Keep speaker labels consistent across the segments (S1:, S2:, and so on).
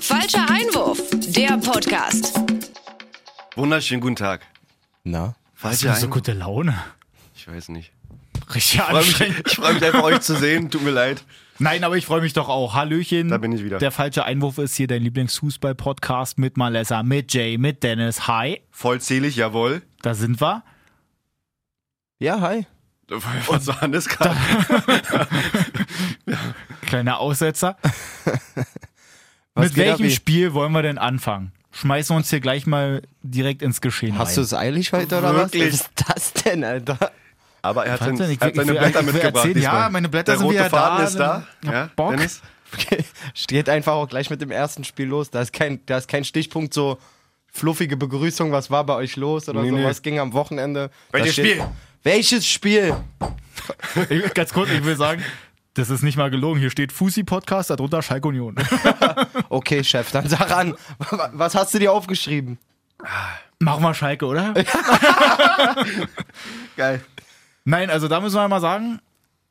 S1: Falscher Einwurf, der Podcast.
S2: Wunderschönen guten Tag.
S3: Na?
S2: Falscher
S4: Ja, so
S2: Einwurf.
S4: gute Laune.
S2: Ich weiß nicht.
S4: Richtig
S2: Ich freue mich,
S4: anstrengend.
S2: ich freu mich einfach, euch zu sehen. Tut mir leid.
S4: Nein, aber ich freue mich doch auch. Hallöchen.
S2: Da bin ich wieder.
S4: Der falsche Einwurf ist hier dein Lieblingsfußball-Podcast mit Malessa, mit Jay, mit Dennis. Hi,
S2: Vollzählig, jawohl.
S4: da sind wir.
S3: Ja, hi.
S2: Was war denn das gerade?
S4: Kleiner Aussetzer.
S3: Was
S4: mit
S3: geht ab,
S4: welchem
S3: ey?
S4: Spiel wollen wir denn anfangen? Schmeißen wir uns hier gleich mal direkt ins Geschehen
S3: Hast du
S4: rein.
S3: es eilig heute oder was?
S2: Wirklich?
S3: Was ist das denn, Alter?
S2: Aber er hat,
S4: Wahnsinn,
S2: sein,
S4: ich
S2: er
S4: will-
S2: hat seine
S4: ich will-
S2: Blätter
S4: ich will
S2: mitgebracht.
S4: erzählen, ja,
S2: diesmal.
S4: meine Blätter
S2: Der
S4: sind
S2: rote
S4: wieder
S2: Faden
S4: da,
S2: ist da.
S4: dann-
S2: Ja,
S4: Bock.
S2: Dennis?
S3: Okay. Steht einfach auch gleich mit dem ersten Spiel los. Da ist kein, da ist kein Stichpunkt so fluffige Begrüßung, was war bei euch los oder
S2: Nee,
S3: so.
S2: nee.
S3: Was ging am Wochenende? Da
S2: Welches
S3: steht-
S2: Spiel?
S3: Welches Spiel?
S4: Ich, ganz kurz, ich will sagen, das ist nicht mal gelogen. Hier steht Fusi-Podcast, darunter Schalke Union.
S3: Okay, Chef, dann sag an. Was hast du dir aufgeschrieben?
S4: Machen wir Schalke, oder?
S2: Geil.
S4: Nein, also da müssen wir mal sagen,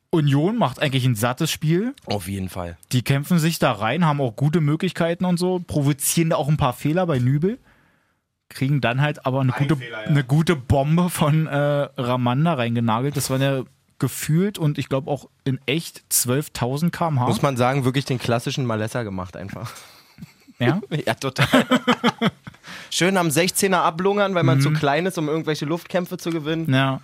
S4: Union macht eigentlich ein sattes Spiel.
S3: Auf jeden
S2: Hm?
S3: Fall.
S4: Die kämpfen sich da rein, haben auch gute Möglichkeiten und so, provozieren da auch ein paar Fehler bei Nübel, kriegen dann halt aber eine, gute, eine gute Bombe von äh, Ramanda reingenagelt. Das waren ja gefühlt und ich glaube auch in echt 12.000 km/h.
S3: Muss man sagen, wirklich den klassischen Malessa gemacht einfach.
S4: Ja?
S3: Ja, total. Schön am 16er ablungern, weil man
S2: Mhm.
S3: zu klein ist, um irgendwelche Luftkämpfe zu gewinnen.
S4: ja.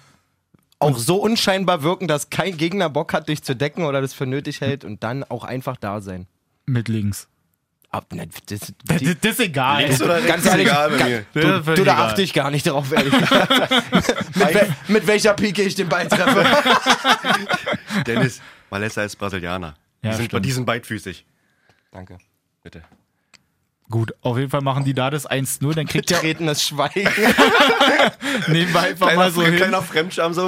S3: auch so unscheinbar wirken, dass kein Gegner Bock hat, dich zu decken oder das für nötig hält und dann auch einfach da sein.
S4: Mit links.
S3: Ab, ne, das,
S4: Das,
S3: die,
S4: das ist egal.
S2: Links oder rechts?
S3: Ganz
S2: ist
S3: ehrlich,
S2: egal bei
S3: ganz-
S2: mir.
S4: Ja,
S3: du,
S4: völlig
S3: du, da
S4: egal.
S3: achte ich gar nicht darauf, ehrlich gesagt. mit, wel, mit welcher Pike ich den Ball treffe.
S2: Dennis, Malessa ist Brasilianer.
S4: Ja,
S2: die, sind,
S4: stimmt.
S2: die sind beidfüßig.
S3: Danke.
S2: Bitte.
S4: Gut, auf jeden Fall machen die da das 1-0, dann kriegt der
S3: Betretenes Schweigen.
S4: nebenbei einfach
S2: Kleiner,
S4: mal so hin.
S2: kleiner Fremdscham. So.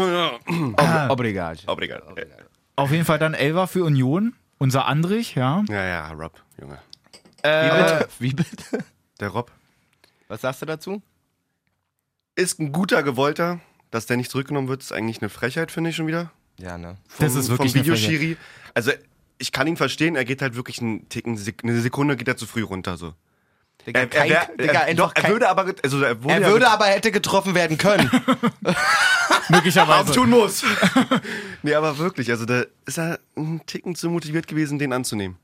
S3: Obrigado.
S2: Aber egal.
S4: Auf jeden Fall dann Elva für Union, unser Andrich, ja.
S2: Ja, ja, Rob, Junge.
S3: Äh, wie bitte?
S2: Der Rob
S3: Was sagst du dazu?
S2: ist ein guter Gewollter. Dass der nicht zurückgenommen wird, ist eigentlich eine Frechheit, finde ich schon wieder.
S3: Ja, ne?
S4: Das ist wirklich
S2: vom
S4: eine Frechheit.
S2: Videoschiri. Also ich kann ihn verstehen, er geht halt wirklich einen Ticken, Sek- eine Sekunde geht er zu früh runter so.
S3: Digga,
S2: er,
S3: kein,
S2: wär-
S3: Digga,
S2: er,
S3: einfach
S2: doch, er
S3: kein,
S2: würde aber, get- also er wurde,
S3: er
S2: ja
S3: würde
S2: get-
S3: aber hätte getroffen werden können.
S4: Möglicherweise.
S2: tun muss. nee, aber wirklich, also da ist er einen Ticken zu motiviert gewesen, den anzunehmen.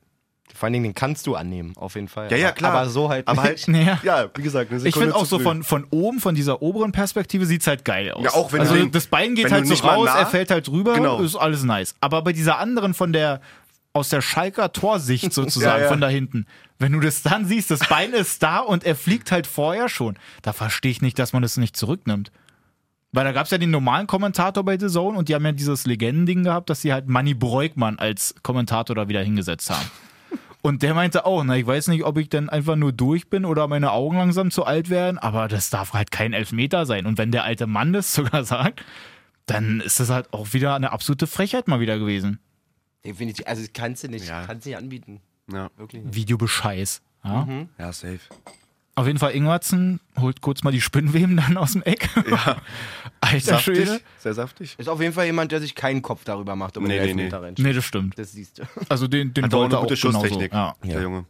S3: Vor allen Dingen, den kannst du annehmen, auf jeden Fall.
S2: Ja, ja,
S3: Aber-
S2: klar.
S3: Aber so halt
S2: Aber halt,
S3: nicht.
S4: Naja.
S2: ja, wie gesagt, eine Sekunde
S4: Ich finde auch
S2: zu
S4: so
S2: früh.
S4: von, von oben, von dieser oberen Perspektive, sieht es halt geil aus.
S2: Ja, auch wenn
S4: also
S2: du den-
S4: das Bein geht
S2: wenn du
S4: halt so
S2: nicht mal
S4: raus,
S2: nah-
S4: er fällt halt rüber,
S2: Genau.
S4: ist alles nice. Aber bei dieser anderen von der aus der Schalker Torsicht sozusagen,
S2: Ja, ja.
S4: von da hinten. Wenn du das dann siehst, das Bein ist da und er fliegt halt vorher schon. Da verstehe ich nicht, dass man das nicht zurücknimmt. Weil da gab es ja den normalen Kommentator bei The Zone und die haben ja dieses Legendending gehabt, dass sie halt Manny Breukmann als Kommentator da wieder hingesetzt haben. Und der meinte auch, na, ich weiß nicht, ob ich dann einfach nur durch bin oder meine Augen langsam zu alt werden, aber das darf halt kein Elfmeter sein. Und wenn der alte Mann das sogar sagt, dann ist das halt auch wieder eine absolute Frechheit mal wieder gewesen.
S3: Definitiv. Also, das kannst du nicht,
S2: halt- Ja.
S3: kannst du nicht anbieten.
S2: ja.
S3: Wirklich nicht.
S4: Videobescheiß. Ja?
S2: ja, safe.
S4: Auf jeden Fall Ingwertsen holt kurz mal die Spinnweben dann aus dem Eck.
S2: Ja.
S4: Alter
S2: Saftig,
S4: Schwede.
S2: sehr saftig.
S3: Ist auf jeden Fall jemand, der sich keinen Kopf darüber macht, ob
S2: Nee,
S3: nee,
S2: nee,
S3: der Elfmeter nee.
S4: Nee, das stimmt.
S3: Das siehst du.
S4: Also den, den
S2: Hat auch
S4: wollte
S2: eine gute
S4: genauso.
S2: Schusstechnik,
S4: Ja.
S2: der Junge.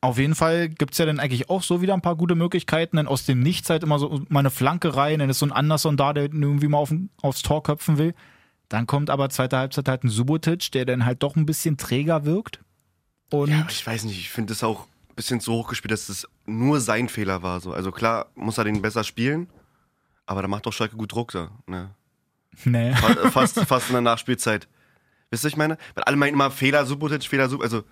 S4: Auf jeden Fall gibt es ja dann eigentlich auch so wieder ein paar gute Möglichkeiten, denn aus dem Nichts halt immer so mal eine Flanke rein, dann ist so ein Anderson da, der irgendwie mal auf, aufs Tor köpfen will. Dann kommt aber zweite Halbzeit halt ein Subotic, der dann halt doch ein bisschen träger wirkt. Und
S2: Ja, aber ich weiß nicht, ich finde das auch ein bisschen zu hoch gespielt, dass es nur sein Fehler war. So. Also klar muss er den besser spielen, aber da macht doch Schalke gut Druck da. Ne?
S4: nee.
S2: Fa- fast, fast in der Nachspielzeit. Wisst ihr, ich meine? Weil alle meinen immer Fehler, Subotic, Fehler, Sub. Also,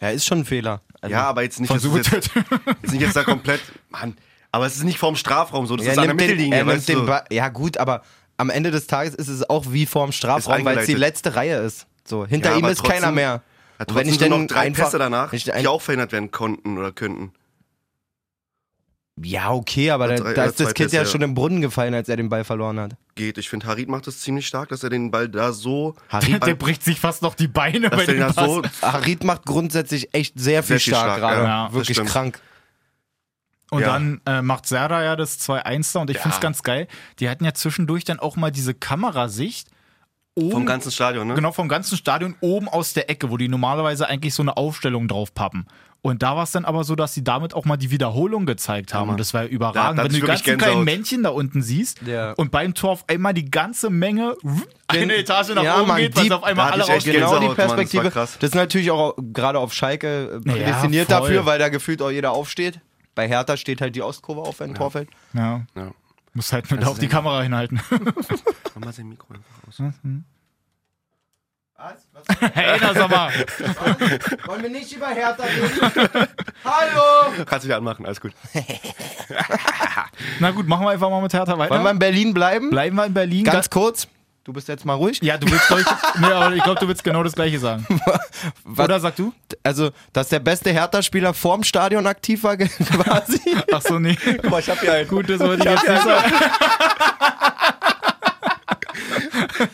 S3: Ja, ist schon ein Fehler. Also,
S2: ja, aber jetzt nicht,
S4: Von
S2: dass es jetzt,
S4: Subotic.
S2: jetzt nicht jetzt da komplett. Mann, aber es ist nicht vorm Strafraum so, das
S3: er
S2: ist an der
S3: nimmt den-
S2: Mittellinie.
S3: er nimmt
S2: weißt
S3: den
S2: du?
S3: Ba- ja, gut, aber am Ende des Tages ist es auch wie vorm Strafraum, weil es die
S2: eingeleitet.
S3: letzte Reihe ist. So, hinter
S2: Ja,
S3: ihm
S2: aber
S3: ist
S2: trotzdem-
S3: keiner mehr.
S2: Hat
S3: wenn ich
S2: trotzdem nur
S3: denn
S2: noch drei
S3: einfach-
S2: Pässe danach,
S3: wenn ich ein-
S2: die auch verhindert werden konnten oder könnten.
S3: Ja, okay, aber
S2: Hat
S3: da,
S2: drei-
S3: da
S2: oder
S3: ist das
S2: zwei
S3: Kind
S2: Pässe,
S3: ja
S2: ja.
S3: schon im Brunnen gefallen, als er den Ball verloren hat.
S2: Geht. Ich finde, Harit macht das ziemlich stark, dass er den Ball da so.
S3: Harit,
S4: der bricht sich fast noch die Beine
S2: Dass
S4: bei
S2: er
S4: dem
S2: den da
S4: Pass.
S2: so.
S3: Also, Harit macht grundsätzlich echt sehr viel
S2: Sehr viel
S3: stark
S2: stark,
S3: gerade.
S4: ja. Ja, das
S3: Wirklich
S2: stimmt.
S3: krank.
S4: Und
S2: Ja.
S4: dann äh, macht Serda ja das 2-1 da und ich find's ganz geil. Die hatten ja zwischendurch dann auch mal diese Kamerasicht oben.
S2: Vom ganzen Stadion, ne?
S4: Genau, vom ganzen Stadion oben aus der Ecke, wo die normalerweise eigentlich so eine Aufstellung drauf pappen. Und da war es dann aber so, dass sie damit auch mal die Wiederholung gezeigt haben. und das war ja überragend,
S2: Da- da hatte
S4: wenn du
S2: ich
S4: die ganzen
S2: wirklich
S4: kleinen
S2: Gänsehaut.
S4: Männchen da unten siehst
S3: Ja.
S4: und beim Tor auf einmal die ganze Menge eine Etage nach
S3: Ja,
S4: oben
S3: Mann,
S4: geht, weil
S3: die-
S4: sie auf einmal
S2: da hatte
S4: alle
S2: ich echt
S4: rausgehen.
S2: Gänsehaut.
S3: genau die
S2: Mann, das war
S3: Perspektive.
S2: krass.
S3: das, ist natürlich auch gerade auf Schalke äh,
S4: Ja,
S3: prädestiniert
S4: voll.
S3: dafür, weil da gefühlt auch jeder aufsteht. Bei Hertha steht halt die Ostkurve auf, wenn ein Tor fällt.
S4: Ja,
S2: Ja. Also
S4: muss halt nur da auf die Kamera hinhalten.
S2: Mach mal sein Mikro einfach aus.
S4: hey, na sag mal.
S3: Wollen wir nicht über Hertha reden? Hallo!
S2: Kannst du wieder anmachen, alles gut.
S4: Na gut, machen wir einfach mal mit Hertha weiter.
S3: Wollen wir in Berlin bleiben?
S4: Bleiben wir in Berlin.
S3: Ganz kurz. Du bist jetzt mal ruhig.
S4: ja, du willst, glaub ich, nee, aber ich glaube, du willst genau das Gleiche sagen. Oder sag du?
S3: Also, dass der beste Hertha-Spieler vorm Stadion aktiv war, quasi.
S4: Ach so, nee.
S2: Guck mal, ich hab hier einen.
S4: Gut, das wollte ich jetzt nicht sagen.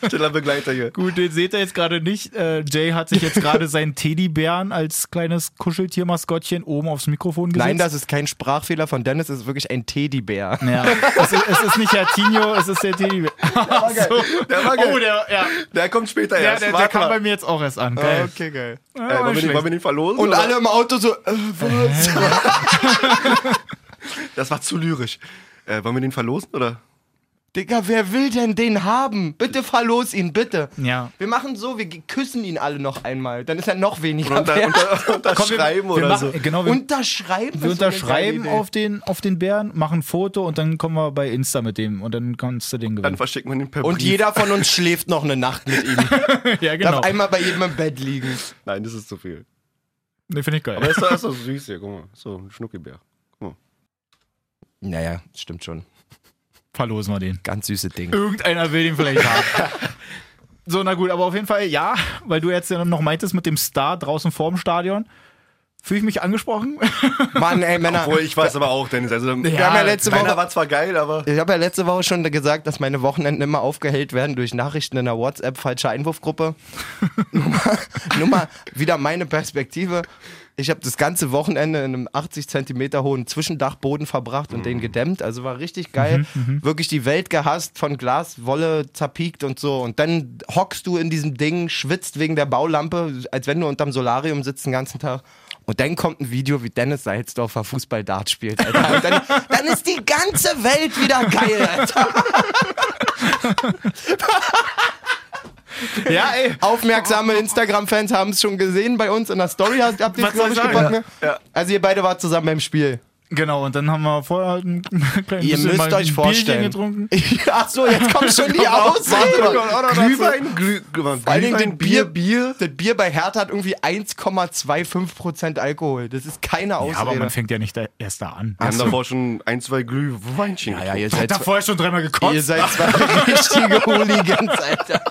S2: Stiller Begleiter hier.
S4: Gut, den seht ihr jetzt gerade nicht. Äh, Jay hat sich jetzt gerade seinen Teddybären als kleines Kuscheltier-Maskottchen oben aufs Mikrofon gesetzt.
S3: Nein, das ist kein Sprachfehler von Dennis, es ist wirklich ein Teddybär.
S4: ja. es, ist, es ist nicht Hertinho, es ist der Teddybär. Ach so.
S2: Der war geil.
S4: Oh, der, ja,
S2: Der kommt später
S4: der,
S2: erst.
S4: der, der
S2: Warte
S4: kam
S2: mal.
S4: bei mir jetzt auch erst an. Geil.
S3: Okay, geil.
S2: Ey, wollen, wir den, wollen wir den verlosen?
S3: Oh, Und
S2: oder?
S3: alle im Auto so, äh, was?
S2: Das war zu lyrisch. Äh, wollen wir den verlosen oder?
S3: Digga, wer will denn den haben? Bitte verlos ihn, bitte.
S4: Ja.
S3: Wir machen so, wir ge- küssen ihn alle noch einmal. Dann ist er noch weniger.
S2: Unter,
S3: wert.
S2: unter, unterschreiben
S4: wir
S2: oder
S4: machen,
S2: so.
S4: Genau, wir,
S3: unterschreiben?
S4: wir
S3: ist so eine
S4: unterschreiben
S3: geile Idee.
S4: auf den, auf den Bären, machen ein Foto und dann kommen wir bei Insta mit dem und dann kannst du den
S2: Dann
S4: gewinnen.
S2: verschickt man den per
S3: Und
S2: Brief.
S3: jeder von uns schläft noch eine Nacht mit ihm.
S4: ja, genau.
S3: Darf einmal bei jedem im Bett liegen.
S2: Nein, das ist zu viel.
S4: Nee, finde ich geil.
S2: Aber ist doch, ist doch süß hier, guck mal. So ein Schnuckibär.
S3: Naja, stimmt schon.
S4: Verlosen wir den.
S3: Ganz süße Ding.
S4: Irgendeiner will den vielleicht haben. so, na gut, aber auf jeden Fall, ja, weil du jetzt ja noch meintest mit dem Star draußen vorm Stadion. Fühle ich mich angesprochen?
S3: Mann, ey, Männer.
S2: Obwohl, ich weiß aber auch, Dennis. Also,
S3: wir haben ja letzte
S2: Deiner
S3: Woche.
S2: war zwar geil, aber.
S3: Ich habe ja letzte Woche schon gesagt, dass meine Wochenenden immer aufgehellt werden durch Nachrichten in der WhatsApp, falsche Einwurfgruppe. nur, mal, nur mal wieder meine Perspektive. Ich habe das ganze Wochenende in einem 80 Zentimeter hohen Zwischendachboden verbracht und den gedämmt. Also war richtig geil. Wirklich die Welt gehasst, von Glas, Wolle zerpiekt und so. Und dann hockst du in diesem Ding, schwitzt wegen der Baulampe, als wenn du unterm Solarium sitzt den ganzen Tag. Und dann kommt ein Video, wie Dennis Salzdorfer Fußball-Dart spielt. Alter. Und dann, dann ist die ganze Welt wieder geil, Alter.
S4: ja, ey.
S3: Aufmerksame Instagram-Fans haben es schon gesehen bei uns in der Story. Habt habt ihr es,
S4: Oh. Was soll
S3: glaube ich,
S4: ich
S3: gepackt?
S4: sagen?
S3: Ne? Also, ihr beide wart zusammen beim Spiel.
S4: Genau, und dann haben wir vorher halt ein kleines
S3: Ihr
S4: bisschen
S3: müsst
S4: mal ein
S3: euch vorstellen.
S4: Bierchen getrunken.
S3: Ach so, jetzt kommt schon die
S2: Warte
S3: Ausrede.
S2: mal, Glühwein, Glüh,
S3: Vor allen Dingen
S2: Glühwein,
S3: den
S2: Bier,
S3: Bier, Bier.
S2: Bier.
S3: Das Bier bei Hertha hat irgendwie 1,25% Alkohol. Das ist keine
S4: Ja, aber
S3: Ausrede.
S4: man fängt ja nicht da, erst da an.
S2: Wir haben davor schon ein, zwei Glühweinchen.
S3: Ja, ja,
S2: getrunken.
S3: ihr
S4: Ich
S3: seid,
S4: hab da vorher schon dreimal
S3: zwei, ihr
S4: gekotzt.
S3: seid zwei richtige Hooligans, Alter.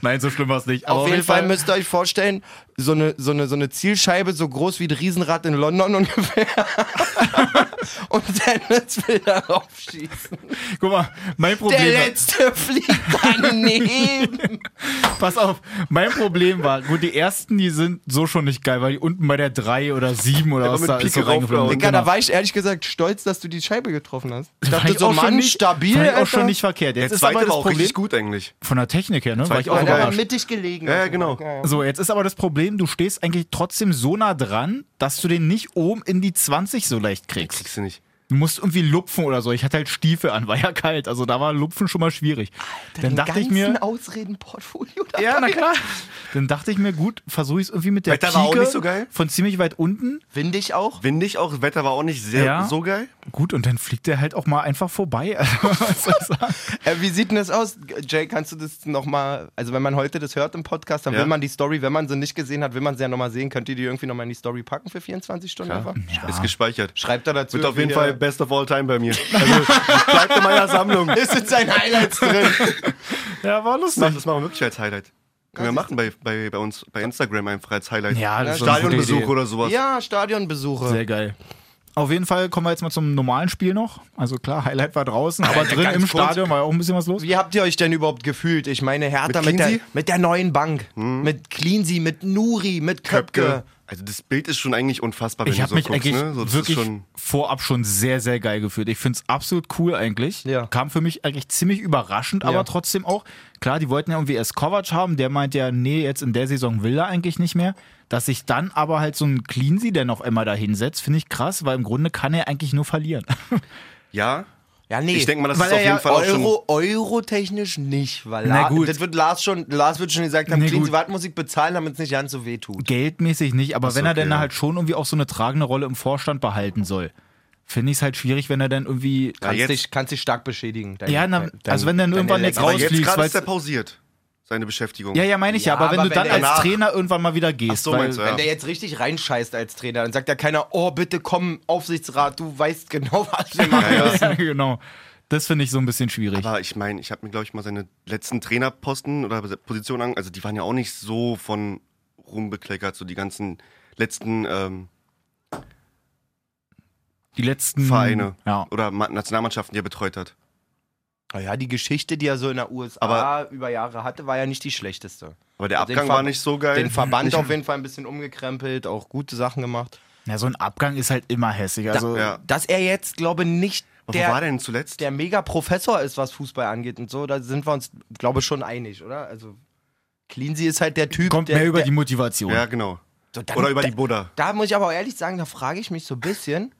S4: Nein, so schlimm war es nicht. Aber
S3: Auf jeden Fall müsst ihr euch vorstellen, so eine, so, eine, so eine Zielscheibe so groß wie ein Riesenrad in London ungefähr. Und Dennis will darauf schießen.
S4: Guck mal, mein Problem.
S3: Der
S4: war-
S3: letzte fliegt daneben.
S4: Pass auf, mein Problem war, gut, die ersten, die sind so schon nicht geil, weil die unten bei der 3 oder 7 oder
S2: Ja,
S4: was
S2: mit
S4: da
S2: Pike
S4: ist. So reingeflogen.
S2: raufgehauen.
S3: Digga,
S4: Genau.
S3: da war ich ehrlich gesagt stolz, dass du die Scheibe getroffen hast. Ich
S4: Fand
S3: dachte
S4: ich
S3: so,
S4: auch schon
S3: Mann,
S4: nicht-
S3: stabil. ne?
S4: Fand ich auch
S3: Alter.
S4: schon nicht verkehrt. Jetzt
S2: Der
S4: ist aber
S2: zweite
S4: das
S2: war auch
S4: Problem
S2: richtig gut eigentlich.
S4: von der Technik her, ne? War
S2: Zweite
S4: ich
S2: war
S4: auch
S3: Ja, der war
S4: überrascht.
S3: mittig gelegen. Also
S2: Ja, ja, genau.
S4: So, jetzt ist aber das Problem, du stehst eigentlich trotzdem so nah dran, dass du den nicht oben in die 20 so leicht kriegst.
S2: Kriegst du nicht.
S4: Du musst irgendwie lupfen oder so. Ich hatte halt Stiefel an, war ja kalt. Also da war Lupfen schon mal schwierig.
S3: Den
S4: Dann dachte ich
S3: ganzen
S4: mir,
S3: Ausredenportfolio dabei.
S4: ja, na klar. Dann dachte ich mir, gut, versuche ich es irgendwie mit der
S2: Wetter war auch
S4: Pike
S2: nicht so geil.
S4: von ziemlich weit unten.
S3: Windig auch.
S2: Windig auch, Wetter war auch nicht sehr
S4: Ja.
S2: so geil.
S4: Gut, und dann fliegt der halt auch mal einfach vorbei. Also, was soll ich sagen?
S3: Äh, wie sieht denn das aus? Jay, kannst du das nochmal, also wenn man heute das hört im Podcast, dann
S2: Ja.
S3: will man die Story, wenn man sie nicht gesehen hat, will man sie ja nochmal sehen. Könnt ihr die irgendwie nochmal in die Story packen für 24 Stunden? einfach?
S2: Ist gespeichert.
S3: Schreibt da dazu.
S2: Wird auf jeden
S3: wie
S2: Fall
S3: ihr-
S2: best of all time bei mir. Also bleibt in meiner Sammlung.
S3: Es sind seine Highlights drin.
S4: ja, war lustig.
S2: Mach, das machen wir wirklich als Highlight. Können wir machen bei, bei, bei uns bei Instagram einfach als Highlight.
S4: Ja, das ist eine gute
S2: Stadionbesuch
S4: Idee.
S2: oder sowas.
S3: ja, Stadionbesuche.
S4: Sehr geil. Auf jeden Fall kommen wir jetzt mal zum normalen Spiel noch. Also klar, Highlight war draußen, aber drin im
S3: ganz kurz.
S4: Stadion war ja auch ein bisschen was los.
S3: Wie habt ihr euch denn überhaupt gefühlt? Ich meine, Hertha
S2: Mit
S3: mit, der,
S2: Cleansy?
S3: mit der neuen Bank, mit Cleansy, mit Nuri, mit Köpke,
S2: Köpke. Also das Bild ist schon eigentlich unfassbar, wenn
S4: Ich
S2: du
S4: habe
S2: so
S4: mich
S2: guckst.
S4: eigentlich
S2: Ne? So, das
S4: wirklich
S2: ist schon,
S4: vorab schon sehr, sehr geil gefühlt. Ich finde es absolut cool eigentlich.
S3: Ja.
S4: Kam für mich eigentlich ziemlich überraschend, aber
S3: Ja.
S4: trotzdem auch. Klar, die wollten ja irgendwie erst Kovac haben. Der meint ja, nee, jetzt in der Saison will er eigentlich nicht mehr. Dass sich dann aber halt so ein Cleansy, der noch einmal da hinsetzt, finde ich krass, weil im Grunde kann er eigentlich nur verlieren.
S2: ja,
S3: Ja, nee.
S2: ich denke mal, das
S4: Weil
S2: ist auf
S4: er
S2: jeden
S4: ja
S2: Fall auch schon...
S3: Euro, Eurotechnisch nicht, weil
S4: Na
S3: La
S4: gut.
S3: das wird Lars schon, Lars wird schon gesagt haben,
S4: Na
S3: kriegen
S4: gut.
S3: Sie Wartmusik bezahlen, damit es nicht ganz so weh tut.
S4: Geldmäßig nicht, aber wenn er
S2: okay,
S4: denn
S2: ja.
S4: halt schon irgendwie auch so eine tragende Rolle im Vorstand behalten soll, finde ich es halt schwierig, wenn er dann irgendwie.
S2: Ja,
S3: Kannst,
S2: jetzt-
S3: dich, kannst dich stark beschädigen. Dein,
S4: Ja, na, also wenn dann
S3: deine
S4: irgendwann jetzt
S3: Lecker-
S2: Aber
S4: raus-
S2: jetzt
S4: rausfliegst,
S2: gerade
S4: weil-
S2: ist er pausiert, seine Beschäftigung.
S4: Ja, ja, meine ich ja,
S3: Ja,
S4: aber, wenn
S3: aber
S4: du
S3: wenn
S4: dann
S3: der
S4: als
S2: nach-
S4: Trainer irgendwann mal wieder gehst,
S2: so,
S4: weil,
S2: meinst du, ja.
S3: Wenn der jetzt richtig reinscheißt als Trainer, dann sagt der keiner, oh, bitte komm, Aufsichtsrat, du weißt genau, was wir machen.
S2: Ja, ja.
S4: ja, genau. Das finde ich so ein bisschen schwierig.
S2: Aber ich meine, ich habe mir, glaube ich, mal seine letzten Trainerposten oder Positionen ange... Also die waren ja auch nicht so von Ruhm bekleckert, so die ganzen letzten ähm,
S4: die letzten
S2: Mhm. Vereine
S4: Ja.
S2: oder Ma Nationalmannschaften, die er betreut hat.
S3: Naja, die Geschichte, die er so in der USA
S2: Aber-
S3: über Jahre hatte, war ja nicht die schlechteste.
S2: Aber der
S3: Also den
S2: Abgang war
S3: Ver-
S2: nicht so geil.
S3: Den Verband
S2: nicht,
S3: auf jeden Fall ein bisschen umgekrempelt, auch gute Sachen gemacht.
S4: ja, so ein Abgang ist halt immer hässlich. Also
S2: Ja.
S3: Dass er jetzt, glaube ich, nicht
S2: Wo war
S3: der,
S2: der denn zuletzt?
S3: der Mega-Professor ist, was Fußball angeht und so, da sind wir uns, glaube ich, schon einig, oder? Also, Cleansy ist halt der Typ,
S4: kommt
S3: der,
S4: mehr über
S3: der,
S4: die Motivation.
S2: ja, genau.
S3: so, dann-
S2: Oder über
S3: da-
S2: die Buddha.
S3: Da muss ich aber auch ehrlich sagen, da frage ich mich so ein bisschen.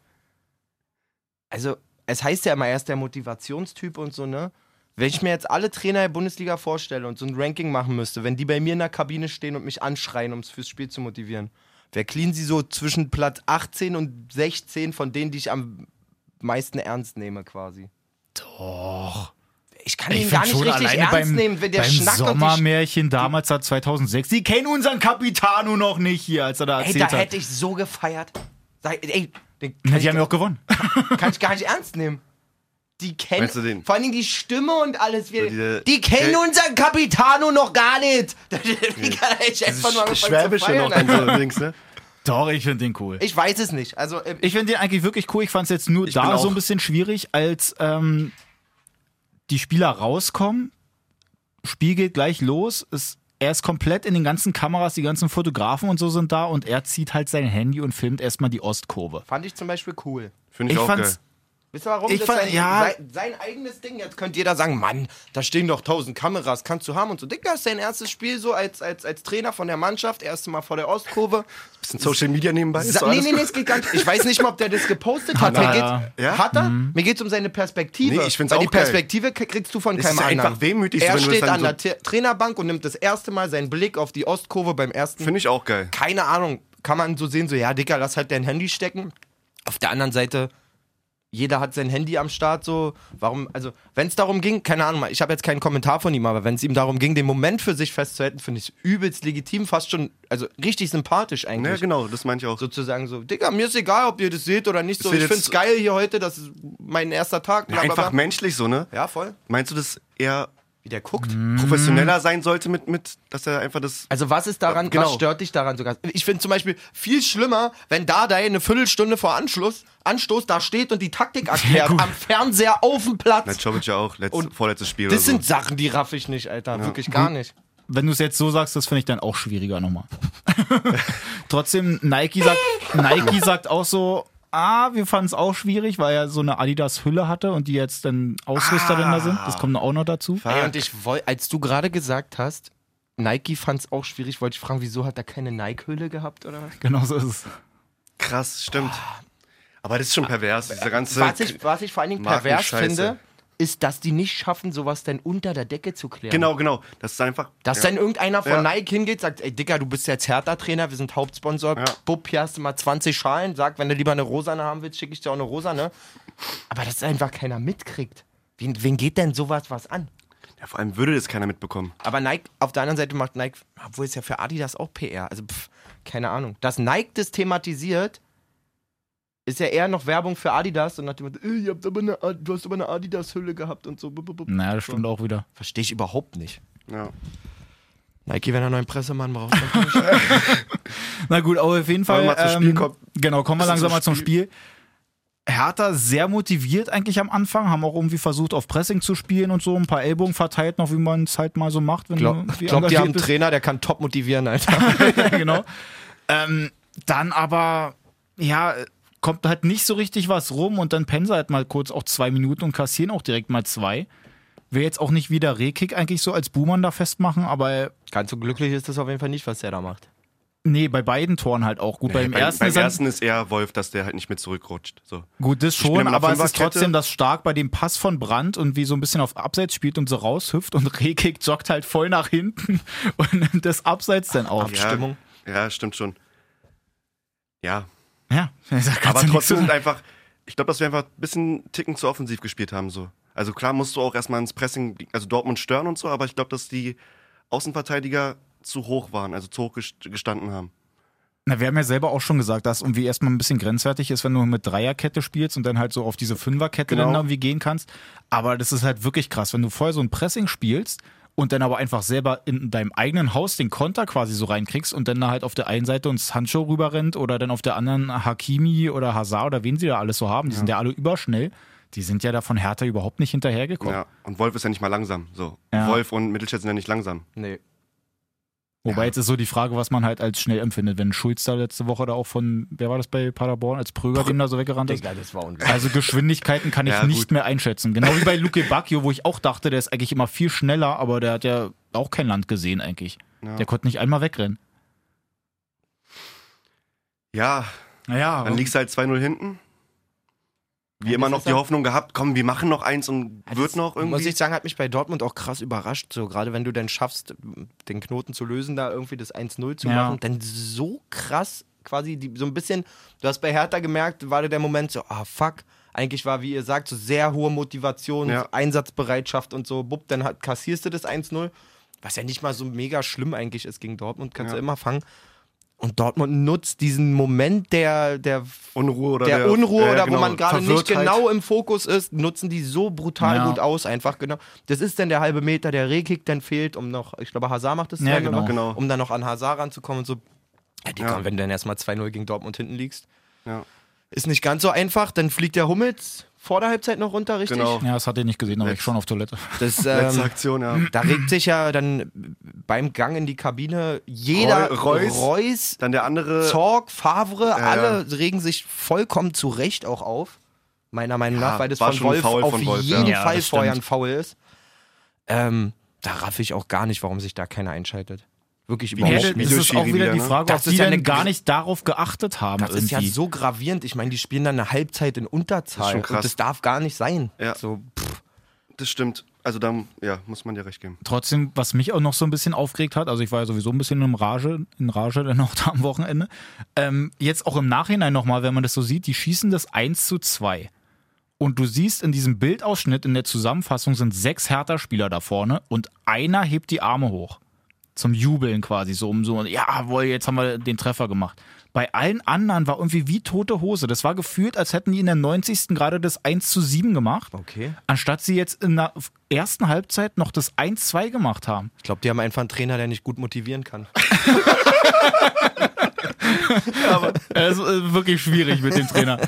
S3: Also, es heißt ja immer erst der Motivationstyp und so, ne? Wenn ich mir jetzt alle Trainer der Bundesliga vorstelle und so ein Ranking machen müsste, wenn die bei mir in der Kabine stehen und mich anschreien, um es fürs Spiel zu motivieren, wer clean sie so zwischen Platz 18 und 16 von denen, die ich am meisten ernst nehme, quasi?
S4: Doch.
S3: Ich kann ihn
S4: Ich
S3: gar
S4: finde
S3: nicht
S4: schon
S3: richtig
S4: alleine
S3: ernst
S4: beim,
S3: nehmen, wenn der
S4: beim
S3: schnackt und die
S4: Sommermärchen damals da 2006. Die kennen unseren Capitano noch nicht hier, als er da
S3: Ey,
S4: erzählt
S3: da
S4: hat.
S3: hätte ich so gefeiert. Sag, ey, den kann
S4: Na, die
S3: ich
S4: haben ja auch gewonnen.
S3: kann ich gar nicht ernst nehmen. Die kennen,
S2: Meinst du den?
S3: vor allem die Stimme und alles. Wir,
S2: diese-
S3: die, kennen
S2: der-
S3: unseren Capitano noch gar nicht. Wie kann ich einfach nur angefangen zu feiern,
S2: dann
S3: Alter.
S2: so links, ne?
S4: Doch, ich finde den cool.
S3: Ich weiß es nicht. Also, äh,
S4: Ich finde den eigentlich wirklich cool. Ich fand es jetzt nur
S2: Ich bin
S4: da
S2: auch-
S4: so ein bisschen schwierig, als ähm, die Spieler rauskommen, Spiel geht gleich los, es, er ist komplett in den ganzen Kameras, die ganzen Fotografen und so sind da und er zieht halt sein Handy und filmt erstmal die Ostkurve.
S3: fand ich zum Beispiel cool.
S2: Finde ich,
S4: Ich
S2: auch geil.
S4: fand's-
S3: Wisst ihr warum?
S4: Ich
S3: Das
S4: fand-
S3: sein,
S4: ja.
S3: sein, sein eigenes Ding. Jetzt könnt jeder sagen, Mann, da stehen doch tausend Kameras, kannst du haben und so. Digga, ist dein erstes Spiel so als, als, als Trainer von der Mannschaft, erstes Mal vor der Ostkurve.
S2: Bisschen Social Media nebenbei. Ist
S3: Sa
S2: so
S3: nee,
S2: alles
S3: nee, nee, es geht gar nicht. Ich weiß nicht mal, ob der das gepostet hat. Mir
S4: er,
S3: geht's,
S2: ja?
S3: Hat er? Mir geht es um seine Perspektive.
S2: Nee, ich find's
S3: Weil
S2: auch
S3: die
S2: geil.
S3: Perspektive k- kriegst du von
S2: Es
S3: keinem
S2: ist
S3: anderen.
S2: einfach wehmütig, so
S3: er
S2: wenn du das
S3: steht
S2: dann
S3: an
S2: so-
S3: der Tra- Trainerbank und nimmt das erste Mal seinen Blick auf die Ostkurve beim ersten.
S2: Finde ich auch geil.
S3: Keine Ahnung. Kann man so sehen, so, ja, Dicker, lass halt dein Handy stecken. Auf der anderen Seite, jeder hat sein Handy am Start, so. Warum, also, wenn es darum ging, keine Ahnung, ich habe jetzt keinen Kommentar von ihm, aber wenn es ihm darum ging, den Moment für sich festzuhalten, finde ich übelst legitim, fast schon, also richtig sympathisch eigentlich
S2: Ja, genau, das meine ich auch.
S3: sozusagen so, Digga, mir ist egal, ob ihr das seht oder nicht, so,
S2: wird
S3: ich
S2: jetzt-
S3: find's geil hier heute, das ist mein erster Tag, bla, bla,
S2: Einfach
S3: bla.
S2: menschlich so, ne?
S3: Ja, voll.
S2: Meinst du, dass er
S3: Wie der guckt.
S2: Mhm. professioneller sein sollte mit, mit, dass er einfach das.
S3: Also was ist daran,
S2: Ja, genau.
S3: was stört dich daran sogar? Ich finde zum Beispiel viel schlimmer, wenn Dardai eine Viertelstunde vor Anschluss, Anstoß da steht und die Taktik erklärt,
S4: gut.
S3: am Fernseher auf dem
S2: Na,
S3: Platz.
S2: Czovic ja auch, letzt,
S3: Und
S2: vorletztes Spiel
S3: das
S2: oder so.
S3: sind Sachen, die raff ich nicht, Alter, wirklich gar nicht.
S4: Wenn du es jetzt so sagst, das finde ich dann auch schwieriger nochmal. Trotzdem, Nike sagt, Nike sagt auch so, ah, wir fanden es auch schwierig, weil er so eine Adidas-Hülle hatte und die jetzt dann Ausrüsterin da sind.
S2: Ah.
S4: Das kommt auch noch dazu.
S3: Ey, und ich wollte, als du gerade gesagt hast, Nike fand's auch schwierig, wollte ich fragen, wieso hat er keine Nike-Hülle gehabt oder was?
S4: Genau so ist es.
S2: Krass, stimmt.
S3: Ah.
S2: Aber das ist schon pervers, diese ganze.
S3: Was ich, was ich vor allen Dingen pervers
S2: Markenscheiße.
S3: finde, ist, dass die nicht schaffen, sowas dann unter der Decke zu klären.
S2: genau, genau. Das ist einfach.
S3: Dass
S2: ja.
S3: dann irgendeiner von
S2: Ja.
S3: Nike hingeht, sagt, ey Dicker, du bist jetzt Hertha-Trainer, wir sind Hauptsponsor,
S2: Ja.
S3: Bub, hier hast du mal 20 Schalen, sag, wenn du lieber eine Rosane haben willst, schicke ich dir auch eine Rosane. Aber dass einfach keiner mitkriegt. Wen, wen geht denn sowas was an?
S2: ja, vor allem würde das keiner mitbekommen.
S3: Aber Nike, auf der anderen Seite macht Nike, obwohl es ja für Adidas auch PR, also pff, keine Ahnung. Dass Nike das thematisiert, ist ja eher noch Werbung für Adidas und nach dem Motto, äh, ihr habt aber eine, Ad- du hast aber eine Adidas-Hülle gehabt und so. bup, bup, bup.
S4: Naja, das stimmt auch wieder.
S3: Verstehe ich überhaupt nicht.
S2: Ja.
S3: Nike, wenn er einen neuen Pressemann braucht. dann-
S4: Na gut, aber auf jeden Fall.
S2: Wollen wir mal zum Spiel kommen?
S4: Genau, kommen wir
S2: Bisschen
S4: langsam
S2: zum
S4: mal zum Spiel. Hertha sehr motiviert eigentlich am Anfang, haben auch irgendwie versucht, auf Pressing zu spielen und so, ein paar Ellbogen verteilt noch, wie man es halt mal so macht, wenn
S3: Glaub,
S4: du irgendwie
S3: glaub, die
S4: engagiert
S3: haben einen
S4: bist.
S3: Trainer, der kann top motivieren, Alter.
S4: ja, genau. Ähm, Dann aber, ja, kommt halt nicht so richtig was rum und dann pennen sie halt mal kurz auch zwei Minuten und kassieren auch direkt mal zwei. Will jetzt auch nicht wieder Rehkick eigentlich so als Buhmann da festmachen, aber
S3: Ganz so glücklich ist das auf jeden Fall nicht, was der da macht.
S4: nee, bei beiden Toren halt auch gut. beim,
S2: beim
S4: ersten
S2: beim
S4: ist er,
S2: ersten ist eher Wolf, dass der halt nicht mit zurückrutscht. So.
S4: Gut, das
S2: bin
S4: schon,
S2: mit einer
S4: aber es ist
S2: Fünferkette.
S4: trotzdem das stark bei dem Pass von Brandt und wie so ein bisschen auf Abseits spielt und so raushüpft und Rekik joggt halt voll nach hinten und nimmt das Abseits dann auf.
S2: Ja,
S3: Stimmung.
S2: Ja, stimmt schon. Ja,
S4: Ja, da kannst
S2: aber
S4: du nichts
S2: trotzdem
S4: sagen.
S2: sind einfach, ich glaube, dass wir einfach ein bisschen Ticken zu offensiv gespielt haben. So. Also klar musst du auch erstmal ins Pressing, also Dortmund stören und so, aber ich glaube, dass die Außenverteidiger zu hoch waren, also zu hoch gest- gestanden haben.
S4: Na, wir haben ja selber auch schon gesagt, dass irgendwie erstmal ein bisschen grenzwertig ist, wenn du mit Dreierkette spielst und dann halt so auf diese Fünferkette
S2: Genau.
S4: dann irgendwie gehen kannst. Aber das ist halt wirklich krass, wenn du vorher so ein Pressing spielst und dann aber einfach selber in deinem eigenen Haus den Konter quasi so reinkriegst und dann da halt auf der einen Seite uns Sancho rüberrennt oder dann auf der anderen Hakimi oder Hazard oder wen sie da alles so haben. Die sind ja alle überschnell. Die sind ja da von Hertha überhaupt nicht hinterhergekommen.
S2: Ja. Und Wolf ist ja nicht mal langsam. So.
S4: Ja.
S2: Wolf und Mittelstädt sind ja nicht langsam.
S3: Nee.
S4: Wobei jetzt ist so die Frage, was man halt als schnell empfindet. Wenn Schulz da letzte Woche da auch von, wer war das bei Paderborn, als Pröger dem da so weggerannt ist.
S3: Digga, das war unglaublich.
S4: Also Geschwindigkeiten kann ich
S2: Ja,
S4: nicht
S2: gut.
S4: mehr einschätzen. Genau wie bei Luke Bacchio, wo ich auch dachte, der ist eigentlich immer viel schneller, aber der hat ja auch kein Land gesehen eigentlich. Der konnte nicht einmal wegrennen.
S2: Ja,
S4: Naja,
S2: dann liegst du halt 2-0 hinten. Wie immer
S3: das
S2: noch
S3: ist
S2: die
S3: ja-
S2: Hoffnung gehabt, komm, wir machen noch eins und wird noch
S3: Muss
S2: irgendwie.
S3: ich sagen, hat mich bei Dortmund auch krass überrascht. So, gerade wenn du dann schaffst, den Knoten zu lösen, da irgendwie das 1-0 zu
S4: Ja.
S3: machen, dann so krass quasi die, so ein bisschen, du hast bei Hertha gemerkt, war da der Moment so, ah fuck, eigentlich war, wie ihr sagt, so sehr hohe Motivation,
S2: Ja.
S3: Einsatzbereitschaft und so, bupp, dann hat, kassierst du das 1-0, was ja nicht mal so mega schlimm eigentlich ist gegen Dortmund, kannst
S2: Ja.
S3: du immer fangen. Und Dortmund nutzt diesen Moment der, der
S2: Unruhe oder
S3: der, Unruhe
S2: ja,
S3: oder
S2: genau,
S3: wo man gerade nicht
S2: Verwirrtheit.
S3: genau im Fokus ist, nutzen die so brutal
S4: Ja.
S3: gut aus, einfach genau. Das ist dann der halbe Meter, der Rehkick dann fehlt, um noch, ich glaube, Hazard macht das
S4: Ja,
S3: 2-0,
S4: genau.
S2: Genau.
S3: um dann noch an Hazard ranzukommen und so. Ja, die
S2: Ja.
S3: kommen, wenn du dann erstmal 2-0 gegen Dortmund hinten liegst.
S2: Ja.
S3: Ist nicht ganz so einfach, dann fliegt der Hummels vor der Halbzeit noch runter, richtig?
S2: Genau.
S4: ja, das hat er nicht gesehen, aber ich
S2: Letz-
S4: schon auf Toilette.
S3: Das,
S2: Letzte
S3: ähm,
S2: Aktion, ja.
S3: da regt sich ja dann beim Gang in die Kabine jeder
S2: Roy- Reus.
S3: Reus
S2: Dann der andere.
S3: Zorg, Favre,
S2: ja.
S3: alle regen sich vollkommen zu Recht auch auf. Meiner Meinung
S2: Ja,
S3: nach, weil das
S2: war
S3: von
S2: schon ein
S3: Wolf
S2: Foul
S3: auf
S2: von Wolf, ja.
S3: jeden
S4: Ja,
S3: Fall
S4: das
S3: vorher ein
S4: stimmt.
S3: Foul ist. Ähm, da raff ich auch gar nicht, warum sich da keiner einschaltet. Wirklich überhaupt
S4: Das
S2: hätte-
S3: nicht.
S4: ist auch
S2: Videoschiri
S4: wieder
S2: wieder,
S4: die
S2: ne?
S4: Frage,
S3: Das
S4: ob
S3: ist
S4: die
S3: ja
S4: dann
S3: eine
S4: gar
S3: gewisse-
S4: nicht darauf geachtet haben.
S3: Das ist ja
S4: irgendwie.
S3: so gravierend. Ich meine, die spielen dann eine Halbzeit in Unterzahl.
S2: Das ist schon krass.
S3: Und das darf gar nicht sein.
S2: Ja.
S3: So, pff,
S2: Das stimmt. Also da ja, muss man dir recht geben.
S4: Trotzdem, was mich auch noch so ein bisschen aufgeregt hat, also ich war ja sowieso ein bisschen in Rage, in Rage dann auch da am Wochenende. Ähm, jetzt auch im Nachhinein nochmal, wenn man das so sieht, die schießen das 1 zu 2. Und du siehst in diesem Bildausschnitt, in der Zusammenfassung sind sechs Hertha-Spieler da vorne und einer hebt die Arme hoch. Zum Jubeln quasi, so um so, jawohl, jetzt haben wir den Treffer gemacht. Bei allen anderen war irgendwie wie tote Hose. Das war gefühlt, als hätten die in der 90. gerade das 1 zu 7 gemacht.
S3: okay.
S4: Anstatt sie jetzt in der ersten Halbzeit noch das 1-2 gemacht haben.
S3: Ich glaube, die haben einfach einen Trainer, der nicht gut motivieren kann.
S4: Das ist äh, wirklich schwierig mit dem Trainer.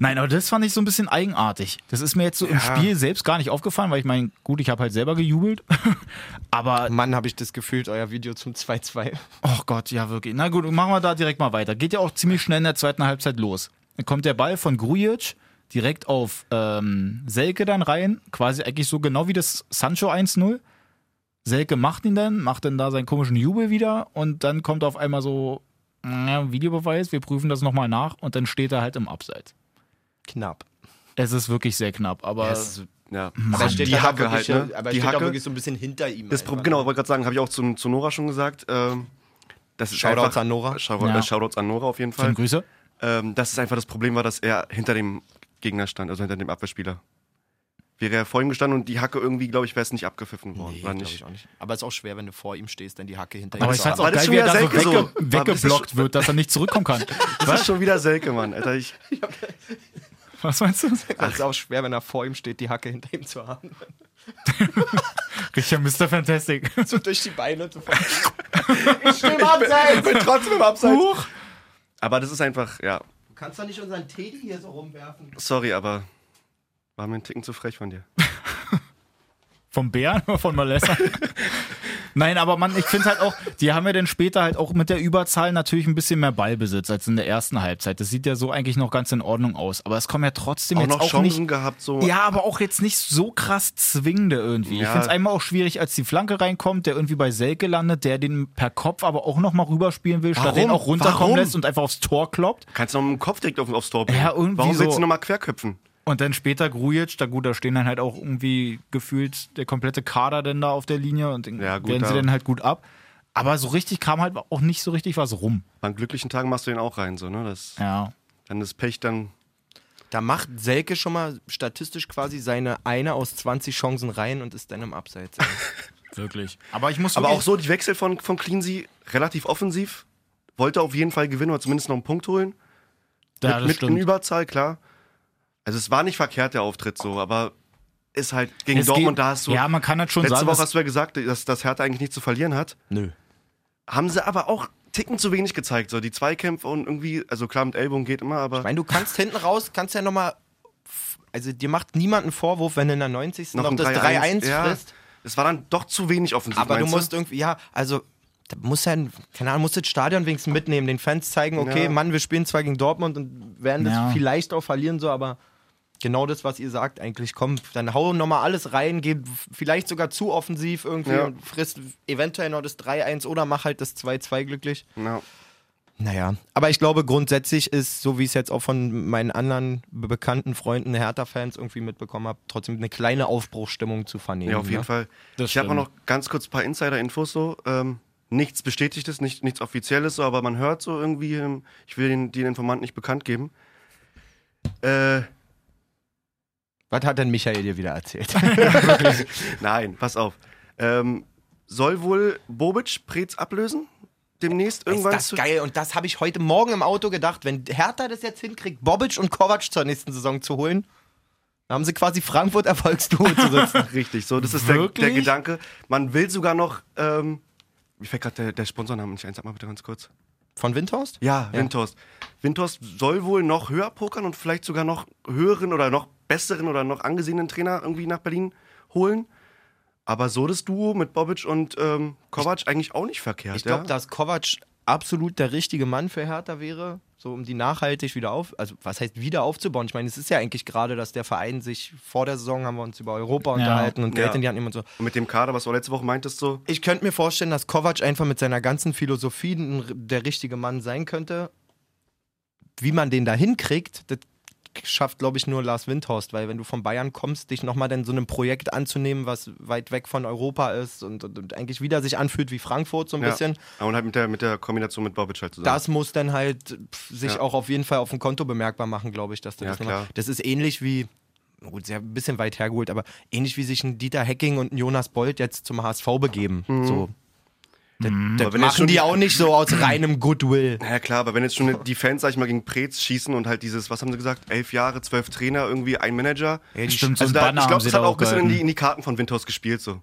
S4: Nein, aber das fand ich so ein bisschen eigenartig. Das ist mir jetzt so im Spiel selbst gar nicht aufgefallen, weil ich meine, gut, ich habe halt selber gejubelt. aber,
S3: Mann, habe ich das gefühlt, euer Video zum 2-2.
S4: oh Gott, ja wirklich. Na gut, machen wir da direkt mal weiter. Geht ja auch ziemlich schnell in der zweiten Halbzeit los. Dann kommt der Ball von Grujic direkt auf ähm, Selke dann rein. Quasi eigentlich so genau wie das Sancho 1-0. Selke macht ihn dann, macht dann da seinen komischen Jubel wieder und dann kommt auf einmal so, na, Videobeweis, wir prüfen das nochmal nach und dann steht er halt im Abseits.
S3: Knapp.
S4: Es ist wirklich sehr knapp, aber
S3: Es-
S2: Ja.
S3: Also, Aber er
S2: die
S3: steht da
S2: Hacke halt,
S3: wirklich,
S2: ne?
S3: Aber er
S2: die
S3: steht da
S2: Hacke.
S3: wirklich so ein bisschen hinter ihm.
S2: das
S3: einfach. ne?
S2: Problem, genau, wollte gerade sagen, habe ich auch zu, zu Nora schon gesagt. Ähm, das ist
S3: Shoutouts
S2: einfach,
S3: an Nora.
S2: Shoutout,
S4: Ja.
S2: äh, Shoutouts an Nora auf jeden Fall.
S4: schöne Grüße.
S2: Ähm, dass es einfach das Problem war, dass er hinter dem Gegner stand, also hinter dem Abwehrspieler. Wäre er vor ihm gestanden und die Hacke irgendwie, glaube ich, wäre es nicht abgepfiffen worden.
S3: Nee,
S2: oder
S3: glaub
S2: nicht?
S3: ich auch nicht. Aber es ist auch schwer, wenn du vor ihm stehst, dann die Hacke hinter ihm
S4: Aber ich
S3: zu
S4: fand's
S3: haben.
S4: auch
S2: Aber das
S4: geil,
S2: ist
S4: wie er da so
S2: schon wieder Selke
S4: wegge
S2: so. Aber das ist
S4: weggeblockt wird, dass er nicht zurückkommen kann.
S2: Das ist schon wieder Selke, Mann. Alter, ich,
S4: Was meinst du?
S3: Es ist auch schwer, wenn er vor ihm steht, die Hacke hinter ihm zu haben.
S4: Richtiger Mr. Fantastic.
S3: So durch die Beine zu fahren. ich stehe im Abseits. Ich bin trotzdem im Abseits.
S4: Huch.
S2: aber das ist einfach, ja.
S3: Du kannst doch nicht unseren Teddy hier so rumwerfen.
S2: Sorry, aber war mir ein Ticken zu frech von dir.
S4: Vom Bären oder von Malessa? Nein, aber man, ich finde halt auch, die haben ja dann später halt auch mit der Überzahl natürlich ein bisschen mehr Ballbesitz als in der ersten Halbzeit. Das sieht ja so eigentlich noch ganz in Ordnung aus. Aber es kommen ja trotzdem
S2: Auch
S4: jetzt
S2: noch
S4: auch
S2: Chancen
S4: nicht.
S2: gehabt, so.
S4: Ja, aber auch jetzt nicht so krass zwingende irgendwie. Ich
S2: Ja.
S4: finde es einmal auch schwierig, als die Flanke reinkommt, der irgendwie bei Selke landet, der den per Kopf aber auch nochmal rüberspielen will, statt
S2: Warum?
S4: den auch runterkommen
S2: Warum?
S4: lässt und einfach aufs Tor kloppt.
S2: Kannst du noch mit dem Kopf direkt auf, aufs Tor bringen.
S4: Ja, irgendwie
S2: Warum
S4: so.
S2: willst du nochmal querköpfen?
S4: Und dann später Grujic, da gut, da stehen dann halt auch irgendwie gefühlt der komplette Kader denn da auf der Linie und den
S2: Ja, gut,
S4: werden sie
S2: ja.
S4: dann halt gut ab. Aber so richtig kam halt auch nicht so richtig was rum.
S2: Bei glücklichen Tagen machst du den auch rein, so, ne? Das,
S4: Ja.
S2: Dann ist Pech, dann.
S3: Da macht Selke schon mal statistisch quasi seine eine aus 20 Chancen rein und ist dann im Abseits.
S4: Wirklich. Aber ich muss
S2: Aber
S4: wirklich-
S2: auch so, die Wechsel von, von Cleansy relativ offensiv. Wollte auf jeden Fall gewinnen oder zumindest noch einen Punkt holen.
S4: ja, das
S2: mit mit in
S4: stimmt.
S2: Überzahl, klar. Also es war nicht verkehrt, der Auftritt so, aber ist halt gegen
S4: Es
S2: Dortmund,
S4: geht-
S2: da hast du.
S4: Ja, man kann halt schon
S2: letzte
S4: sagen,
S2: Woche
S4: dass-
S2: hast du ja gesagt, dass, dass Hertha eigentlich nichts zu verlieren hat.
S3: Nö.
S2: Haben sie aber auch Ticken zu wenig gezeigt. So, die Zweikämpfe und irgendwie, also klar, mit Ellbogen geht immer, aber
S3: Ich meine, du kannst hinten raus, kannst ja nochmal. Also dir macht niemand einen Vorwurf, wenn du in der 90. noch,
S2: ein
S3: das 3-1 frisst.
S2: Es war dann doch zu wenig offensiv.
S3: Aber du
S2: meinst
S3: musst irgendwie, ja, also. Da muss ja, ein- keine Ahnung, musst du das Stadion wenigstens mitnehmen, den Fans zeigen, okay,
S2: Ja.
S3: Mann, wir spielen zwar gegen Dortmund und werden das
S4: Ja.
S3: vielleicht auch verlieren, so, aber genau das, was ihr sagt, eigentlich, komm, dann hau nochmal alles rein, geh vielleicht sogar zu offensiv irgendwie
S2: Ja.
S3: und frisst eventuell noch das 3-1 oder mach halt das 2-2 glücklich.
S2: Ja.
S3: Naja, aber ich glaube, grundsätzlich ist, so wie ich es jetzt auch von meinen anderen be- bekannten Freunden, Hertha-Fans irgendwie mitbekommen habe, trotzdem eine kleine Aufbruchsstimmung zu vernehmen.
S2: Ja, auf jeden
S3: ne?
S2: Fall.
S4: Das
S2: ich habe auch
S4: stimmt.
S2: noch ganz kurz ein paar Insider-Infos so. Ähm, nichts Bestätigtes, nicht, nichts Offizielles, so, aber man hört so irgendwie, ähm, ich will den, den Informanten nicht bekannt geben. Äh,
S3: Was hat denn Michael dir wieder erzählt?
S2: nein, pass auf. Ähm, soll wohl Bobic Preetz ablösen? Demnächst
S3: ist
S2: irgendwann
S3: das geil und das habe ich heute Morgen im Auto gedacht. Wenn Hertha das jetzt hinkriegt, Bobic und Kovac zur nächsten Saison zu holen, dann haben sie quasi Frankfurt Erfolgsduo zu sitzen.
S2: Richtig, so, das ist der, der
S4: Wirklich?
S2: Gedanke. Man will sogar noch, ähm, mir fällt gerade der, der Sponsorname nicht ein, sag mal bitte ganz kurz.
S3: Von Windhorst?
S2: Ja, Windhorst. Windhorst soll wohl noch höher pokern und vielleicht sogar noch höheren oder noch besseren oder noch angesehenen Trainer irgendwie nach Berlin holen. Aber so das Duo mit Bobic und ähm, Kovac eigentlich auch nicht verkehrt.
S3: Ich glaube,
S2: ja?
S3: dass Kovac absolut der richtige Mann für Hertha wäre, so um die nachhaltig wieder auf, also was heißt wieder aufzubauen? Ich meine, es ist ja eigentlich gerade, dass der Verein sich vor der Saison haben wir uns über Europa unterhalten und Geld
S2: Ja.
S3: in die Hand nehmen und so.
S2: Und mit dem Kader, was du letzte Woche meintest, so.
S3: Ich könnte mir vorstellen, dass Kovac einfach mit seiner ganzen Philosophie ein- der richtige Mann sein könnte. Wie man den da hinkriegt, das schafft, glaube ich, nur Lars Windhorst, weil wenn du von Bayern kommst, dich nochmal in so einem Projekt anzunehmen, was weit weg von Europa ist und, und, und eigentlich wieder sich anfühlt wie Frankfurt so ein
S2: Ja.
S3: bisschen,
S2: Ja, Und halt mit der, mit der Kombination mit Bobic halt zusammen.
S3: das muss dann halt pf, sich
S2: Ja.
S3: auch auf jeden Fall auf dem Konto bemerkbar machen, glaube ich, dass du
S2: Ja,
S3: das nochmal.
S2: klar.
S3: Das ist ähnlich wie, gut, sehr ein bisschen weit hergeholt, aber ähnlich wie sich ein Dieter Hecking und ein Jonas Bold jetzt zum HSV begeben.
S2: Mhm.
S3: So. Das, das
S2: Aber wenn jetzt
S3: machen
S2: schon
S3: die
S2: die-
S3: auch nicht so aus reinem Goodwill.
S2: Na ja, klar, aber wenn jetzt schon die Fans, sag ich mal, gegen Preetz schießen und halt dieses, was haben sie gesagt, elf Jahre, zwölf Trainer, irgendwie ein Manager.
S3: die
S4: Stimmt, so
S2: also
S4: ein
S2: da,
S4: Banner
S2: ich
S4: haben
S2: glaube,
S4: sie
S2: es
S4: da
S2: hat
S4: auch
S2: auch ein bisschen in die,
S4: gehalten.
S2: in die Karten von Windhorst gespielt, so.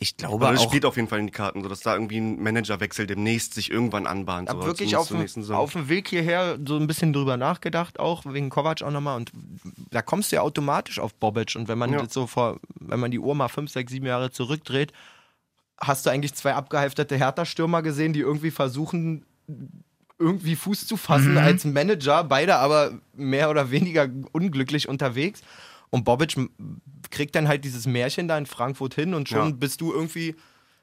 S3: Ich glaube
S2: Aber das
S3: auch,
S2: spielt auf jeden Fall in die Karten, so dass da irgendwie ein Managerwechsel demnächst sich irgendwann anbahnt.
S3: hab
S2: so,
S3: wirklich
S2: zumindest
S3: auf
S2: zur
S3: dem,
S2: nächsten Saison.
S3: auf dem Weg hierher so ein bisschen drüber nachgedacht, auch wegen Kovac auch nochmal. Und da kommst du ja automatisch auf Bobic. Und wenn man
S2: Ja.
S3: jetzt so vor, wenn man die Uhr mal fünf, sechs, sieben Jahre zurückdreht, hast du eigentlich zwei abgeheftete Hertha-Stürmer gesehen, die irgendwie versuchen, irgendwie Fuß zu fassen als Manager, beide aber mehr oder weniger unglücklich unterwegs. Und Bobic m- kriegt dann halt dieses Märchen da in Frankfurt hin und schon
S2: Ja.
S3: bist du irgendwie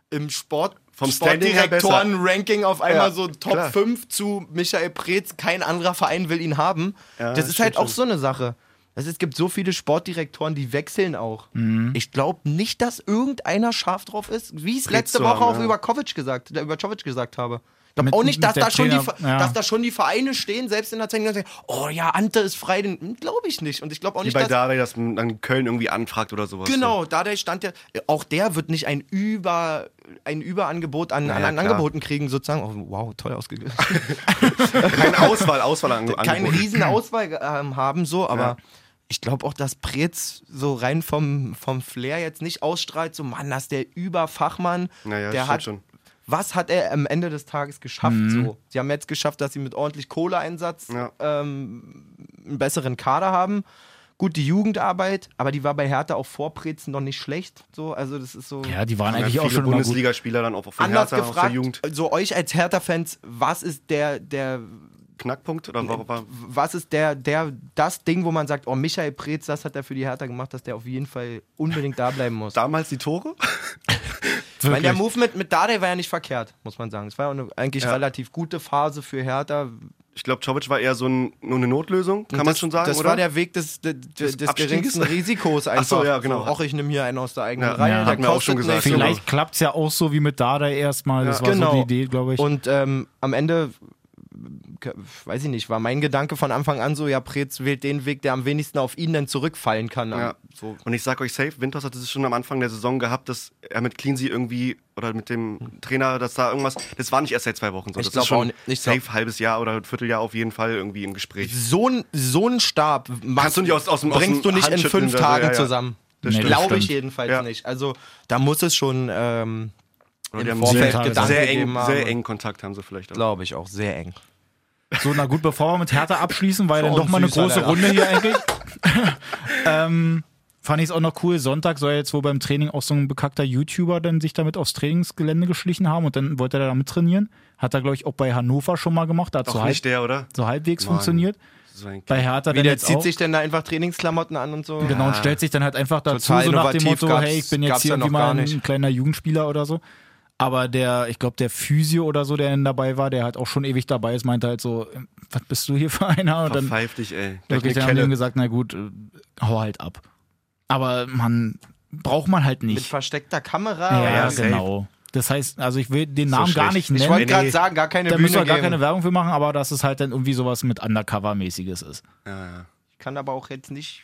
S3: im Sport
S2: Vom Standing her besser.
S3: Sportdirektoren-Ranking auf einmal
S2: Ja,
S3: so Top
S2: klar.
S3: 5 zu Michael Preetz, kein anderer Verein will ihn haben.
S2: Ja,
S3: das ist halt
S2: stimmt,
S3: auch so eine Sache. Also es gibt so viele Sportdirektoren, die wechseln auch.
S2: Mhm.
S3: Ich glaube nicht, dass irgendeiner scharf drauf ist, wie ich es letzte
S2: zu
S3: Woche
S2: haben,
S3: auch
S2: ja.
S3: über Kovic gesagt, äh, über Kovic gesagt habe. Ich glaube
S4: Mit-
S3: auch nicht,
S4: mit
S3: dass
S4: der
S3: da, schon die,
S4: Trainer-
S3: Ver-
S4: ja.
S3: dass da schon die Vereine stehen, selbst in der Zeit, die sagen, oh ja, Ante ist frei, glaube ich nicht. Und ich glaube auch
S2: Wie
S3: nicht,
S2: bei
S3: dass...
S2: Dardai, dass man dann Köln irgendwie anfragt oder sowas.
S3: Genau, dadurch stand ja, auch der wird nicht ein, Über, ein Überangebot an,
S2: Na
S3: an
S2: ja,
S3: anderen
S2: klar.
S3: Angeboten kriegen, sozusagen. Oh, wow, toll ausgeglichen.
S2: So. Keine Auswahl, Auswahl an,
S3: Keine
S2: angeboten.
S3: riesen Auswahl ähm, haben, so, aber
S2: Ja.
S3: ich glaube auch, dass Preetz so rein vom, vom Flair jetzt nicht ausstrahlt, so Mann, dass der Überfachmann,
S2: Naja,
S3: der
S2: stimmt
S3: hat.
S2: schon. Mhm.
S3: Was hat er am Ende des Tages geschafft? So? Sie haben jetzt geschafft, dass sie mit ordentlich Kohleeinsatz
S2: Ja.
S3: ähm, einen besseren Kader haben. Gut, die Jugendarbeit, aber die war bei Hertha auch vor Prezen noch nicht schlecht. So, also das ist so.
S4: Ja, die waren
S2: Ja,
S4: eigentlich auch
S2: viele
S4: schon immer gut.
S2: Bundesligaspieler dann auch von
S3: Anders
S2: Hertha aus der
S3: gefragt,
S2: Jugend.
S3: so euch als Hertha-Fans, was ist der, der,
S2: Knackpunkt oder war, war
S3: Äh, was ist der, der, das Ding, wo man sagt, oh, Michael Preetz, das hat er für die Hertha gemacht, dass der auf jeden Fall unbedingt da bleiben muss.
S2: damals die Tore?
S3: Ich meine, der Move mit, mit Dardai war ja nicht verkehrt, muss man sagen. Es war ja eine eigentlich relativ gute Phase für Hertha.
S2: Ich glaube, Czovic war eher so ein, nur eine Notlösung, kann
S3: Und
S2: man
S3: das,
S2: schon sagen,
S3: Das
S2: oder?
S3: war der Weg des, des, des,
S2: Abstiegs?
S3: geringsten Risikos einfach.
S2: so, ja, genau.
S3: So, Och, ich nehme hier einen aus der eigenen
S2: Ja,
S3: Reihe.
S4: ja,
S3: der
S2: hatten wir auch
S3: kostet
S2: schon gesagt.
S3: nichts.
S4: Vielleicht klappt es ja auch so wie mit Dada erstmal. Das
S2: Ja.
S4: war
S3: Genau.
S4: so die Idee, glaube ich.
S3: Und ähm, am Ende, äh, weiß ich nicht, war mein Gedanke von Anfang an so, ja, Preetz wählt den Weg, der am wenigsten auf ihn dann zurückfallen kann.
S2: Ja.
S3: So.
S2: Und ich sag euch safe, Winters hatte es schon am Anfang der Saison gehabt, dass er mit Cleansy irgendwie oder mit dem Trainer, dass da irgendwas, das war nicht erst seit zwei Wochen so.
S3: Ich
S2: das
S3: glaub
S2: ist schon
S3: auch nicht. Ich glaub-
S2: safe halbes Jahr oder ein Vierteljahr auf jeden Fall irgendwie im Gespräch.
S3: So ein so ein Stab machst-
S2: du nicht aus- aus dem- aus
S3: bringst
S2: dem
S3: du nicht in
S2: Handschütteln
S3: fünf
S2: oder so,
S3: Tagen
S2: ja, ja.
S3: zusammen.
S4: Das stimmt.
S3: Glaube ich
S4: Stimmt.
S3: jedenfalls
S2: Ja.
S3: nicht. Also da muss es schon ähm,
S2: Oder
S3: im
S2: die haben
S3: Vorfeld
S2: sehr,
S4: Gedanken
S2: sehr,
S3: gegeben
S2: eng,
S3: haben.
S2: sehr eng Kontakt haben sie vielleicht auch.
S3: glaube ich auch sehr eng.
S4: So, na gut, bevor wir mit Hertha abschließen, weil
S3: So
S4: dann doch mal eine
S3: unsüßer,
S4: große
S3: leider.
S4: Runde hier eigentlich. ähm, fand ich es auch noch cool. Sonntag soll jetzt wohl beim Training auch so ein bekackter YouTuber dann sich damit aufs Trainingsgelände geschlichen haben und dann wollte er damit trainieren. Hat er, glaube ich, auch bei Hannover schon mal gemacht. Da hat
S2: Doch
S4: so, halb,
S2: nicht der, oder?
S4: so halbwegs
S2: Mann.
S4: funktioniert.
S2: So ein
S4: Bei Hertha
S3: Wie
S4: dann
S3: der
S4: jetzt
S3: zieht
S4: auch.
S3: sich denn da einfach Trainingsklamotten an und so.
S4: Genau, und stellt sich dann halt einfach dazu,
S3: Total
S4: so nach dem
S3: innovativ
S4: Motto,
S3: gab's-
S4: hey, ich bin jetzt
S3: gab's
S4: hier
S3: ja noch
S4: irgendwie
S3: gar
S4: mal ein
S3: nicht.
S4: kleiner Jugendspieler oder so. Aber der, ich glaube, der Physio oder so, der dann dabei war, der halt auch schon ewig dabei ist, meinte halt so, was bist du hier für einer? Und dann
S2: Verpfeif dich, ey. Gleich
S4: wirklich,
S2: eine
S4: dann haben die ihm
S2: Kelle.
S4: gesagt, na gut, äh, hau halt ab. Aber man braucht man halt
S3: mit
S4: nicht.
S3: versteckter Kamera.
S4: Ja,
S2: Ah, ja, safe.
S4: genau. Das heißt, also ich will den Namen gar nicht
S2: schlecht.
S3: Ich
S4: nennen.
S3: wollte
S2: Nee,
S3: gerade
S2: nee.
S3: sagen, gar keine
S4: da
S3: Bühne
S4: müssen wir gar
S3: geben.
S4: keine Werbung für machen, aber dass es halt dann irgendwie sowas mit Undercover-mäßiges ist.
S2: Ja, ja.
S3: Ich kann aber auch jetzt nicht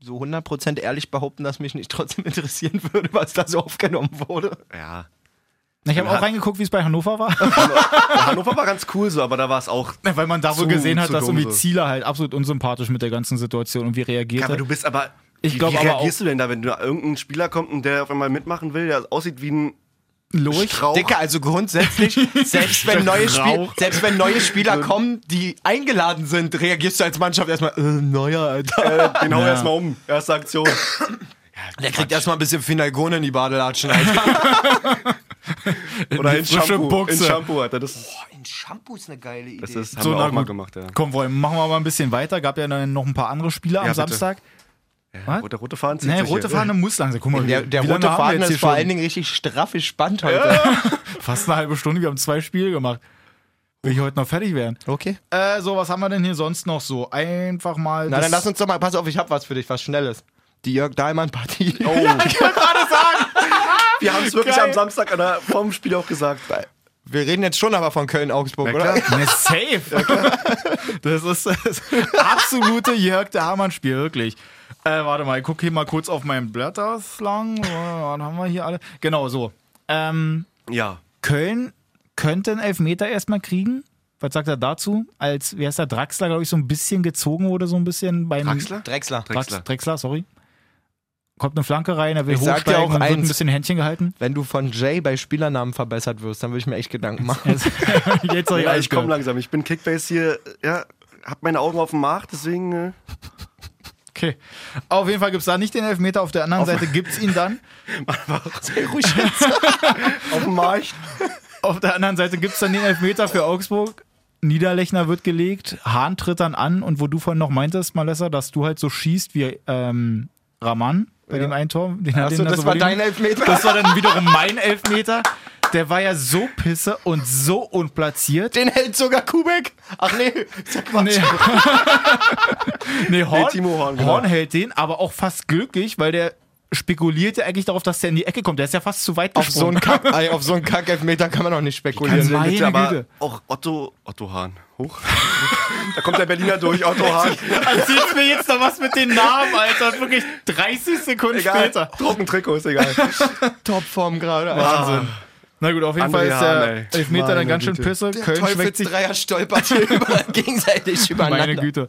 S3: so 100% ehrlich behaupten, dass mich nicht trotzdem interessieren würde, was da so aufgenommen wurde.
S2: ja.
S4: Ich habe
S2: Dann
S4: auch
S2: hat-
S4: reingeguckt, wie es bei Hannover war.
S2: Ja, Hannover war ganz cool so, aber da war es auch.
S4: Na, Weil man da wohl
S2: Zu-
S4: gesehen hat,
S2: zu
S4: dass
S2: dumm
S4: irgendwie
S2: so.
S4: Zieler halt absolut unsympathisch mit der ganzen Situation und wie reagiert
S2: Ja,
S4: er.
S2: aber du bist aber.
S4: Ich
S2: wie,
S4: glaub
S2: wie
S4: aber
S2: reagierst du denn da, wenn du irgendein Spieler kommt und der auf einmal mitmachen will, der aussieht wie ein
S4: Lurch?
S2: Strauch?
S3: Dicker, also grundsätzlich, selbst wenn, neue Spiel,
S4: Rauch.
S3: selbst wenn neue Spieler kommen, die eingeladen sind, reagierst du als Mannschaft erstmal, äh, neuer, Alter.
S2: Den hau erstmal um. Erste Aktion.
S3: Der kriegt erstmal ein bisschen Finalgone in die Badelatschen, Alter.
S2: Oder
S4: die
S2: in
S4: frische
S2: Shampoo.
S4: Buchse.
S2: In Shampoo, Alter. Das ist,
S3: Boah, ein Shampoo ist eine geile Idee.
S2: das ist haben
S4: So,
S2: wir
S4: na
S2: auch mal
S4: gut.
S2: gemacht, ja.
S4: Komm, wollen, machen wir mal ein bisschen weiter. Gab ja dann noch ein paar andere Spiele am
S2: bitte.
S4: Samstag. Was?
S2: Rote, rote Fahnen zieht
S4: Nee,
S2: sich
S4: rote
S2: hier.
S4: Fahne muss langsam. Guck mal,
S3: der
S4: wie-
S3: der
S4: wie lange
S3: rote
S4: haben wir
S3: Faden
S4: jetzt
S3: ist
S4: hier
S3: vor
S4: schon?
S3: allen Dingen richtig straff gespannt heute.
S4: Fast eine halbe Stunde, wir haben zwei Spiele gemacht. Will ich heute noch fertig werden?
S3: Okay.
S4: Äh, so, was haben wir denn hier sonst noch so? Einfach mal.
S3: Na,
S4: das-
S3: dann lass uns doch mal, pass auf, ich hab was für dich, was Schnelles. Die Jörg Dahlmann-Partie.
S2: Oh.
S3: genau.
S2: Wir haben es wirklich
S4: Geil.
S2: am Samstag an der, vorm Spiel auch gesagt.
S3: Wir reden jetzt schon aber von Köln-Augsburg, oder?
S4: Ne, safe. das ist das absolute Jörg der Hamann-Spiel, wirklich. Äh, warte mal, ich gucke hier mal kurz auf meinen Blätterschlang. Was haben wir hier alle? Genau, so. Ähm,
S2: Ja.
S4: Köln könnte einen Elfmeter erstmal kriegen. Was sagt er dazu? Als, wie heißt der, Draxler, glaube ich, so ein bisschen gezogen wurde, so ein bisschen beim
S2: Draxler?
S3: Drechsler.
S4: Drax, Drexler, sorry. Kommt eine Flanke rein, er will
S3: Ich sag dir
S4: hochsteigen
S3: auch
S4: und wird ein
S3: eins.
S4: bisschen Händchen gehalten.
S3: Wenn du von Jay bei Spielernamen verbessert wirst, dann würde ich mir echt Gedanken machen.
S4: Jetzt, jetzt soll ich
S2: Ja,
S4: alles
S2: ich komme
S4: gehört.
S2: langsam. Ich bin Kickbase hier. Ja, hab meine Augen auf dem Markt, deswegen. Äh,
S4: Okay. Auf jeden Fall gibt es da nicht den Elfmeter, auf der anderen Seite gibt es ihn dann.
S3: Ruhig.
S2: auf dem Markt.
S4: Auf der anderen Seite gibt es dann den Elfmeter für Augsburg. Niederlechner wird gelegt, Hahn tritt dann an und wo du vorhin noch meintest, Malessa, dass du halt so schießt wie ähm, Raman bei dem einen Tor. Den hat
S3: Achso,
S4: ihm da
S3: das
S4: so
S3: war
S4: überlegen.
S3: dein Elfmeter.
S4: Das war dann wiederum mein Elfmeter. Der war ja so pisse und so unplatziert.
S3: Den hält sogar Kubek. Ach nee, sag mal.
S4: Nee. nee, Horn,
S2: Nee, Timo Horn, genau.
S4: hält den, aber auch fast glücklich, weil der spekulierte eigentlich darauf, dass der in die Ecke kommt. Der ist ja fast zu weit
S3: Auf so
S4: gesprungen.
S3: einen Kack, ey, auf so einen Kack-Elfmeter kann man auch nicht
S4: Kannst
S3: spekulieren.
S4: du- Meine
S2: Bitte,
S4: Güte.
S2: auch Otto, Otto Hahn. Hoch. da kommt der Berliner durch, Otto Hahn.
S4: Erzählst mir Also jetzt da was mit den Namen, Alter. Wirklich 30 Sekunden
S2: Egal.
S4: später.
S2: Trockentrikot ist egal.
S3: Topform gerade.
S2: Wahnsinn.
S4: Na gut, auf jeden
S2: Andre
S4: Fall
S2: Hahn,
S4: ist
S2: ey.
S4: der Elfmeter dann
S2: Meine
S4: ganz schön
S2: Güte.
S4: pisse.
S3: Der
S4: Köln schmeckt sich
S3: Teufelsdreier stolpert hier über, gegenseitig übereinander.
S4: Meine Güte.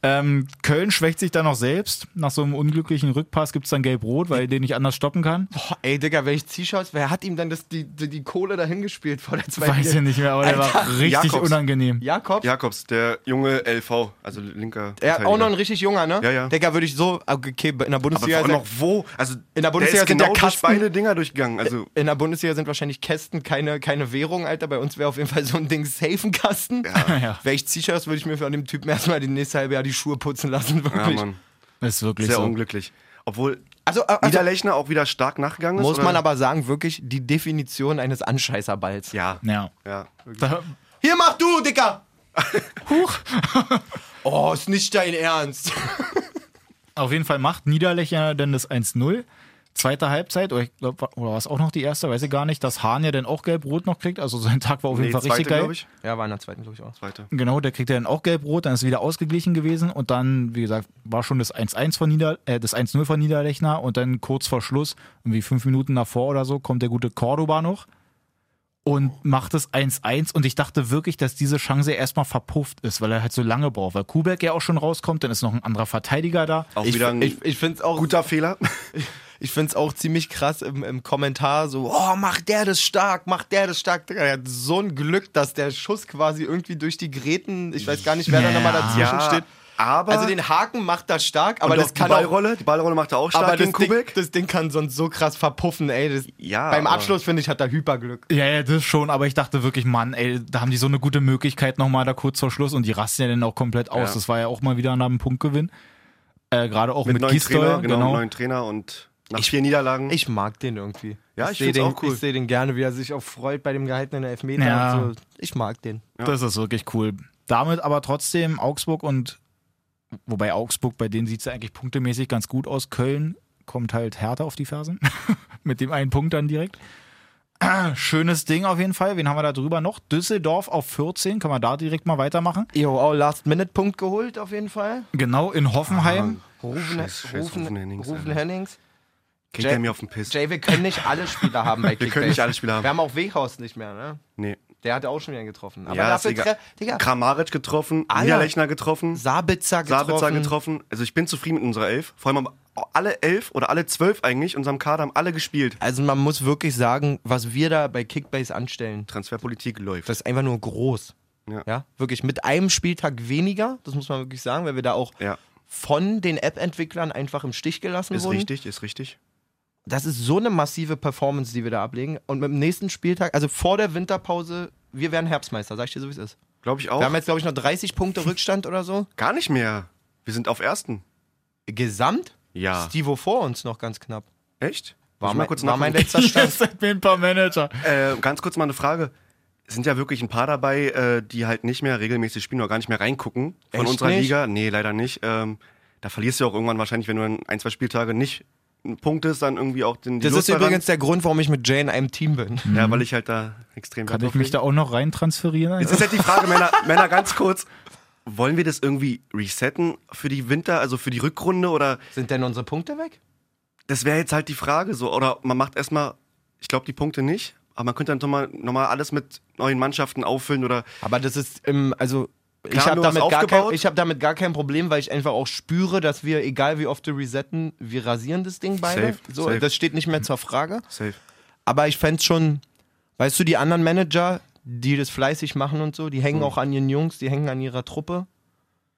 S4: Ähm, Köln schwächt sich dann noch selbst. Nach so einem unglücklichen Rückpass gibt es dann Gelb-Rot, weil er den nicht anders stoppen kann.
S2: Oh,
S3: Boah, ey, Digga, wenn ich T-Shirts, wer hat ihm denn das, die, die, die Kohle dahin gespielt vor der zweiten
S4: Weiß ich nicht mehr, aber der war richtig
S2: Jakobs.
S4: unangenehm.
S3: Jakob?
S2: Jakobs, der junge LV, also linker.
S3: Er auch noch ein
S2: Verteidiger.
S3: richtig junger, ne?
S2: Ja, ja.
S3: Digga, würde ich so, okay, in der
S2: Aber
S3: Bundesliga
S2: vor allem
S3: ist er-
S2: noch wo? Also
S3: In der
S2: der
S3: Bundesliga
S2: ist
S3: sind
S2: genau
S3: ja
S2: durch
S3: Kasten-
S2: beide Dinger durchgegangen. Also
S3: in der Bundesliga sind wahrscheinlich Kästen keine, keine Währung, Alter. Bei uns wäre auf jeden Fall so ein Ding safe ein Kasten.
S4: Ja.
S3: Wäre ich T-Shirts, würde ich mir von dem Typen erstmal die nächste halbe Jahr die Schuhe putzen lassen,
S2: ja,
S3: wirklich.
S2: Mann,
S4: Ist wirklich
S2: sehr
S4: so.
S2: unglücklich. Obwohl
S3: also, äh, also
S2: Niederlechner auch wieder stark nachgegangen ist.
S3: muss
S2: oder?
S3: man aber sagen, wirklich die Definition eines Anscheißerballs.
S2: Ja.
S4: Ja.
S2: ja. wirklich.
S4: Da,
S3: Hier mach du, Dicker! Huch! oh, ist nicht dein Ernst.
S4: auf jeden Fall macht Niederlechner denn das 1-0. Zweite Halbzeit, oder, ich glaub, war- oder war es auch noch die erste, weiß ich gar nicht, dass Hahn ja dann auch Gelb-Rot noch kriegt. Also sein Tag war auf jeden
S2: Nee,
S4: Fall
S2: zweite,
S4: richtig geil.
S2: glaub ich.
S3: Ja, war in der zweiten, glaube ich, auch.
S2: Zweite.
S4: Genau, der kriegt ja dann auch gelb-rot, dann ist wieder ausgeglichen gewesen und dann, wie gesagt, war schon das 1-1 von Nieder äh, das 1-0 von Niederlechner und dann kurz vor Schluss, irgendwie fünf Minuten davor oder so, kommt der gute Cordoba noch und
S2: Oh.
S4: macht das 1-1 und ich dachte wirklich, dass diese Chance erstmal verpufft ist, weil er halt so lange braucht, weil Kubek ja auch schon rauskommt, dann ist noch ein anderer Verteidiger da.
S2: Auch
S3: Ich,
S2: wieder ein
S3: ich, ich finde es auch
S2: guter Fehler.
S3: Ich find's auch ziemlich krass im, im Kommentar so, oh, macht der das stark, macht der das stark. Digga, der hat so ein Glück, dass der Schuss quasi irgendwie durch die Gräten, ich weiß gar nicht, wer da
S4: Ja.
S3: nochmal dazwischen steht.
S2: aber
S3: Also den Haken macht er stark, aber
S2: Und
S3: das
S2: auch
S3: kann
S2: die
S3: auch...
S2: Ballrolle, die Ballrolle macht er auch stark
S3: Aber das
S2: gegen
S3: Ding,
S2: Kubik.
S3: das Ding kann sonst so krass verpuffen, ey. Das,
S2: Ja,
S3: beim
S2: aber-
S3: Abschluss, finde ich, hat er Hyperglück.
S4: Ja, ja, das schon, aber ich dachte wirklich, Mann, ey, da haben die so eine gute Möglichkeit nochmal da kurz vor Schluss und die rasten ja dann auch komplett aus.
S2: Ja.
S4: Das war ja auch mal wieder nach einem Punktgewinn. Äh, Gerade auch mit,
S2: Mit
S4: mit
S2: neuen
S4: Gistol,
S2: Trainer, genau,
S4: genau.
S2: neuen Trainer und nach vier Niederlagen.
S3: Ich mag den irgendwie.
S2: Ja, ich
S3: seh
S2: find's
S3: den,
S2: auch cool.
S3: Ich sehe den gerne, wie er sich auch freut bei dem gehaltenen Elfmeter.
S4: Ja.
S3: Und so. Ich mag den.
S4: Das ist wirklich cool. Damit aber trotzdem Augsburg und, wobei Augsburg, bei denen sieht es ja eigentlich punktemäßig ganz gut aus. Köln kommt halt härter auf die Fersen. Mit dem einen Punkt dann direkt. Schönes Ding auf jeden Fall. Wen haben wir da drüber noch? Düsseldorf auf 14. Kann man da direkt mal weitermachen?
S3: Jo, oh, auch Last-Minute-Punkt geholt auf jeden Fall.
S4: Genau, in Hoffenheim.
S3: Rufen,
S2: Scheiß- scheiß Rufen Hennings,
S3: Rufen
S2: Alter.
S3: Hennings.
S2: Kriegt
S3: Jay-
S2: er mir auf den Piss.
S3: Jay, wir können nicht alle Spieler haben bei
S2: Wir können nicht alle Spieler haben.
S3: Wir haben auch Wehhaus nicht mehr, ne?
S2: Nee.
S3: Der hat auch schon wieder getroffen. Aber
S2: Ja, ist
S3: dafür,
S2: egal.
S3: tre- Digga,
S2: Kramaric getroffen,
S3: Ah, ja.
S2: Niederlechner getroffen,
S3: Sabitzer getroffen.
S2: Sabitzer getroffen. Also ich bin zufrieden mit unserer Elf. Vor allem haben alle elf oder alle zwölf eigentlich in unserem Kader haben alle gespielt.
S3: Also man muss wirklich sagen, was wir da bei Kickbase anstellen,
S2: Transferpolitik läuft.
S3: das ist einfach nur groß.
S2: Ja.
S3: ja, wirklich mit einem Spieltag weniger, das muss man wirklich sagen, weil wir da auch
S2: ja,
S3: von den App-Entwicklern einfach im Stich gelassen
S2: ist
S3: wurden.
S2: richtig, ist richtig.
S3: Das ist so eine massive Performance, die wir da ablegen. Und mit dem nächsten Spieltag, also vor der Winterpause, wir werden Herbstmeister, sag ich dir so, wie es ist.
S2: Glaube ich auch.
S3: Wir haben jetzt, glaube ich, noch 30 Punkte Rückstand oder so.
S2: Gar nicht mehr. Wir sind auf ersten.
S3: Gesamt?
S2: Ja.
S3: Stivo vor uns noch ganz knapp.
S2: Echt?
S3: War,
S2: Muss ich
S3: mein, war mein
S2: nachgucken.
S3: letzter Stand.
S4: Seid mir ein paar Manager.
S2: Äh, ganz kurz mal eine Frage. Es sind ja wirklich ein paar dabei, äh, die halt nicht mehr regelmäßig spielen oder gar nicht mehr reingucken. Von
S3: Echt
S2: unserer
S3: nicht?
S2: Liga? Nee, leider nicht. Ähm, da verlierst du auch irgendwann wahrscheinlich, wenn du dann ein, zwei Spieltage nicht ein Punkt ist, dann irgendwie auch den die
S3: Das
S2: Lust
S3: ist
S2: daran.
S3: übrigens der Grund, warum ich mit Jay in einem Team bin.
S2: Ja, weil ich halt da extrem
S4: Kann
S2: Wert
S4: ich mich
S2: drauf
S4: da auch noch rein transferieren? Also
S2: Jetzt ist halt die Frage, Männer, Männer, ganz kurz. Wollen wir das irgendwie resetten für die Winter, also für die Rückrunde? Oder
S3: Sind denn unsere Punkte weg?
S2: das wäre jetzt halt die Frage so. Oder man macht erstmal, ich glaube, die Punkte nicht, aber man könnte dann nochmal noch mal alles mit neuen Mannschaften auffüllen oder
S3: Aber das ist, ähm, also.
S2: Klar,
S3: ich habe
S2: nur was
S3: damit, gar kein-
S2: aufgebaut.
S3: ich hab damit gar kein Problem, weil ich einfach auch spüre, dass wir, egal wie oft wir resetten, wir rasieren das Ding beide.
S2: Safe,
S3: so,
S2: safe.
S3: Das steht nicht mehr zur Frage.
S2: safe.
S3: Aber ich fände schon, weißt du, die anderen Manager, die das fleißig machen und so, die hängen auch an ihren Jungs, die hängen an ihrer Truppe.
S2: Hm.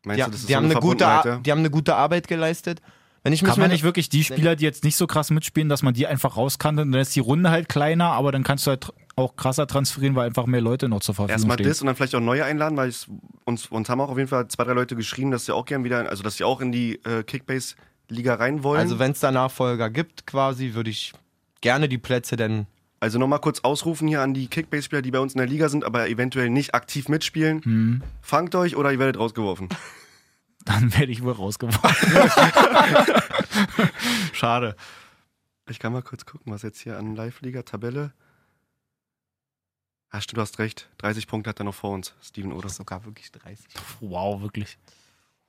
S2: Meinst
S3: Die,
S2: du, das ist
S3: die,
S2: so
S3: haben,
S2: eine
S3: eine gute,
S2: Verbundenheit,
S3: Ar-
S2: ja?
S3: die haben eine gute Arbeit geleistet. Wenn ich mich
S4: Kann man
S3: mit-
S4: nicht wirklich die Spieler, die jetzt nicht so krass mitspielen, dass man die einfach rauskannte und dann ist die Runde halt kleiner, aber dann kannst du halt tr- auch krasser transferieren, weil einfach mehr Leute noch zur Verfügung
S2: Erstmal
S4: stehen.
S2: das und dann vielleicht auch neue einladen, weil es- uns, uns haben auch auf jeden Fall zwei, drei Leute geschrieben, dass sie auch gern wieder, also dass sie auch in die äh, Kickbase-Liga rein wollen.
S3: Also wenn es da Nachfolger gibt, quasi, würde ich gerne die Plätze denn.
S2: Also nochmal kurz ausrufen hier an die Kickbase-Spieler, die bei uns in der Liga sind, aber eventuell nicht aktiv mitspielen. Fangt euch oder ihr werdet rausgeworfen.
S4: Hm, Dann werde ich wohl rausgeworfen. Schade.
S2: Ich kann mal kurz gucken, was jetzt hier an Live-Liga-Tabelle. Ah, stimmt, du hast recht. 30 Punkte hat er noch vor uns, Steven Oder.
S3: Sogar wirklich 30.
S4: Wow, wirklich.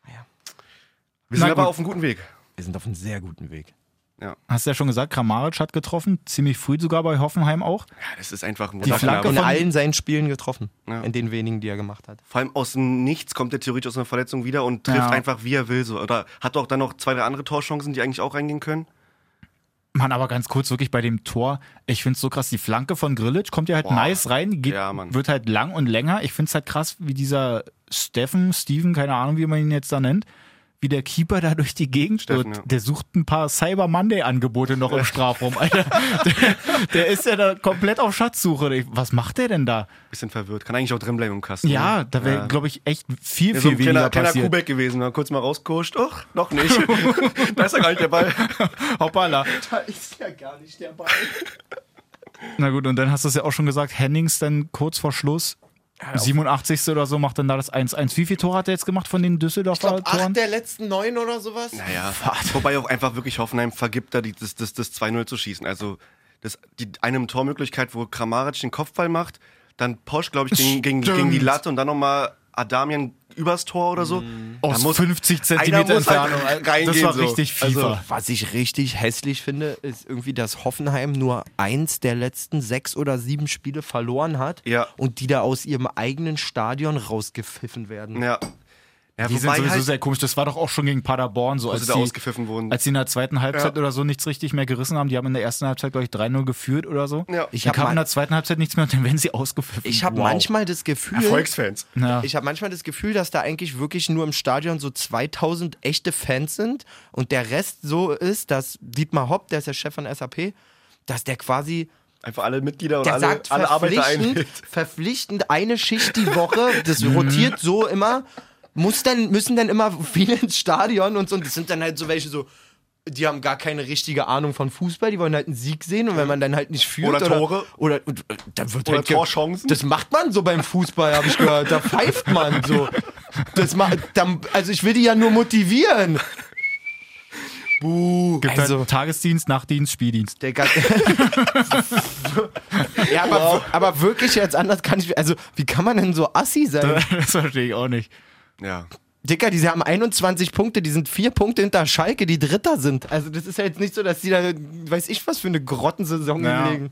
S2: Wir sind
S4: Na
S2: aber
S4: gut.
S2: auf einem guten Weg.
S3: Wir sind auf einem sehr guten Weg.
S2: Ja.
S4: Hast du ja schon gesagt, Kramaric hat getroffen, ziemlich früh sogar bei Hoffenheim auch.
S2: Ja, das ist einfach ein
S4: Die Flanke
S3: In
S4: von-
S3: allen seinen Spielen getroffen.
S2: Ja.
S3: In den wenigen, die er gemacht hat.
S2: Vor allem aus dem Nichts kommt er theoretisch aus einer Verletzung wieder und trifft
S4: Ja.
S2: einfach, wie er will. So. Oder hat auch dann noch zwei, drei andere Torchancen, die eigentlich auch reingehen können.
S4: Mann, aber ganz kurz wirklich bei dem Tor, ich find's so krass, die Flanke von Grillitsch kommt ja halt
S2: Boah.
S4: nice rein, geht,
S2: Ja, Mann.
S4: wird halt lang und länger. Ich find's halt krass, wie dieser Steffen, Steven, keine Ahnung, wie man ihn jetzt da nennt, wie der Keeper da durch die Gegend
S2: Steffen,
S4: wird.
S2: ja.
S4: Der sucht ein paar Cyber Monday Angebote noch im Strafraum, Alter. der, der ist ja da komplett auf Schatzsuche. Ich- Was macht der denn da?
S2: Bisschen verwirrt. Kann eigentlich auch drinbleiben im Kasten.
S4: Ja,
S2: ne?
S4: da wäre,
S2: Ja.
S4: glaube ich, echt viel,
S2: Ja,
S4: viel
S2: so ein kleiner,
S4: weniger
S2: kleiner
S4: passiert.
S2: Kubek gewesen, ne? kurz mal rauskuscht. Och, noch nicht. da ist ja gar nicht der Ball.
S4: Hoppala.
S3: Da ist ja gar nicht der Ball.
S4: Na gut, und dann hast du es ja auch schon gesagt, Hennings dann kurz vor Schluss, 87. oder so, macht dann da das 1-1. Wie viele Tore hat er jetzt gemacht von den
S3: Ich glaube,
S4: Düsseldorfer
S3: acht
S4: Toren?
S3: der letzten neun oder sowas.
S2: Naja, wobei auch einfach wirklich Hoffenheim vergibt, da die, das, das, das 2-0 zu schießen. Also das, die eine Tormöglichkeit, wo Kramaric den Kopfball macht, dann Posch, glaube ich, gegen, gegen,
S4: Stimmt.
S2: gegen die Latte und dann nochmal Adamian übers Tor oder so. Da
S4: Aus
S2: muss-
S4: 50
S2: einer
S4: Oh, Zentimeter
S2: muss halt
S4: Entfernung.
S2: reingehen,
S4: das war
S2: so.
S4: richtig FIFA.
S3: Also, was ich richtig hässlich finde, ist irgendwie, dass Hoffenheim nur eins der letzten sechs oder sieben Spiele verloren hat
S2: Ja.
S3: und die da aus ihrem eigenen Stadion rausgepfiffen werden.
S2: Ja. ja
S4: die sind
S2: wobei
S4: sowieso
S2: halt-
S4: sehr komisch. Das war doch auch schon gegen Paderborn so, als
S2: sie da
S4: die,
S2: ausgepfiffen wurden.
S4: als die in der zweiten Halbzeit
S2: Ja.
S4: oder so nichts richtig mehr gerissen haben. Die haben in der ersten Halbzeit, glaube ich, 3-0 geführt oder so.
S2: Ja.
S4: Ich
S3: Ich
S4: dann
S3: hab
S4: kam in
S3: mal-
S4: der zweiten Halbzeit nichts mehr und dann werden sie ausgepfiffen.
S3: Ich habe
S4: Wow.
S3: manchmal das Gefühl,
S2: Erfolgsfans.
S4: Ja.
S3: ich habe manchmal das Gefühl, dass da eigentlich wirklich nur im Stadion so 2000 echte Fans sind und der Rest so ist, dass Dietmar Hopp, der ist der Chef von SAP, dass der quasi
S2: Einfach alle Mitglieder und
S3: Der
S2: alle,
S3: sagt
S2: alle Arbeiter
S3: verpflichtend,
S2: einlädt.
S3: verpflichtend eine Schicht die Woche, das rotiert so immer, muss dann, müssen dann immer viele ins Stadion und so. Und das sind dann halt so welche so, die haben gar keine richtige Ahnung von Fußball, die wollen halt einen Sieg sehen und wenn man dann halt nicht führt
S2: Oder Tore.
S3: oder, und, äh, dann wird
S2: Oder
S3: halt ge-
S2: Torchancen.
S3: Das macht man so beim Fußball, habe ich gehört. Da pfeift man so. Das ma, dann, also ich will die ja nur motivieren. Also, Buh.
S4: Gibt
S2: Also-
S4: halt Tagesdienst, Nachtdienst, Spieldienst.
S3: Der Gat ja, aber, aber wirklich jetzt anders kann ich. Also, wie kann man denn so assi sein?
S4: Das verstehe ich auch nicht.
S2: Ja.
S3: Dicker, die haben 21 Punkte, die sind vier Punkte hinter Schalke, die Dritter sind. Also, das ist ja jetzt nicht so, dass die da, weiß ich was, für eine Grottensaison
S4: Ja.
S3: hinlegen.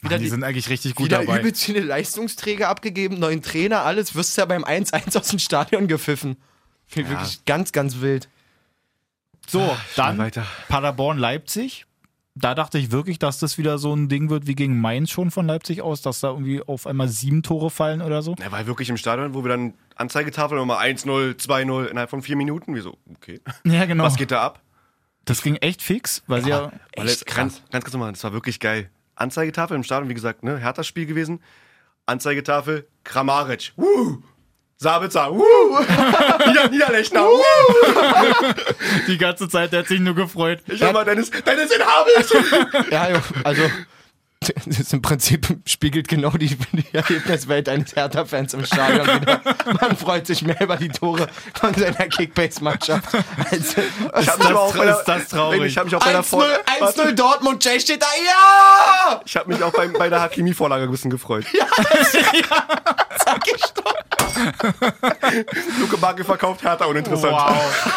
S4: Mann, die
S3: die-
S4: sind eigentlich richtig gut
S3: Wieder
S4: dabei.
S3: übelst viele Leistungsträger abgegeben, neuen Trainer, alles. Wirst ja beim 1-1 aus dem Stadion gepfiffen. Finde ich wirklich ganz, ganz wild.
S4: So, dann
S2: weiter.
S4: Paderborn Leipzig. Da dachte ich wirklich, dass das wieder so ein Ding wird wie gegen Mainz schon von Leipzig aus, dass da irgendwie auf einmal sieben Tore fallen oder so.
S2: Er war wirklich im Stadion, wo wir dann Anzeigetafel nochmal 1-0, 2-0 innerhalb von vier Minuten. Wieso? Okay.
S4: Ja, genau.
S2: Was geht da ab?
S4: das ging echt fix, weil sie ja.
S2: Weil jetzt ganz, ganz kurz nochmal, das war wirklich geil. Anzeigetafel im Stadion, wie gesagt, ne, härter Spiel gewesen. Anzeigetafel, Kramaric, wuh! Sabitzer, wuh! Nieder Niederlechner, wuh!
S4: Die ganze Zeit, der hat sich nur gefreut.
S2: Ich hab mal Dennis, Dennis in Habels!
S3: Ja, jo, also. Das ist im Prinzip spiegelt genau die, die Erlebniswelt eines Hertha-Fans im Stadion wieder. Man freut sich mehr über die Tore von seiner Kickbase-Mannschaft. als-
S2: Ich hab mich aber auch bei der-
S4: ist das traurig.
S2: Ich hab mich auch bei der
S3: 1-0
S2: Vor-
S3: 1-0 Dortmund, Jay steht da, ja!
S2: Ich habe mich auch bei, bei der Hakimi-Vorlage ein bisschen gefreut. Ja,
S3: Sag ich doch.
S2: Luke Backe verkauft Hertha uninteressant.
S4: Wow.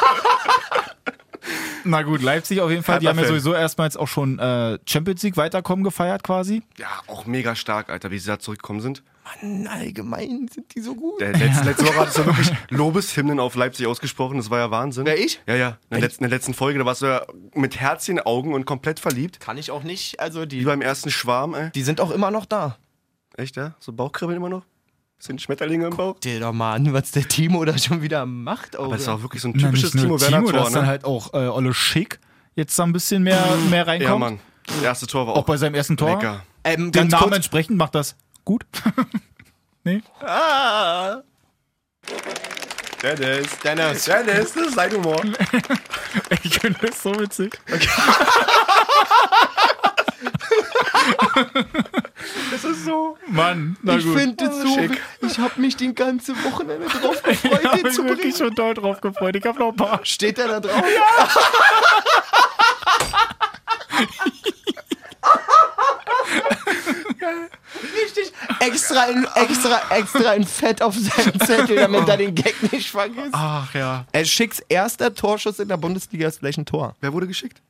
S4: Na gut, Leipzig auf jeden Fall. Die haben ja
S2: Hertha-Fan.
S4: sowieso erstmal jetzt auch schon äh, Champions League weiterkommen gefeiert quasi.
S2: Ja, auch mega stark, Alter, wie sie da zurückgekommen sind.
S3: Mann, allgemein sind die so gut.
S2: Der letzte, Letzte Woche hattest du wirklich Lobeshymnen auf Leipzig ausgesprochen, das war ja Wahnsinn.
S3: Wer, ich?
S2: Ja, ja. In der, letzten, in der letzten Folge, da warst du ja mit Herzchenaugen und komplett verliebt.
S3: Kann ich auch nicht, also
S2: Wie
S3: die,
S2: beim ersten Schwarm, ey.
S3: die sind auch immer noch da.
S2: Echt, ja? So Bauchkribbeln immer noch? Sind Schmetterlinge im Bauch?
S3: Dir doch mal an, was der Timo da schon wieder macht.
S2: Aber es
S3: Alter.
S2: war auch wirklich so ein
S4: Na,
S2: typisches
S4: nicht nur
S2: Timo Werner
S4: das
S2: Tor,
S4: ist dann
S2: ne?
S4: halt auch äh, Olle Schick jetzt da ein bisschen mehr, mehr reinkommt.
S2: Ja, Mann. Das erste Tor war
S4: Auch
S2: auch,
S4: bei seinem ersten Tor.
S2: lecker.
S3: ähm,
S4: Dem
S3: ganz
S4: Namen
S3: kurz,
S4: entsprechend macht das gut. nee.
S3: Ah!
S2: Dennis, Dennis, Dennis, das ist sein Humor.
S4: Ich finde das so witzig.
S2: Das ist so.
S4: Mann, na
S3: ich
S4: gut.
S3: finde es so,
S2: schick.
S3: ich habe mich den ganzen Wochenende drauf
S4: ich
S3: gefreut,
S4: habe
S3: den
S4: mich
S3: zu bringen.
S4: wirklich schon doll drauf gefreut. Ich habe noch ein paar.
S3: Steht der da drauf? Richtig. Extra in, extra, extra in Fett auf seinen Zettel, damit er den Gag nicht vergisst. Äh,
S4: Ach ja.
S3: Er schickt erster Torschuss in der Bundesliga ist gleich ein Tor.
S2: Wer wurde geschickt?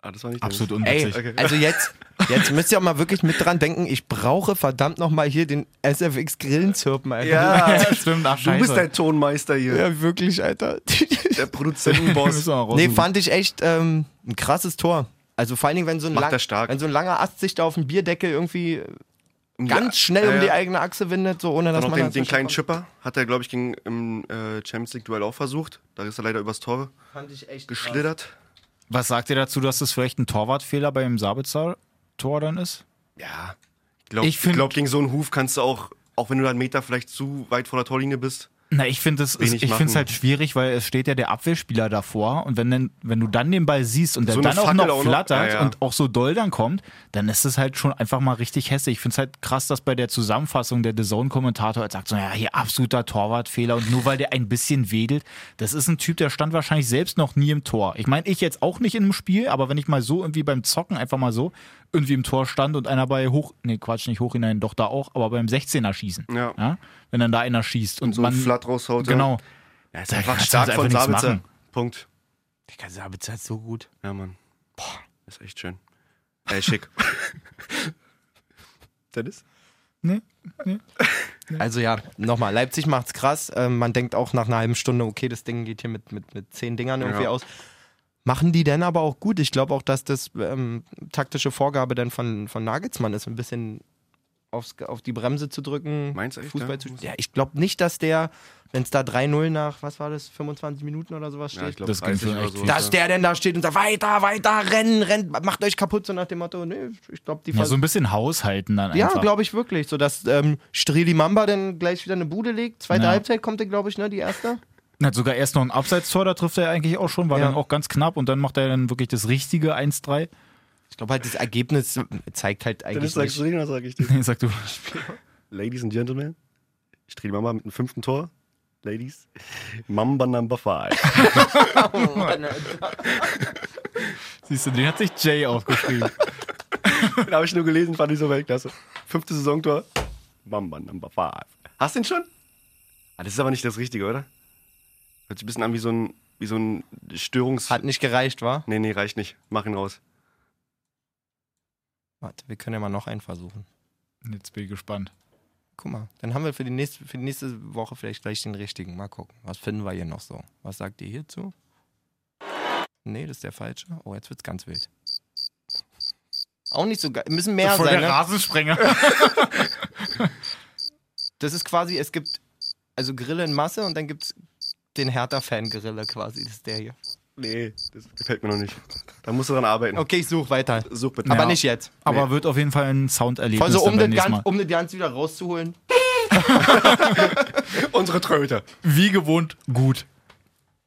S2: Ah, das war nicht
S4: Absolut äh,
S2: Dennis.
S3: Ey,
S4: unwitzig.
S2: Okay.
S3: also jetzt, jetzt müsst ihr auch mal wirklich mit dran denken, ich brauche verdammt nochmal hier den SFX Grillenzirpen, Alter.
S2: Ja,
S4: Ja, stimmt, ach,
S2: du
S4: scheiße.
S2: bist der Tonmeister hier.
S3: Ja, wirklich, Alter.
S2: Der
S4: Wir
S2: Produzentenboss.
S4: müssen auch raus.
S3: nee, fand ich echt ähm, ein krasses Tor. Also vor allen Dingen, wenn so ein,
S2: Macht er stark.
S3: wenn so ein langer Ast sich da auf dem Bierdeckel irgendwie ganz schnell um
S2: ja,
S3: die
S2: ja.
S3: eigene Achse windet, so ohne
S2: Dann
S3: dass
S2: noch
S3: man
S2: den, den
S3: dazwischen
S2: kleinen
S3: kommt.
S2: Chipper hat er, glaube ich, gegen, im äh, Champions League-Duell auch versucht. Da ist er leider übers Tor
S3: fand ich echt krass.
S2: geschlittert.
S4: Was sagt ihr dazu, dass das vielleicht ein Torwartfehler beim Sabitzer-Tor dann ist?
S2: Ja. Ich glaube,
S4: Ich find-
S2: glaub, gegen so einen Huf kannst du auch, auch wenn du da einen Meter vielleicht zu weit vor der Torlinie bist,
S4: Na, ich finde es
S2: Wenig
S4: ich find's
S2: machen.
S4: halt schwierig, weil es steht ja der Abwehrspieler davor und wenn, dann, wenn du dann den Ball siehst und der
S2: So eine
S4: dann auch
S2: Fackel
S4: noch
S2: auch noch-
S4: flattert
S2: ja, ja.
S4: und auch so doll dann kommt, dann ist es halt schon einfach mal richtig hässlich. Ich finde es halt krass, dass bei der Zusammenfassung der DAZN-Kommentator halt sagt so, ja, hier absoluter Torwartfehler und nur weil der ein bisschen wedelt, das ist ein Typ, der stand wahrscheinlich selbst noch nie im Tor. Ich meine, ich jetzt auch nicht in einem Spiel, aber wenn ich mal so irgendwie beim Zocken einfach mal so irgendwie im Tor stand und einer bei hoch, nee, Quatsch, nicht hoch hinein, doch da auch, aber beim 16er schießen.
S2: Ja.
S4: Wenn dann da einer schießt und
S2: so
S4: man
S2: einen Flat raushaut. ja.
S4: Genau.
S2: Ja, ist
S4: Da
S2: einfach
S4: kannst du
S2: stark
S4: einfach
S2: von
S4: nichts
S2: Sabitzer.
S4: machen.
S2: Punkt.
S3: Digga, Sabitzer ist so gut.
S2: Ja, Mann. Boah. Ist echt schön. Ey, schick. Dennis?
S4: Nee, nee.
S3: Also ja, nochmal, Leipzig macht's krass. Ähm, man denkt auch nach einer halben Stunde, okay, das Ding geht hier mit, mit, mit zehn Dingern irgendwie
S2: Ja.
S3: aus. Machen die denn aber auch gut? Ich glaube auch, dass das ähm, taktische Vorgabe dann von, von Nagelsmann ist, ein bisschen aufs, auf die Bremse zu drücken,
S2: Meinst du echt,
S3: Fußball
S2: ja?
S3: zu Ja, ich glaube nicht, dass der, wenn es da 3-0 nach, was war das, 25 Minuten oder sowas steht,
S2: glaub,
S4: Das ging
S2: 30
S4: schon
S2: oder
S4: echt
S2: so.
S4: viel.
S3: dass der denn da steht und sagt, weiter, weiter, rennen, rennen, macht euch kaputt, so nach dem Motto, nee, ich glaube, die
S4: Ja, so ein bisschen Haushalten dann
S3: Ja,
S4: einfach.
S3: glaube ich wirklich. So dass ähm, Streli Mamba dann gleich wieder eine Bude legt. Zweite
S4: Ja.
S3: Halbzeit kommt dann, glaube ich, ne, die erste.
S4: Hat sogar erst noch ein Abseitstor, da trifft er eigentlich auch schon, war
S3: Ja.
S4: dann auch ganz knapp und dann macht er dann wirklich das richtige 1-3.
S3: Ich glaube halt, das Ergebnis zeigt halt eigentlich.
S2: Dennis sagst du
S3: Nicht.
S2: den oder sag ich den?
S4: Nee, sag du.
S2: Ladies and Gentlemen, ich drehe Mamba mit dem fünften Tor. Ladies, Mamba Number Five.
S4: Siehst du, den hat sich Jay aufgeschrieben.
S2: Den habe ich nur gelesen, fand ich so Weltklasse. Fünfte Saisontor, Mamba Number Five. Hast du den schon? Ah, das ist aber nicht das Richtige, oder? Hört sich ein bisschen an wie so ein, wie so ein Störungs...
S3: Hat nicht gereicht, war?
S2: Nee, nee, reicht nicht. Mach ihn raus.
S3: Warte, wir können ja mal noch einen versuchen.
S4: Jetzt bin ich gespannt.
S3: Guck mal, dann haben wir für die nächste, für die nächste Woche vielleicht gleich den richtigen. Mal gucken. Was finden wir hier noch so? Was sagt ihr hierzu? Nee, das ist der falsche. Oh, jetzt wird's ganz wild. Auch nicht so geil. Müssen mehr
S4: Voll
S3: sein.
S4: der
S3: ne?
S4: Rasensprenger.
S3: Das ist quasi, es gibt also Grille in Masse und dann gibt es den Hertha-Fan-Grille quasi, das ist der hier.
S2: Nee, das gefällt mir noch nicht. Da musst du dran arbeiten.
S3: Okay, ich suche weiter.
S2: Such bitte.
S3: Aber
S4: Ja.
S3: nicht jetzt.
S4: Aber wird auf jeden Fall ein Sounderlebnis
S3: Also um
S4: dann beim
S3: das,
S4: nächsten
S3: ganz,
S4: Mal.
S3: um das ganz wieder rauszuholen.
S2: Unsere Tröte.
S4: Wie gewohnt gut.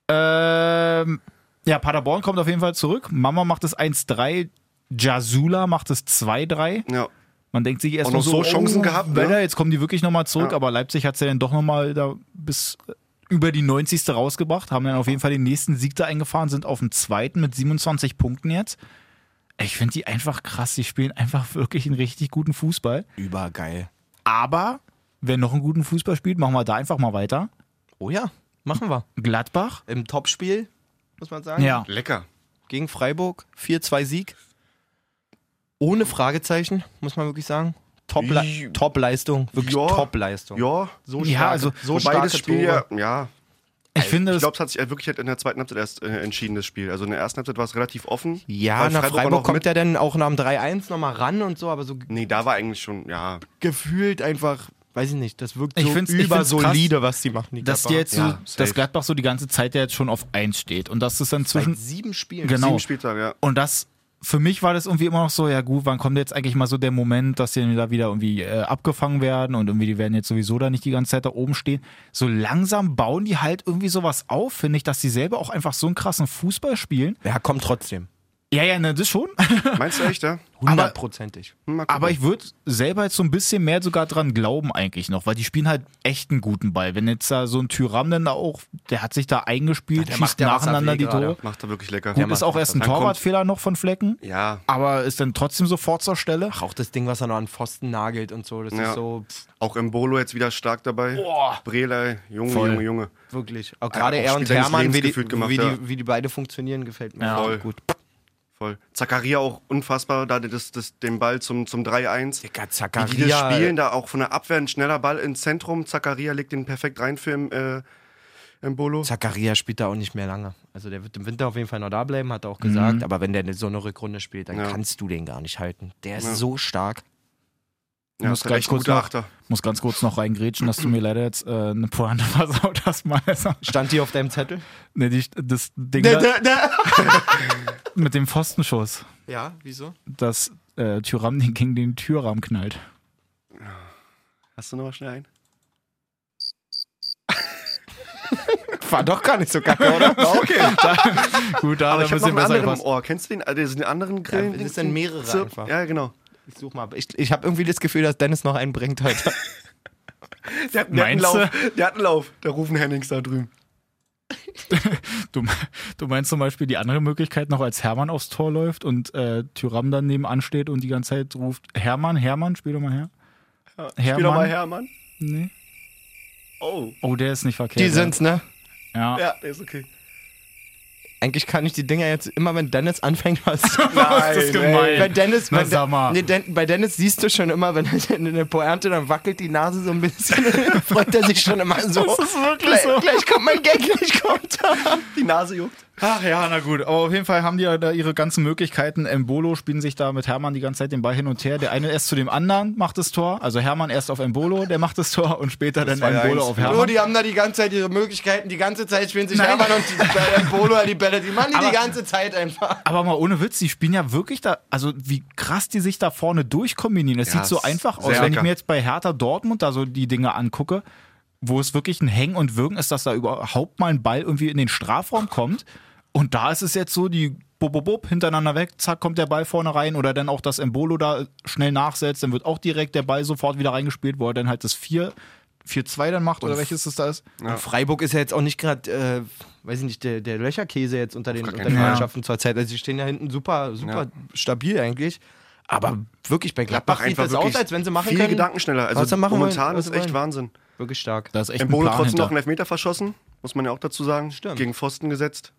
S4: Ähm, ja, Paderborn kommt auf jeden Fall zurück. Mama macht es 1-3. Jasula macht es 2-3.
S2: Ja.
S4: Man denkt sich erst
S2: Auch
S4: mal
S2: noch so Chancen gehabt, ne?
S4: Alter, jetzt kommen die wirklich nochmal zurück,
S2: Ja.
S4: aber Leipzig hat es ja dann doch nochmal da bis äh, über die 90. rausgebracht, haben dann auf jeden Fall den nächsten Sieg da eingefahren, sind auf dem zweiten mit 27 Punkten jetzt. Ich finde die einfach krass, die spielen einfach wirklich einen richtig guten Fußball.
S3: Übergeil.
S4: Aber wer noch einen guten Fußball spielt, machen wir da einfach mal weiter.
S3: Oh ja, machen wir.
S4: Gladbach.
S3: Im Topspiel, muss man sagen.
S4: Ja.
S2: Lecker.
S3: Gegen Freiburg, 4-2-Sieg. Ohne Fragezeichen, muss man wirklich sagen.
S2: Ja.
S3: Top-Leistung, Top Leistung, wirklich
S2: Ja.
S3: Top-Leistung.
S2: Ja, so
S4: Ja,
S2: starke-
S4: also-
S3: So
S2: wobei
S3: starke
S2: das Spiel
S3: Tore.
S2: ja, ja,
S4: Ich finde
S2: ich
S4: es.
S2: glaube, es hat sich halt wirklich halt in der zweiten Halbzeit erst äh, entschieden, das Spiel. Also in der ersten Halbzeit war es relativ offen.
S3: Ja,
S2: Weil
S3: nach
S2: Freiburg auch
S3: Freiburg
S2: noch
S3: kommt
S2: mit-
S3: er dann auch nach dem 3-1 nochmal ran und so, aber so
S2: Nee, da war eigentlich schon, ja.
S3: gefühlt einfach, weiß ich nicht, das wirkt
S4: Ich
S3: so
S4: find's- ich find's
S3: übersolide, was die machen. Die
S4: Dass, die
S3: Gladbacher.
S4: jetzt
S2: Ja,
S4: so,
S2: safe.
S4: dass Gladbach so die ganze Zeit ja jetzt schon auf 1 steht und dass es dann zwischen
S3: Seit sieben Spielen.
S4: Genau.
S2: Sieben Spieltage, ja.
S4: Und das, für mich war das irgendwie immer noch so, ja gut, wann kommt jetzt eigentlich mal so der Moment, dass die da wieder irgendwie äh, abgefangen werden und irgendwie, die werden jetzt sowieso da nicht die ganze Zeit da oben stehen. So langsam bauen die halt irgendwie sowas auf, finde ich, dass die selber auch einfach so einen krassen Fußball spielen.
S3: Ja, kommt trotzdem.
S4: Ja, ja, ne, das schon.
S2: Meinst du echt, ja?
S3: Hundertprozentig.
S2: Hm, mal gucken.
S4: Aber ich würde selber jetzt so ein bisschen mehr sogar dran glauben eigentlich noch, weil die spielen halt echt einen guten Ball. Wenn jetzt da so ein Tyram dann da auch, der hat sich da eingespielt,
S3: der
S4: schießt
S3: macht ja was ab
S4: nacheinander
S3: eh
S4: die
S3: gerade.
S4: Tore.
S2: Macht er wirklich lecker.
S4: Gut, ist auch erst ein
S2: Dann kommt-
S4: Torwartfehler noch von Flecken,
S2: Ja,
S4: aber ist dann trotzdem sofort zur Stelle.
S3: Auch das Ding, was er noch an Pfosten nagelt und so, das
S2: Ja.
S3: ist so pff,
S2: auch im Bolo jetzt wieder stark dabei.
S4: Boah.
S2: Brele, Junge,
S4: Voll.
S2: Junge, Junge.
S3: wirklich. Auch gerade
S2: auch
S3: er
S2: Spiel
S3: und
S2: seines
S3: Hermann,
S2: Lebens
S3: wie die,
S2: gefühlt gemacht,
S3: wie,
S2: ja.
S3: die, wie die beide funktionieren, gefällt mir
S4: Ja.
S3: auch
S2: Voll.
S3: gut.
S2: Voll. Zakaria auch unfassbar, da das, das, den Ball zum, zum 3-1.
S3: Dicker
S2: Wie die das
S4: äh
S3: Zakaria.
S2: spielen, da auch von der Abwehr ein schneller Ball ins Zentrum. Zakaria legt den perfekt rein für im, äh, im Bolo.
S3: Zakaria spielt da auch nicht mehr lange. Also der wird im Winter auf jeden Fall noch da bleiben, hat er auch gesagt.
S4: Mhm.
S3: Aber wenn der so eine Rückrunde spielt, dann
S2: Ja.
S3: kannst du den gar nicht halten. Der ist
S2: Ja.
S3: so stark.
S2: Ja,
S4: muss
S2: ist
S4: gleich
S2: echt ein
S4: kurz
S2: guter
S4: nach-
S2: Achter.
S4: Muss ganz kurz noch reingrätschen, dass du mir leider jetzt äh, eine Pointe versaut hast, Meister.
S3: Stand die auf deinem Zettel?
S4: Ne, die, das Ding
S3: Da, da,
S4: da
S3: da.
S4: mit dem Pfostenschuss,
S3: Ja, wieso?
S4: dass äh, Tyram den gegen den Türrahmen knallt.
S2: Hast du noch mal schnell einen?
S3: War doch gar nicht so kacke, oder? okay.
S4: Gut, da
S2: Aber
S4: hat
S2: ich habe
S4: er
S2: noch einen anderen
S4: gepasst.
S2: im Ohr. Kennst du den? Also diesen anderen Grillen?
S3: das sind mehrere
S2: Zirp-
S3: einfach.
S2: Ja, genau.
S3: Ich such mal. Ich, ich habe irgendwie das Gefühl, dass Dennis noch einen bringt
S2: Der
S3: heute.
S2: hat, der hat einen
S4: Meinst
S2: Lauf. Der hat einen Lauf. Da rufen Hennings da drüben.
S4: Du, me- du meinst zum Beispiel die andere Möglichkeit noch, als Hermann aufs Tor läuft und äh, Tyram dann nebenan steht und die ganze Zeit ruft: Hermann, Hermann, spiel doch mal her.
S2: Spiel doch mal Hermann.
S4: Nee.
S2: Oh.
S4: Oh, der ist nicht verkehrt.
S3: Die sind's, ne?
S4: Ja.
S2: Ja, der ist okay.
S3: Eigentlich kann ich die Dinger jetzt immer, wenn Dennis anfängt, was.
S2: Nein,
S4: das gemein.
S3: Bei Dennis,
S4: Na,
S3: bei,
S4: sag mal.
S3: Nee, Den, bei Dennis siehst du schon immer, wenn er eine Pointe, dann wackelt die Nase so ein bisschen. freut er sich schon immer so.
S4: Das ist wirklich
S3: gleich,
S4: so.
S3: Gleich kommt mein Gag, gleich kommt er.
S2: Die Nase juckt.
S4: Ach ja, na gut. Aber auf jeden Fall haben die ja da ihre ganzen Möglichkeiten. Embolo spielen sich da mit Hermann die ganze Zeit den Ball hin und her. Der eine erst zu dem anderen, macht das Tor. Also Hermann erst auf Embolo, der macht das Tor und später dann
S2: war ja
S4: Embolo
S2: eins.
S4: auf
S3: So,
S4: Hermann.
S3: die haben da die ganze Zeit ihre Möglichkeiten, die ganze Zeit spielen sich
S4: Nein.
S3: Hermann und die, äh, Polo an die Bälle. Die machen die
S4: Aber-
S3: die ganze Zeit einfach.
S4: Aber mal ohne Witz, die spielen ja wirklich da, also wie krass die sich da vorne durchkombinieren. Das
S2: Ja,
S4: sieht so
S2: ist
S4: einfach aus.
S2: sehr
S4: Wenn ich
S2: lecker.
S4: mir jetzt bei Hertha Dortmund da so die Dinge angucke, wo es wirklich ein Hängen und Würgen ist, dass da überhaupt mal ein Ball irgendwie in den Strafraum kommt. Und da ist es jetzt so, die bub, bub, bub, hintereinander weg, zack, kommt der Ball vorne rein. Oder dann auch, dass Embolo da schnell nachsetzt, dann wird auch direkt der Ball sofort wieder reingespielt, wo er dann halt das 4 4-2 dann macht, oder welches das da ist.
S2: Ja.
S3: Freiburg ist ja jetzt auch nicht gerade, äh, weiß ich nicht, der, der Löcherkäse jetzt unter den,
S2: gar
S3: unter
S2: keinen
S3: den
S4: Fall.
S3: Mannschaften zurzeit. Also, sie stehen ja hinten super, super stabil eigentlich. Aber wirklich, bei Gladbach, sieht das aus,
S2: wirklich
S3: als wenn sie machen
S2: viel
S3: können.
S2: Gedanken schneller. Also
S3: was sie machen wollen,
S2: momentan
S3: was
S2: ist
S3: sie
S2: echt
S3: wollen.
S2: Wahnsinn.
S3: Wirklich stark.
S4: Da ist echt ein
S2: Embolo
S4: Plan
S2: trotzdem
S4: hinter.
S2: noch einen Elfmeter verschossen, muss man ja auch dazu sagen.
S3: Stimmt.
S2: Gegen Pfosten gesetzt.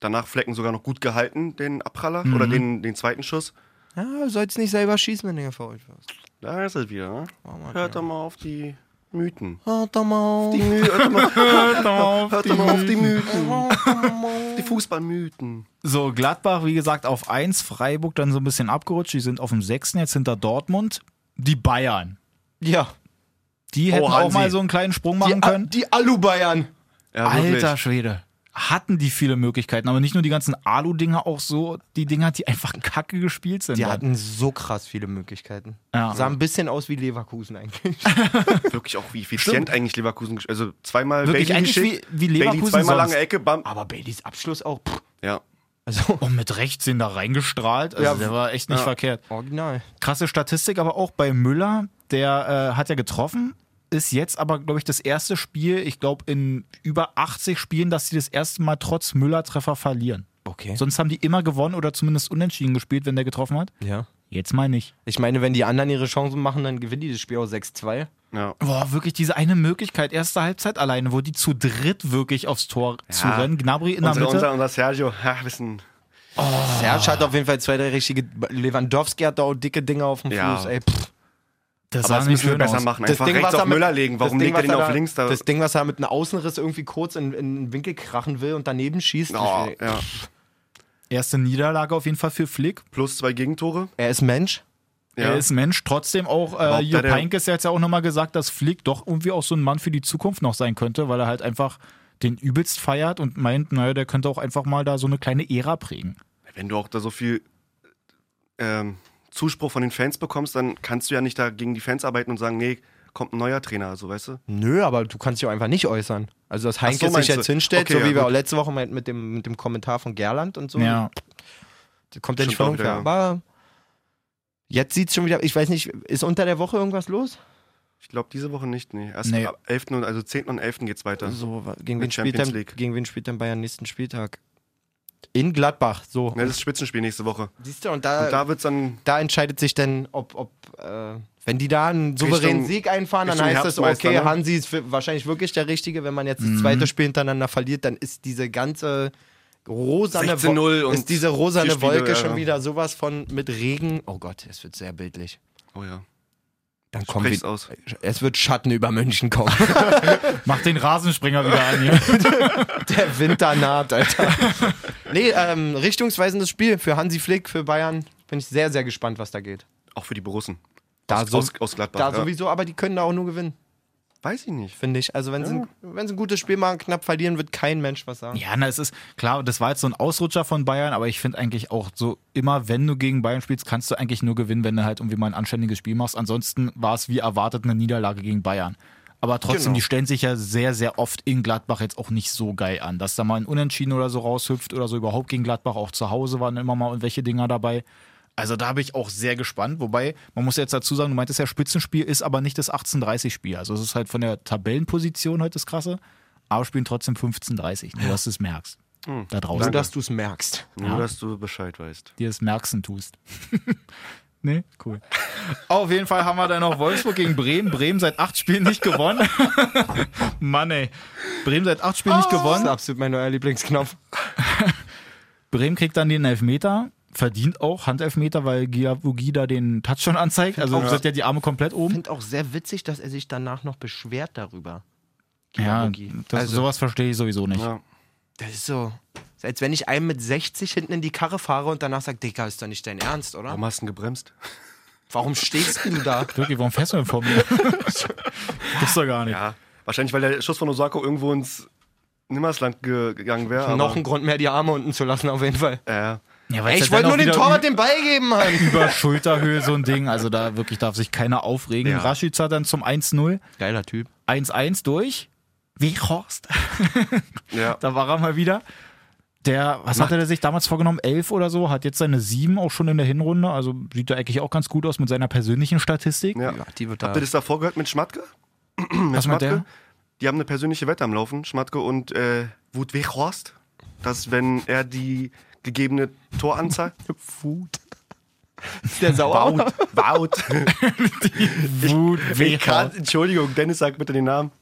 S2: Danach Flecken sogar noch gut gehalten, den Abpraller
S4: Mhm.
S2: oder den, den zweiten Schuss.
S3: Ja, sollst nicht selber schießen, wenn du gefault wirst.
S2: Da ist es wieder. Ne?
S3: Oh, Mann,
S2: Hört
S3: ja.
S2: doch mal auf die Mythen.
S3: Hört doch mal auf.
S2: Die My hört doch mal,
S4: Hört auf,
S2: hört doch mal auf die Mythen. Die Fußballmythen.
S4: So, Gladbach, wie gesagt, auf 1, Freiburg dann so ein bisschen abgerutscht. Die sind auf dem 6. jetzt hinter Dortmund. Die Bayern.
S3: Ja,
S4: Die hätten auch
S2: Hansi.
S4: mal so einen kleinen Sprung machen
S3: Oh, die, A-
S4: können.
S3: die Alu-Bayern.
S2: Ja,
S4: Alter Schwede. Hatten die viele Möglichkeiten, aber nicht nur die ganzen Alu-Dinger, auch so die Dinger, die einfach kacke gespielt sind.
S3: Die
S4: dann.
S3: hatten so krass viele Möglichkeiten.
S4: Ja.
S3: Sah ein bisschen aus wie Leverkusen eigentlich.
S2: Wirklich auch wie effizient eigentlich Leverkusen. gesch- Also zweimal
S4: Wirklich
S2: Bailey
S4: eigentlich
S2: geschickt.
S4: wie- wie Leverkusen
S2: Bailey zweimal
S4: sonst.
S2: lange Ecke, bam.
S3: Aber Baileys Abschluss auch. Pff.
S2: Ja.
S3: Also,
S4: Und mit rechts sind da reingestrahlt. Also
S3: Ja,
S4: der war echt nicht
S2: ja.
S4: verkehrt.
S3: original.
S4: Krasse Statistik, aber auch bei Müller, der äh, hat ja getroffen, ist jetzt aber, glaube ich, das erste Spiel, ich glaube, in über 80 Spielen, dass sie das erste Mal trotz Müller-Treffer verlieren.
S3: Okay.
S4: Sonst haben die immer gewonnen oder zumindest unentschieden gespielt, wenn der getroffen hat.
S3: Ja.
S4: Jetzt mal nicht.
S3: Ich meine, wenn die anderen ihre Chancen machen, dann gewinnen die das Spiel auch 6-2.
S2: ja.
S4: Boah, wirklich diese eine Möglichkeit, erste Halbzeit alleine, wo die zu dritt wirklich aufs Tor zu rennen. Gnabry in der
S2: Unser,
S4: Mitte.
S2: unser, unser Sergio, ha, wissen. Ah.
S3: Serge hat auf jeden Fall zwei, drei richtige. Lewandowski hat da auch dicke Dinge auf dem
S2: Ja.
S3: Fuß. Ey, pff.
S4: Das
S2: Aber das müssen wir besser machen. Einfach rechts
S3: was
S2: auf
S3: er mit-
S2: Müller legen.
S3: das
S2: Warum
S3: Ding,
S2: legt er
S3: was
S2: den auf
S3: da-
S2: links? Da,
S3: Das Ding, was er mit einem Außenriss irgendwie kurz in, in einen Winkel krachen will und daneben schießt.
S2: oh,
S3: Ich-
S2: ja.
S4: Erste Niederlage auf jeden Fall für Flick.
S2: Plus zwei Gegentore.
S3: Er ist Mensch.
S2: Ja.
S4: Er ist Mensch. Trotzdem auch, äh,
S2: Überhaupt
S4: Jupp
S2: der-
S4: Heynckes hat ja auch nochmal gesagt, dass Flick doch irgendwie auch so ein Mann für die Zukunft noch sein könnte, weil er halt einfach den übelst feiert und meint, naja, der könnte auch einfach mal da so eine kleine Ära prägen.
S2: Wenn du auch da so viel ähm, Zuspruch von den Fans bekommst, dann kannst du ja nicht da gegen die Fans arbeiten und sagen, nee, kommt ein neuer Trainer, also weißt du?
S3: Nö, aber du kannst dich auch einfach nicht äußern. Also, dass Heinke sich
S2: meinst
S3: jetzt
S2: du?
S3: hinstellt,
S2: Okay,
S3: so
S2: ja,
S3: wie wir
S2: gut.
S3: auch letzte Woche meinten mit dem, mit dem Kommentar von Gerland und so.
S4: Ja.
S3: Das kommt ja nicht von
S2: Stimmt auch
S3: ungefähr.
S2: wieder,
S3: Aber jetzt sieht es schon wieder, ich weiß nicht, ist unter der Woche irgendwas los?
S2: Ich glaube, diese Woche nicht, nee. Erst
S4: Nee.
S2: ab 11. und, also 10. und 11. geht's weiter.
S3: So, wa- gegen wen,
S2: Mit
S3: spielt
S2: Champions
S3: denn,
S2: League.
S3: gegen wen spielt denn Bayern nächsten Spieltag? In Gladbach, so.
S2: Ne, das ist Spitzenspiel nächste Woche.
S3: Siehst du, und da,
S2: Und
S3: da,
S2: da wird's dann
S3: entscheidet sich dann, ob, ob äh, wenn die da einen souveränen
S2: Richtung-
S3: Sieg einfahren, dann
S2: Richtung
S3: heißt das,
S2: Herbstmeister,
S3: okay,
S2: ne?
S3: Mhm. Hansi ist für, wahrscheinlich wirklich der Richtige. Wenn man jetzt das zweite Spiel hintereinander verliert, dann ist diese ganze rosane
S2: 16-0
S3: Wo-
S2: und
S3: ist diese rosane
S2: vier Spiele,
S3: Wolke
S2: ja,
S3: schon
S2: ja.
S3: wieder sowas von mit Regen. Oh Gott, es wird sehr bildlich.
S2: Oh ja.
S3: Dann kommen
S2: Sprich's
S3: wir,
S2: aus.
S3: es wird Schatten über München kommen.
S4: Mach den Rasenspringer wieder an hier.
S3: Der Winter naht, Alter. Nee, ähm, richtungsweisendes Spiel für Hansi Flick, für Bayern. Bin ich sehr, sehr gespannt, was da geht.
S2: Auch für die Borussen.
S3: Da,
S2: aus,
S3: so,
S2: aus, aus Gladbach.
S3: da
S2: ja.
S3: sowieso, aber die können da auch nur gewinnen,
S2: Weiß ich nicht.
S3: finde ich. Also, wenn, sie ein, wenn sie ein gutes Spiel machen, knapp verlieren, wird kein Mensch was sagen.
S4: Ja, na, es ist klar, das war jetzt so ein Ausrutscher von Bayern, aber ich finde eigentlich auch so, immer wenn du gegen Bayern spielst, kannst du eigentlich nur gewinnen, wenn du halt irgendwie mal ein anständiges Spiel machst. Ansonsten war es wie erwartet eine Niederlage gegen Bayern. Aber trotzdem,
S2: Genau.
S4: die stellen sich ja sehr, sehr oft in Gladbach jetzt auch nicht so geil an. Dass da mal ein Unentschieden oder so raushüpft oder so überhaupt gegen Gladbach auch zu Hause waren immer mal irgendwelche Dinger dabei. Also da bin ich auch sehr gespannt. Wobei, man muss jetzt dazu sagen, du meintest ja, Spitzenspiel ist aber nicht das 18-30-Spiel. Also es ist halt von der Tabellenposition heute das Krasse. Aber spielen trotzdem 15-30, nur dass du es merkst. Da draußen.
S3: Nur, dass du es merkst.
S2: Nur, dass du Bescheid weißt.
S4: dir das merksen tust. nee, cool. Oh, Auf jeden Fall haben wir dann noch Wolfsburg gegen Bremen. Bremen seit acht Spielen nicht gewonnen. Mann, ey. Bremen seit acht Spielen
S3: Das
S4: nicht
S3: ist
S4: gewonnen.
S3: absolut mein neuer Lieblingsknopf.
S4: Bremen kriegt dann den Elfmeter. Verdient auch Handelfmeter, weil Giavugi da den Touchdown anzeigt. Also
S3: auch-
S4: sind ja die Arme komplett
S3: Ich
S4: oben.
S3: finde auch sehr witzig, dass er sich danach noch beschwert darüber.
S4: Ja,
S3: Giavugi.
S4: das,
S3: Also-
S4: sowas verstehe ich sowieso nicht.
S2: Ja.
S3: Das ist so. Ist, Als wenn ich einem mit 60 hinten in die Karre fahre und danach sage, Dicker, ist doch nicht dein Ernst, oder?
S2: Warum hast du denn gebremst?
S3: Warum stehst du da?
S4: Wirklich, warum fährst du denn vor mir? Gibt's doch gar nicht.
S2: Ja. Wahrscheinlich, weil der Schuss von Osako irgendwo ins Nimmersland ge gegangen wäre.
S3: Noch ein Grund mehr, die Arme unten zu lassen, auf jeden Fall.
S2: äh,
S4: Ja,
S3: Ey,
S4: weil's
S3: ich
S4: ja
S3: wollte
S4: dann
S3: nur
S4: auch
S3: dem
S4: wieder
S3: Torwart den Ball geben, Mann.
S4: über Schulterhöhe so ein Ding. Also da wirklich darf sich keiner aufregen.
S2: Ja.
S4: Rashica dann zum 1-0.
S3: Geiler Typ.
S4: 1-1 durch. Wie Horst.
S2: ja.
S4: Da war er mal wieder. Der, was hatte er sich damals vorgenommen? Elf oder so, hat jetzt seine sieben auch schon in der Hinrunde. Also sieht er eigentlich auch ganz gut aus mit seiner persönlichen Statistik.
S2: ja.
S3: Ja, die wird da.
S2: Habt ihr das davor gehört mit Schmatke?
S4: was meint der?
S2: Schmatke? Die haben eine persönliche Wette am Laufen, Schmatke und äh, Wutweg Horst, dass wenn er die gegebene Toranzahl.
S4: Wut.
S3: Ist der sauer?
S2: Wout.
S4: Wut,
S2: Ich kann,
S4: Wehorst.
S2: Entschuldigung, Dennis, sag bitte den Namen.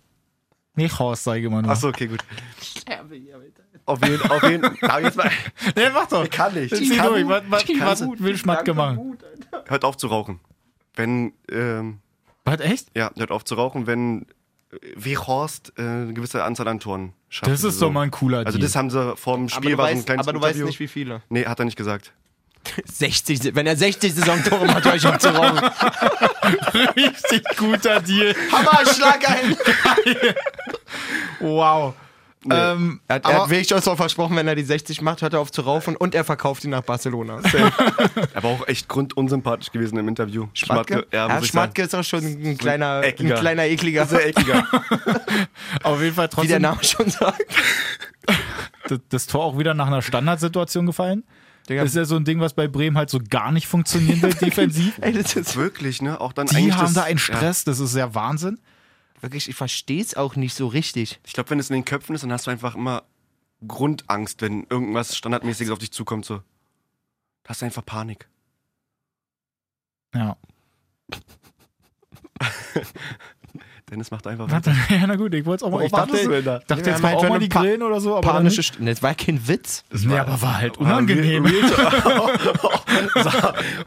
S4: Wehorst, sage ich immer nur.
S2: Achso, okay, gut. Auf jeden Fall. Auf jeden, darf ich jetzt mal-
S4: Nee, mach doch.
S2: kann nicht.
S4: Zieh
S2: Kann-
S4: durch. Was, was,
S2: kann-
S4: was will Schmatke machen?
S2: Hört auf zu rauchen. Wenn, ähm,
S4: Was, echt?
S2: ja, hört auf zu rauchen, wenn äh, Wehorst äh, eine gewisse Anzahl an Toren schafft.
S4: Das ist
S2: Also,
S4: doch mal ein cooler
S2: Also,
S4: Deal.
S2: das haben sie vor dem
S3: Aber
S2: Spiel
S3: du,
S2: war so ein
S3: weißt,
S2: kleines
S3: aber du weißt
S2: Interview.
S3: nicht, wie viele.
S2: Nee, hat er nicht gesagt.
S3: 60, wenn er 60 Saisontore macht, euch um zu rauchen.
S4: richtig guter Deal.
S3: Hammer, schlag ein!
S4: Wow. Ähm,
S3: Er hat, er hat wirklich auch versprochen, wenn er die 60 macht, hört er auf zu raufen und er verkauft ihn nach Barcelona.
S2: Er war auch echt grundunsympathisch gewesen im Interview.
S3: Schmatke,
S2: Ja,
S3: ja,
S2: muss ich
S3: Schmatke ist auch schon ein kleiner, ein
S2: eckiger.
S3: kleiner ekliger,
S2: sagen. Sehr eckiger.
S4: auf jeden Fall
S3: wie der
S4: trotzdem
S3: Name schon sagt.
S4: das, das Tor auch wieder nach einer Standardsituation gefallen.
S3: Digga.
S4: Das ist ja so ein Ding, was bei Bremen halt so gar nicht funktionieren will, defensiv.
S3: Ey, das ist
S2: Wirklich, ne? Auch dann
S4: Die
S2: eigentlich
S4: haben
S2: das,
S4: da einen
S2: Ja,
S4: Stress, das ist ja Wahnsinn.
S3: wirklich, ich verstehe es auch nicht so richtig.
S2: ich glaube, wenn es in den Köpfen ist, dann hast du einfach immer Grundangst, wenn irgendwas Standardmäßiges auf dich zukommt. So. Da hast du einfach Panik.
S4: Ja.
S2: Dennis macht einfach
S4: Warte,
S2: weiter.
S4: ja, na gut, ich wollte es auch mal. Oh, Ich
S2: Worauf wartest du denn da?
S4: dachte, ich dachte
S3: Wir
S4: jetzt
S3: haben
S4: mal
S3: halt
S4: auch
S3: schon
S4: mal
S3: eine
S4: die
S3: pa-
S4: Grillen oder so, aber. dann
S3: Panische
S4: nicht.
S3: Stunde. Das war kein Witz.
S4: Nee, aber war halt unangenehm.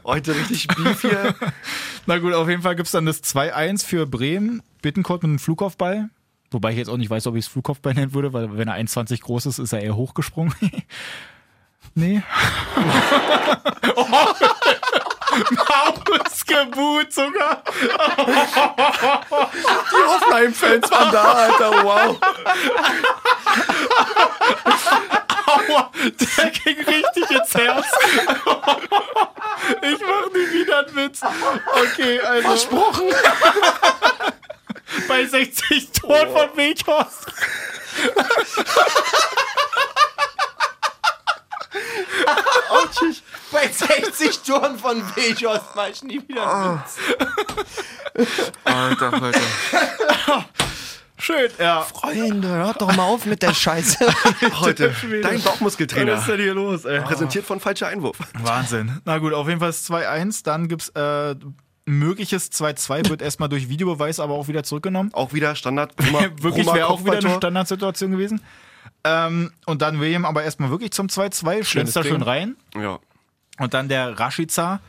S2: Heute richtig Beef hier.
S4: Na gut, auf jeden Fall gibt es dann das 2-1 für Bremen. Bittenkort mit einem Flugkopfball. Wobei ich jetzt auch nicht weiß, ob ich es Flugkopfball nennen würde, weil wenn er 1,20 groß ist, ist er eher hochgesprungen. nee. Mausgebut sogar.
S2: Hoffenheim-Fans waren da, Alter, wow.
S4: Aua, der ging richtig ins Herz. Ich mach nie wieder einen Witz. Okay, also. Versprochen. Bei 60 Toren von Weghorst.
S3: Bei 60 Toren von Bejos mach ich nie wieder Witz.
S2: Alter, Alter.
S4: Schön, ja.
S3: Freunde, hört doch mal auf mit der Scheiße.
S2: Heute,
S4: Schwede.
S2: dein
S4: Was ist
S2: Bauchmuskeltrainer.
S4: denn hier los, ey?
S2: Präsentiert von falscher Einwurf.
S4: Wahnsinn. Na gut, auf jeden Fall ist 2-1. Dann gibt's äh, mögliches 2-2, wird erstmal durch Videobeweis aber auch wieder zurückgenommen.
S2: Auch wieder Standard. Brummer-
S4: Wirklich
S2: Brummer
S4: wäre auch wieder eine
S2: Kopfballtor.
S4: Standardsituation gewesen. Ähm, und dann William aber erstmal wirklich zum 2-2, schlitzt da
S3: Ding.
S4: schön rein.
S2: Ja.
S4: Und dann der Rashica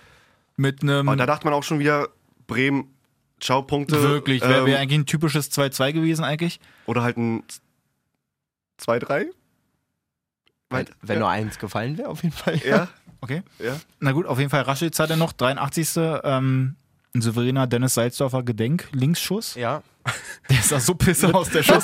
S4: mit einem
S2: Und da dachte man auch schon wieder, Bremen, ciao, Punkte. Ähm,
S4: wirklich, wäre wär eigentlich ein typisches 2-2 gewesen eigentlich.
S2: Oder halt ein 2-3.
S3: Wenn, wenn nur eins gefallen wäre, auf jeden Fall.
S2: Ja,
S4: Okay.
S2: ja.
S4: Na gut, auf jeden Fall Rashica dann noch, 83. Ähm, ein souveräner Dennis Salzdorfer Gedenk, Linksschuss.
S3: ja.
S4: Der sah so pisse aus, der Schuss.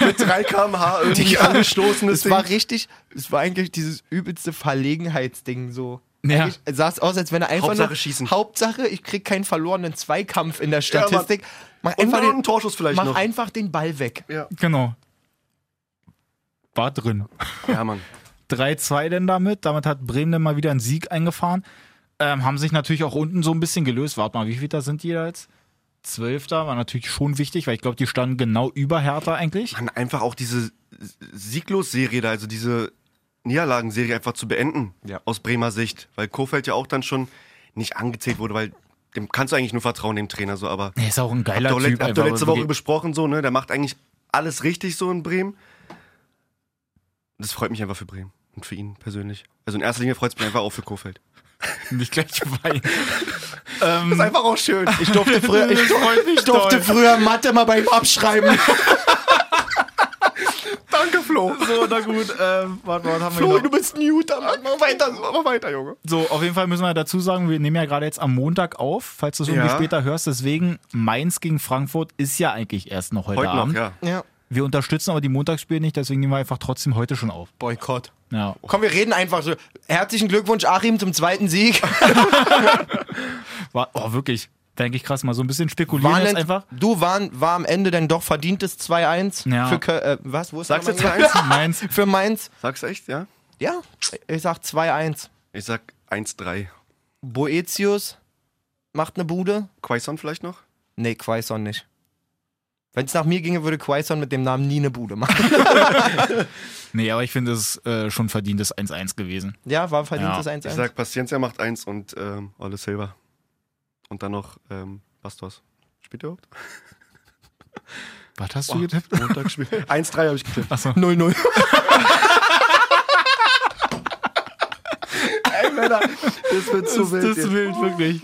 S2: Mit 3 km/h irgendwie angestoßenes
S3: Es
S2: Ding.
S3: war richtig, es war eigentlich dieses übelste Verlegenheitsding so.
S4: Ja.
S3: Eigentlich Sah es aus, als wenn er einfach
S2: Hauptsache
S3: nur,
S2: schießen.
S3: Hauptsache, ich krieg keinen verlorenen Zweikampf in der Statistik. mach
S2: Und
S3: einfach,
S2: noch einen
S3: den,
S2: Torschuss vielleicht
S3: mach
S2: noch.
S3: einfach den Ball weg.
S2: ja.
S4: genau. War drin.
S2: ja, Mann.
S4: 3-2 denn damit. Damit hat Bremen dann mal wieder einen Sieg eingefahren. Ähm, haben sich natürlich auch unten so ein bisschen gelöst. Warte mal, wie viel da sind die da jetzt? Zwölfter war natürlich schon wichtig, weil ich glaube, die standen genau über Hertha eigentlich.
S2: Mann, einfach auch diese Sieglos-Serie da, also diese Niederlagenserie einfach zu beenden.
S3: Ja.
S2: Aus Bremer Sicht. Weil Kofeld ja auch dann schon nicht angezählt wurde, weil dem kannst du eigentlich nur vertrauen, dem Trainer so, aber.
S4: Nee, ist auch ein geiler
S2: Habt ihr
S4: Typ.
S2: letzte, habt ihr
S4: einfach,
S2: letzte
S4: aber
S2: Woche besprochen, so, ne? Der macht eigentlich alles richtig so in Bremen. Das freut mich einfach für Bremen und für ihn persönlich. Also in erster Linie freut es mich einfach auch für Kofeld.
S4: nicht gleich weinen. ähm,
S2: Ist einfach auch schön.
S3: Ich durfte früher, ich,
S4: freut mich
S3: ich durfte
S4: doll.
S3: früher Mathe mal beim Abschreiben.
S2: danke, Flo.
S4: so, na gut. Ähm, warte, warte, haben wir
S3: Flo,
S4: genau?
S3: du bist Newton. Mach weiter so.
S2: Mach weiter, Junge.
S4: So, auf jeden Fall müssen wir dazu sagen, wir nehmen ja gerade jetzt am Montag auf, falls du es irgendwie
S2: Ja.
S4: später hörst. Deswegen, Mainz gegen Frankfurt ist ja eigentlich erst noch heute,
S2: Heute noch,
S4: Abend.
S2: ja.
S3: Ja.
S4: Wir unterstützen aber die Montagsspiele nicht, deswegen nehmen wir einfach trotzdem heute schon auf.
S3: Boykott.
S4: Ja.
S3: Komm, wir reden einfach so. Herzlichen Glückwunsch, Achim, zum zweiten Sieg.
S4: War, oh, wirklich. Denke ich krass mal. So ein bisschen spekulieren
S3: Waren
S4: jetzt
S3: denn,
S4: einfach.
S3: Du waren, war am Ende denn doch verdientes 2-1
S4: Ja.
S3: für Kö- äh, was? Wo ist
S2: Sagst du
S3: nochmal-
S2: 2-1?
S4: Mainz.
S3: Für Mainz.
S2: Sag's echt, ja?
S3: Ja, ich sag 2-1.
S2: Ich sag 1-3.
S3: Boetius macht eine Bude.
S2: Quaison vielleicht noch?
S3: Nee, Quaison nicht. Wenn es nach mir ginge, würde Quaison mit dem Namen nie eine Bude machen.
S4: Nee, aber ich finde es ist, äh, schon verdientes 1-1 gewesen.
S3: Ja, war verdientes
S4: Ja,
S3: 1-1.
S2: Ich sag Paciencia macht 1 und ähm, Olle Silber. Und dann noch ähm, Bastos. Spielt er überhaupt?
S4: Was hast du getippt?
S2: Montagsspiel. 1-3 habe ich getippt.
S4: Achso.
S3: 0-0.
S2: Das wird zu
S4: Das
S2: wild.
S4: ist
S2: jetzt. Oh.
S4: wild, wirklich.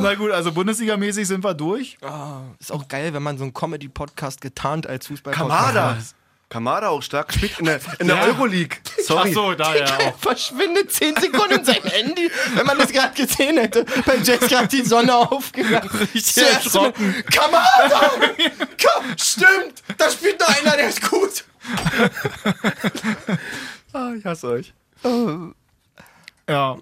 S4: Na gut, also Bundesligamäßig sind wir durch.
S3: Ah, Ist auch geil, wenn man so einen Comedy-Podcast getarnt als Fußball-Podcast
S2: Kamada. Kamada auch stark. Spielt in der, in der
S4: Ja.
S2: Euroleague. Sorry.
S4: Achso, da ja auch.
S3: Verschwindet 10 Sekunden sein Handy, wenn man das gerade gesehen hätte. Bei Jess gerade die Sonne aufgegangen. Richtig
S4: erschrocken.
S3: Kamada! Komm, stimmt! Da spielt noch einer, der ist gut.
S2: Ah, ich hasse euch.
S4: Ja.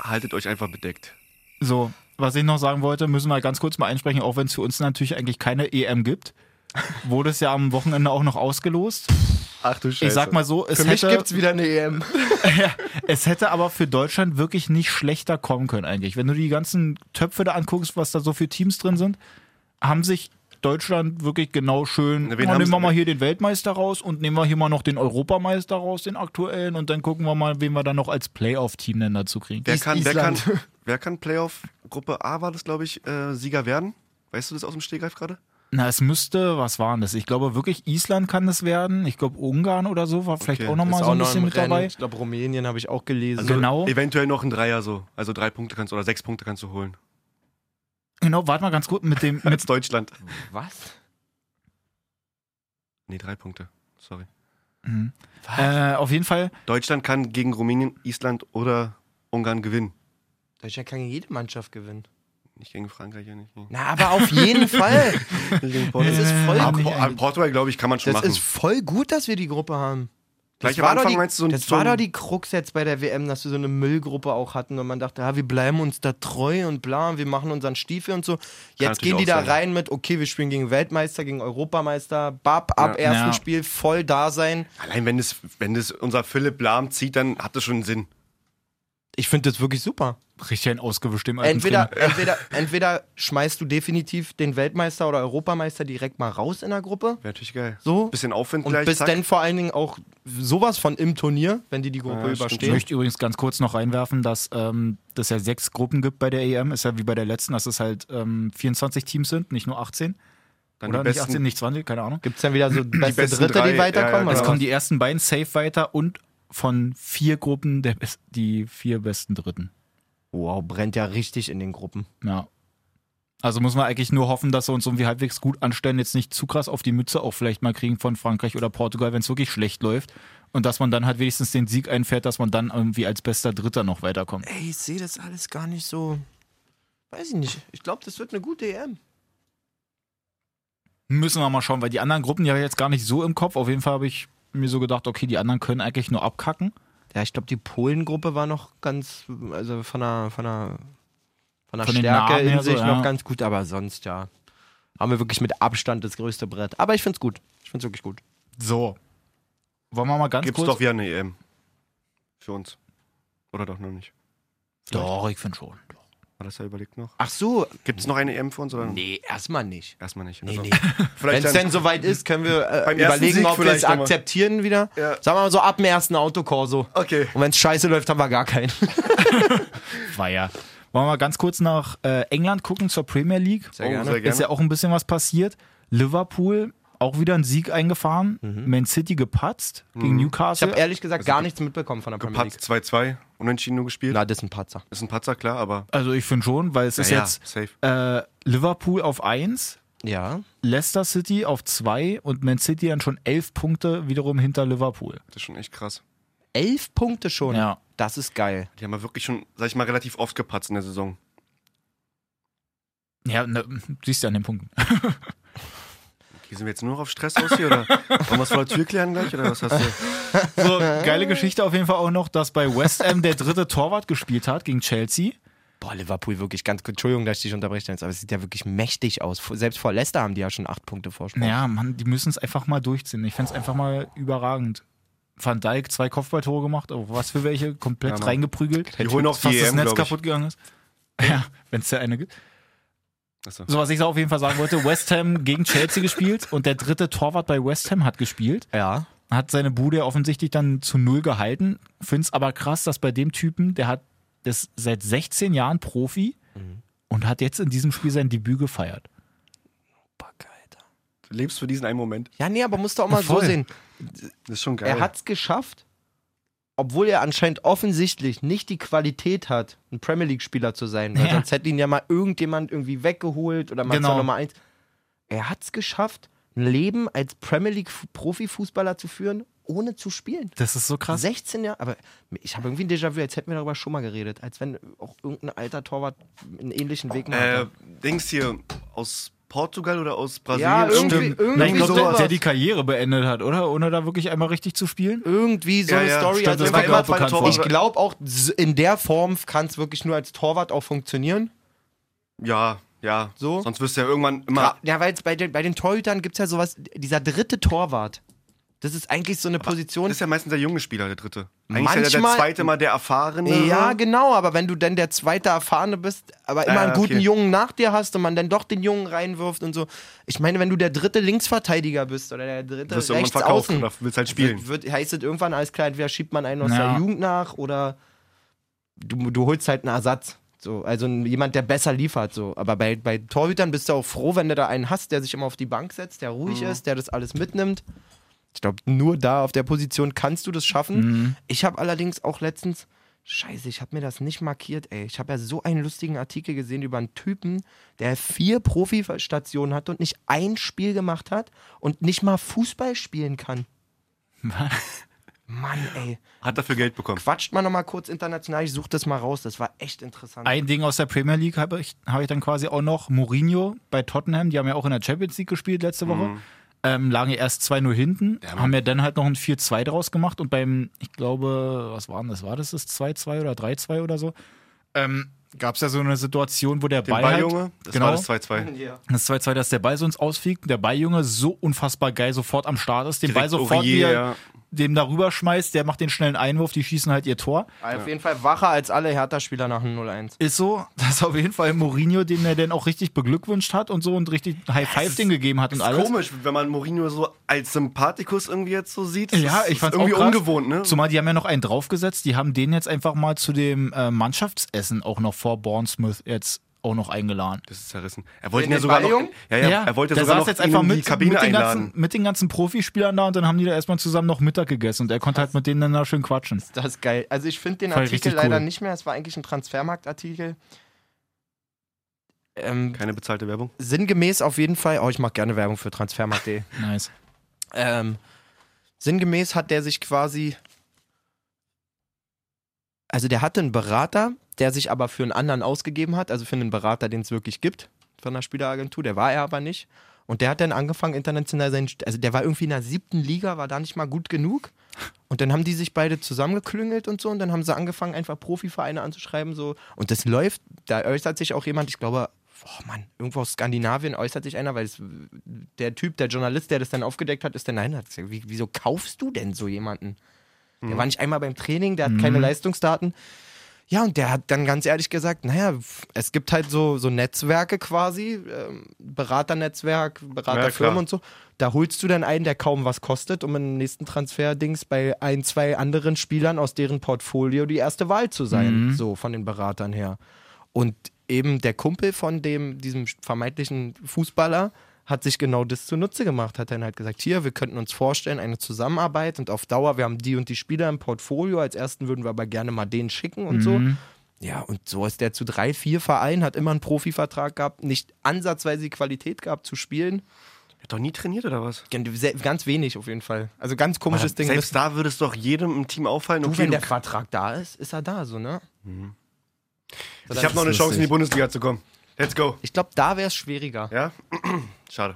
S2: Haltet euch einfach bedeckt.
S4: So, was ich noch sagen wollte, müssen wir ganz kurz mal einsprechen, auch wenn es für uns natürlich eigentlich keine EM gibt. Wurde es ja am Wochenende auch noch ausgelost.
S2: Ach du Scheiße.
S4: Ich sag mal so, es,
S3: Für mich
S4: hätte,
S3: gibt's wieder eine EM.
S4: es hätte aber für Deutschland wirklich nicht schlechter kommen können eigentlich. Wenn du die ganzen Töpfe da anguckst, was da so für Teams drin sind, haben sich Deutschland wirklich genau schön,
S2: Na,
S4: Na,
S2: wen haben
S4: nehmen
S2: sie-
S4: wir mal hier den Weltmeister raus und nehmen wir hier mal noch den Europameister raus, den aktuellen, und dann gucken wir mal, wen wir dann noch als Playoff-Team denn dazu kriegen.
S2: wer,
S3: Is-
S2: kann, wer, kann,
S3: Island.
S2: wer kann Playoff Gruppe A war das, glaube ich, äh, Sieger werden? Weißt du das aus dem Stegreif gerade?
S4: Na, es müsste, was waren das? Ich glaube wirklich Island kann es werden. Ich glaube Ungarn oder so war vielleicht
S2: Okay,
S4: auch nochmal so ein bisschen mit dabei.
S3: Ich glaube, Rumänien habe ich auch gelesen.
S4: Also- Genau.
S2: Eventuell noch ein Dreier so. Also drei Punkte kannst oder sechs Punkte kannst du holen.
S4: Genau, warte mal ganz kurz mit dem mit
S2: Als Deutschland.
S3: was?
S2: Nee, drei Punkte. Sorry.
S4: Mhm. äh, auf jeden Fall
S2: Deutschland kann gegen Rumänien, Island oder Ungarn gewinnen.
S3: Deutschland kann gegen jede Mannschaft gewinnen.
S2: Nicht gegen Frankreich und nicht gegen,
S3: Na, aber auf jeden Fall. Äh,
S2: nicht gegen
S3: Das
S2: Portugal.
S3: ist voll
S4: Ah,
S2: Ah,
S3: gut.
S2: Po- ah, Portugal, glaube ich, kann man schon
S3: Das
S2: machen.
S3: ist voll gut, dass wir die Gruppe haben.
S2: Gleich
S3: das
S2: am
S3: war, doch
S2: Anfang
S3: die,
S2: meinst du so ein-
S3: das
S2: so
S3: war
S2: ein-
S3: doch die Krux jetzt bei der WM, dass wir so eine Müllgruppe auch hatten und man dachte, ah, wir bleiben uns da treu und bla, und wir machen unseren Stiefel und so. Jetzt
S2: natürlich
S3: gehen die
S2: auch
S3: da
S2: sein.
S3: rein mit, okay, wir spielen gegen Weltmeister, gegen Europameister, bab, ab
S2: Ja.
S3: ersten
S4: Ja.
S3: Spiel voll da sein.
S2: Allein wenn das, wenn das unser Philipp Lahm zieht, dann hat das schon einen Sinn.
S3: Ich finde das wirklich super.
S4: richtig ein ausgewischt im alten
S3: Entweder,
S4: Trainer.
S3: entweder, entweder schmeißt du definitiv den Weltmeister oder Europameister direkt mal raus in der Gruppe.
S2: Wäre natürlich geil.
S3: So.
S2: Bisschen Aufwind
S3: Und
S2: gleich.
S3: bis
S2: zack.
S3: dann vor allen Dingen auch sowas von im Turnier, wenn die die Gruppe
S2: Ja, stimmt.
S4: Ich
S3: überstehen.
S4: möchte übrigens ganz kurz noch reinwerfen, dass ähm, das ja E sechs Gruppen gibt bei der EM. Ist ja wie bei der letzten, dass es halt ähm, 24 Teams sind, nicht nur 18.
S2: Dann
S4: Oder
S2: die
S4: nicht
S2: besten,
S4: 18, nicht 20, keine Ahnung.
S3: Gibt es dann wieder so beste
S2: besten
S3: Dritte,
S2: drei,
S3: die weiterkommen?
S2: ja, ja,
S4: Jetzt
S3: oder
S4: kommen
S3: was?
S4: die ersten beiden safe weiter und von vier Gruppen der best, die vier besten Dritten.
S3: wow, brennt ja richtig in den Gruppen.
S4: Ja. Also muss man eigentlich nur hoffen, dass wir uns irgendwie halbwegs gut anstellen, jetzt nicht zu krass auf die Mütze auch vielleicht mal kriegen von Frankreich oder Portugal, wenn es wirklich schlecht läuft. Und dass man dann halt wenigstens den Sieg einfährt, dass man dann irgendwie als bester Dritter noch weiterkommt.
S3: Ey, ich sehe das alles gar nicht so. Weiß ich nicht. Ich glaube, das wird eine gute E EM.
S4: Müssen wir mal schauen, weil die anderen Gruppen, die habe ich jetzt gar nicht so im Kopf. Auf jeden Fall habe ich mir so gedacht, okay, die anderen können eigentlich nur abkacken.
S3: Ja, ich glaube, die Polen-Gruppe war noch ganz, also von der, von der, von der
S4: Von den
S3: Stärke
S4: Namen
S3: in
S4: her so,
S3: sich
S4: ja.
S3: noch ganz gut, aber sonst ja. Haben wir wirklich mit Abstand das größte Brett. Aber ich find's gut. Ich find's wirklich gut.
S4: So. Wollen wir mal ganz
S2: Gibt's
S4: kurz...
S2: doch wieder eine EM. Für uns. Oder doch noch nicht.
S4: doch, ich finde schon.
S2: War das ja überlegt noch?
S3: Ach so.
S2: Gibt's noch eine EM für uns oder
S3: Nee, erstmal nicht.
S2: erstmal nicht?
S3: Nee,
S2: Also,
S3: nee. Wenn
S2: Vielleicht
S3: es
S2: dann,
S3: denn soweit ist, können wir äh,
S2: Beim ersten
S3: überlegen,
S2: Sieg
S3: ob wir es
S2: vielleicht noch mal.
S3: akzeptieren wieder.
S2: Ja.
S3: Sagen wir mal so, ab dem ersten Autokorso.
S2: Okay.
S3: Und wenn es scheiße läuft, haben wir gar keinen.
S4: War ja. Wollen wir mal ganz kurz nach äh, England gucken zur Premier League? ne?
S3: Sehr
S2: Oh,
S3: gerne.
S2: sehr
S4: Ist ja auch ein bisschen was passiert. Liverpool auch wieder einen Sieg eingefahren. Man City gepatzt gegen
S3: Mhm. Ich habe
S4: Newcastle.
S3: ehrlich gesagt gar nichts mitbekommen von der Premier League.
S2: gepatzt 2-2, unentschieden nur gespielt.
S3: Na, das ist ein Patzer.
S2: Ist ein Patzer, klar, aber
S4: also ich finde schon, weil es ist
S2: ja,
S4: jetzt
S2: safe.
S4: äh, Liverpool auf 1,
S3: Ja.
S4: Leicester City auf 2 und Man City dann schon 11 Punkte wiederum hinter Liverpool.
S2: Das ist schon echt krass.
S3: Elf Punkte schon.
S4: Ja.
S3: Das ist geil.
S2: Die haben ja wirklich schon, sag ich mal, relativ oft gepatzt in der Saison.
S4: Ja, ne, siehst du an den Punkten.
S2: Okay, sind wir jetzt nur noch auf Stress aus hier? Oder wollen wir es vor der Tür klären gleich? Oder was hast du?
S4: So, geile Geschichte auf jeden Fall auch noch, dass bei West Ham der dritte Torwart gespielt hat gegen Chelsea.
S3: Boah, Liverpool wirklich ganz gut. Entschuldigung, dass ich dich unterbreche, Dennis, aber es sieht ja wirklich mächtig aus. Vor- Selbst vor Leicester haben die ja schon acht Punkte Vorsprung.
S4: Ja, Mann, die müssen es einfach mal durchziehen. Ich fände es einfach mal überragend. Van Dijk zwei Kopfballtore gemacht, aber was für welche, komplett
S2: Ja, Mann.
S4: reingeprügelt.
S2: Die holen auch
S4: fast
S2: die
S4: das
S2: EM,
S4: Netz
S2: glaub ich.
S4: kaputt gegangen ist. Ja, wenn es da eine gibt.
S2: Achso.
S4: So, was ich da auf jeden Fall sagen wollte, West Ham gegen Chelsea gespielt und der dritte Torwart bei West Ham hat gespielt,
S3: Ja.
S4: hat seine Bude offensichtlich dann zu null gehalten. Find's aber krass, dass bei dem Typen, der hat das seit 16 Jahren Profi
S2: Mhm.
S4: und hat jetzt in diesem Spiel sein Debüt gefeiert.
S3: Back, Alter.
S2: Du lebst für diesen einen Moment.
S3: Ja, nee, aber musst du auch mal
S4: Ja, voll.
S3: so sehen.
S2: Das ist schon geil.
S3: Er hat es geschafft, obwohl er anscheinend offensichtlich nicht die Qualität hat, ein Premier League-Spieler zu sein. Weil
S4: Ja.
S3: sonst hätte ihn ja mal irgendjemand irgendwie weggeholt oder mal
S4: Genau.
S3: zur Nummer eins. Er hat es geschafft, ein Leben als Premier League-Profifußballer zu führen, ohne zu spielen.
S4: Das ist so krass.
S3: 16 Jahre, aber ich habe irgendwie ein Déjà-vu, als hätten wir darüber schon mal geredet, als wenn auch irgendein alter Torwart einen ähnlichen Weg mal
S2: äh,
S3: hatte.
S2: Dings hier aus Portugal oder aus Brasilien?
S3: Ja, irgendwie-
S2: Stimmt.
S3: irgendwie
S4: Na, ich glaube, der,
S3: sowas.
S4: der die Karriere beendet hat, oder? Ohne da wirklich einmal richtig zu spielen.
S3: Irgendwie so
S2: Ja,
S3: eine
S2: ja,
S3: Story.
S2: stimmt,
S3: also wenn
S4: das war
S3: man-
S4: mir auch bekannt vor.
S3: ich glaube auch, s- in der Form kann es wirklich nur als Torwart auch funktionieren.
S2: Ja, ja.
S3: So?
S2: Sonst wirst du ja irgendwann
S3: Ja,
S2: immer.
S3: weil jetzt bei den, bei den Torhütern gibt es ja sowas, dieser dritte Torwart. Das ist eigentlich so eine Position.
S2: Das ist ja meistens der junge Spieler, der dritte. Eigentlich ist ja der, der
S3: Manchmal-
S2: zweite mal der erfahrene.
S3: ja, genau, aber wenn du dann der zweite Erfahrene bist, aber immer
S2: Ja,
S3: einen guten
S2: okay.
S3: Jungen nach dir hast und man dann doch den Jungen reinwirft und so. Ich meine, wenn du der dritte Linksverteidiger bist oder der dritte
S2: wirst du irgendwann verkauft
S3: Rechtsaußen,
S2: oder willst halt
S3: wird,
S2: spielen.
S3: wird, heißt es irgendwann alles klar, entweder schiebt man einen aus
S4: Ja.
S3: der Jugend nach oder du, du holst halt einen Ersatz. So, also n- jemand, der besser liefert. So. Aber bei, bei Torhütern bist du auch froh, wenn du da einen hast, der sich immer auf die Bank setzt, der ruhig ist, der das alles mitnimmt. Ich glaube, nur da auf der Position kannst du das schaffen. Ich habe allerdings auch letztens, scheiße, ich habe mir das nicht markiert, ey. Ich habe ja so einen lustigen Artikel gesehen über einen Typen, der vier Profistationen hat und nicht ein Spiel gemacht hat und nicht mal Fußball spielen kann. Mann, ey.
S2: Hat dafür Geld bekommen.
S3: Quatscht mal nochmal kurz international, ich suche das mal raus, das war echt interessant.
S4: Ein Ding aus der Premier League habe ich, habe ich dann quasi auch noch. Mourinho bei Tottenham, die haben ja auch in der Champions League gespielt letzte Woche.
S2: Mhm.
S4: Ähm, lagen ja erst 2-0 hinten, haben ja dann halt noch ein 4-2 draus gemacht und beim, ich glaube, was war denn das? War das das 2-2 oder 3-2 oder so? Ähm, Gab es ja so eine Situation, wo der
S2: Den
S4: Ball,
S2: Ball,
S4: halt,
S2: Junge, das
S4: genau,
S2: war das 2-2.
S4: Das 2-2, dass der Ball so uns ausfliegt, der Balljunge so unfassbar geil sofort am Start ist, den
S2: Direkt
S4: Ball sofort
S2: Aurier,
S4: wieder
S2: ja.
S4: dem darüber schmeißt, der macht den schnellen Einwurf, die schießen halt ihr Tor.
S3: Auf jeden Fall wacher als alle Hertha-Spieler nach dem 0-1.
S4: Ist so, dass auf jeden Fall Mourinho den er dann auch richtig beglückwünscht hat und so und richtig High Five den gegeben hat und
S2: Ist
S4: alles.
S2: komisch, wenn man Mourinho so als Sympathikus irgendwie jetzt so sieht. Das
S4: Ja,
S2: ist-
S4: ich fand's
S2: ist irgendwie
S4: auch krass.
S2: ungewohnt, ne?
S4: Zumal die haben ja noch einen draufgesetzt, die haben den jetzt einfach mal zu dem äh, Mannschaftsessen auch noch vor Bournemouth jetzt auch noch eingeladen.
S2: Das ist zerrissen. Er wollte ihn
S3: Den
S2: ja sogar noch,
S3: Balljungen?
S2: ja, ja, er wollte
S4: der
S2: sogar
S4: saß
S2: noch
S4: jetzt
S2: ihn
S4: einfach
S2: in die
S4: mit,
S2: Kabine
S4: mit, den ganzen,
S2: einladen.
S4: mit den ganzen Profispielern da und dann haben die da erstmal zusammen noch Mittag gegessen und er konnte halt mit denen dann da schön quatschen.
S3: Das ist geil. Also ich finde den
S4: Voll
S3: Artikel
S4: richtig
S3: leider
S4: cool.
S3: nicht mehr. Es war eigentlich ein Transfermarktartikel. Ähm,
S2: Keine bezahlte Werbung.
S3: sinngemäß auf jeden Fall. Oh, ich mache gerne Werbung für Transfermarkt.de.
S4: Nice.
S3: ähm, sinngemäß hat der sich quasi. Also der hatte einen Berater, der sich aber für einen anderen ausgegeben hat, also für einen Berater, den es wirklich gibt, von der Spieleragentur, der war er aber nicht. Und der hat dann angefangen, international sein, also der war irgendwie in der siebten Liga, war da nicht mal gut genug. Und dann haben die sich beide zusammengeklüngelt und so und dann haben sie angefangen, einfach Profivereine anzuschreiben. So. Und das läuft, da äußert sich auch jemand, ich glaube, oh Mann, irgendwo aus Skandinavien äußert sich einer, weil es, der Typ, der Journalist, der das dann aufgedeckt hat, ist dann dahin. hat gesagt, Wie, wieso kaufst du denn so jemanden? Der war nicht einmal beim Training, der hat keine Leistungsdaten. Ja, und der hat dann ganz ehrlich gesagt, naja, es gibt halt so, so Netzwerke quasi, ähm, Beraternetzwerk, Beraterfirmen
S2: klar.
S3: und so. Da holst du dann einen, der kaum was kostet, um im nächsten Transferdings bei ein, zwei anderen Spielern aus deren Portfolio die erste Wahl zu sein, so von den Beratern her. Und eben der Kumpel von dem, diesem vermeintlichen Fußballer hat sich genau das zunutze gemacht, hat dann halt gesagt, hier, wir könnten uns vorstellen, eine Zusammenarbeit und auf Dauer, wir haben die und die Spieler im Portfolio, als ersten würden wir aber gerne mal den schicken und so. Ja, und so ist der zu drei, vier Vereinen, hat immer einen Profivertrag gehabt, nicht ansatzweise die Qualität gehabt zu spielen.
S2: Hat doch nie trainiert oder was?
S3: Gen- sehr- Ganz wenig auf jeden Fall. Also ganz komisches Ding.
S2: Selbst da würde es doch jedem im Team auffallen.
S3: du,
S2: okay,
S3: wenn
S2: du- Mhm.
S3: der Vertrag da ist, ist er da, so, ne? So,
S2: ich
S3: dann
S2: habe noch
S3: ist
S2: eine
S3: es
S2: Chance, in die
S3: lustig.
S2: Bundesliga zu kommen. Let's go.
S3: Ich glaube, da wäre es schwieriger.
S2: Ja? Schade.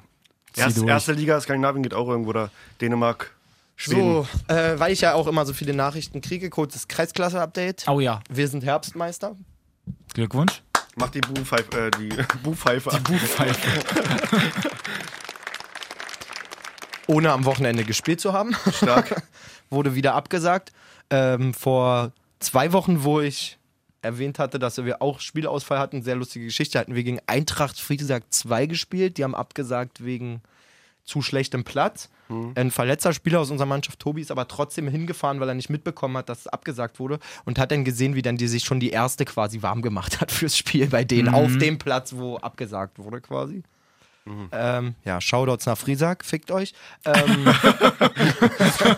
S2: Erst,
S4: durch.
S2: erste Liga, Skandinavien geht auch irgendwo da. Dänemark, Schweden.
S3: So, äh, weil ich ja auch immer so viele Nachrichten kriege, kurzes Kreisklasse-Update.
S4: Oh ja,
S3: Wir sind Herbstmeister.
S4: Glückwunsch.
S2: Mach die Buhpfeife, äh, die Buhpfeife ab.
S3: Ohne am Wochenende gespielt zu haben.
S2: Stark.
S3: Wurde wieder abgesagt. Ähm, vor zwei Wochen, wo ich erwähnt hatte, dass wir auch Spielausfall hatten, sehr lustige Geschichte hatten. Wir gegen Eintracht Friedesack 2 gespielt. Die haben abgesagt wegen zu schlechtem Platz. Ein verletzter Spieler aus unserer Mannschaft, Tobi, ist aber trotzdem hingefahren, weil er nicht mitbekommen hat, dass es abgesagt wurde und hat dann gesehen, wie dann die sich schon die erste quasi warm gemacht hat fürs Spiel bei denen auf dem Platz, wo abgesagt wurde quasi. Ähm, ja, Shoutouts nach Friesack, fickt euch. Ähm,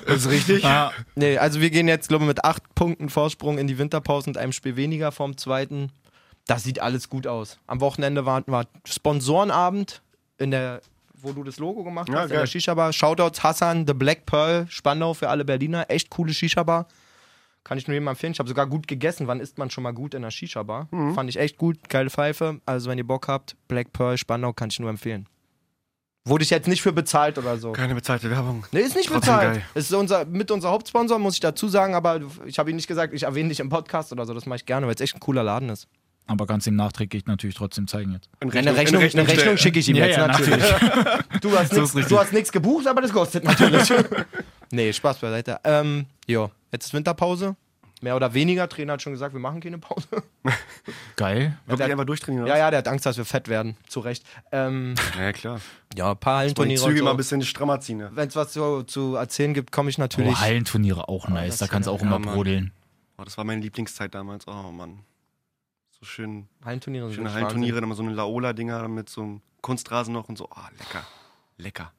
S2: Ist richtig.
S4: Ah,
S3: nee, also wir gehen jetzt, glaube ich, mit acht Punkten Vorsprung in die Winterpause und einem Spiel weniger vom zweiten. Das sieht alles gut aus. Am Wochenende war, war Sponsorenabend, in der, wo du das Logo gemacht
S2: Ja,
S3: hast, in
S2: geil.
S3: der Shisha-Bar. Shoutouts Hassan, The Black Pearl, Spandau für alle Berliner. Echt coole Shisha-Bar. Kann ich nur jedem empfehlen. Ich habe sogar gut gegessen. Wann isst man schon mal gut in einer Shisha-Bar?
S2: Mhm.
S3: Fand ich echt gut. Geile Pfeife. Also, wenn ihr Bock habt, Black Pearl, Spandau kann ich nur empfehlen. Wurde ich jetzt nicht für bezahlt oder so.
S2: Keine bezahlte Werbung.
S3: Nee, ist nicht
S2: Trotzdem
S3: bezahlt.
S2: geil.
S3: Ist unser, mit unser Hauptsponsor, muss ich dazu sagen, aber ich habe ihn nicht gesagt, ich erwähne dich im Podcast oder so, das mache ich gerne, weil es echt ein cooler Laden ist.
S4: aber ganz im Nachtrag gehe ich natürlich trotzdem zeigen jetzt.
S2: In
S3: Eine Rechnung,
S2: in
S3: eine Rechnung schicke ich ihm
S4: Ja,
S3: jetzt
S4: ja,
S3: natürlich. Du hast
S4: So
S3: nix-
S4: ist richtig.
S3: du hast nichts gebucht, aber das kostet natürlich. nee, Spaß beiseite. Ähm, jo, jetzt ist Winterpause. Mehr oder weniger. Trainer hat schon gesagt, wir machen keine Pause.
S4: Geil.
S2: Wirklich einfach durchtrainieren.
S3: Ja, ja, der hat Angst, dass wir fett werden. Zu Recht. Ähm,
S2: ja. ja klar.
S3: ja, ein paar
S2: Und die
S3: Hallenturniere.
S2: Züge mal ein
S3: Und so.
S2: bisschen strammer ziehen. Ne?
S3: Wenn es was zu, zu erzählen gibt, komme ich
S4: Oh,
S3: natürlich.
S4: Hallenturniere auch nice, da kannst du auch
S2: Ah, Ja,
S4: immer
S2: Mann.
S4: brodeln.
S2: Oh, das war meine Lieblingszeit damals. Oh Mann. So schön,
S3: Hallenturniere sind
S2: schöne
S3: wirklich
S2: Hallenturniere, dann mal so eine Laola-Dinger mit so einem Kunstrasen noch und so. Ah, lecker. Lecker.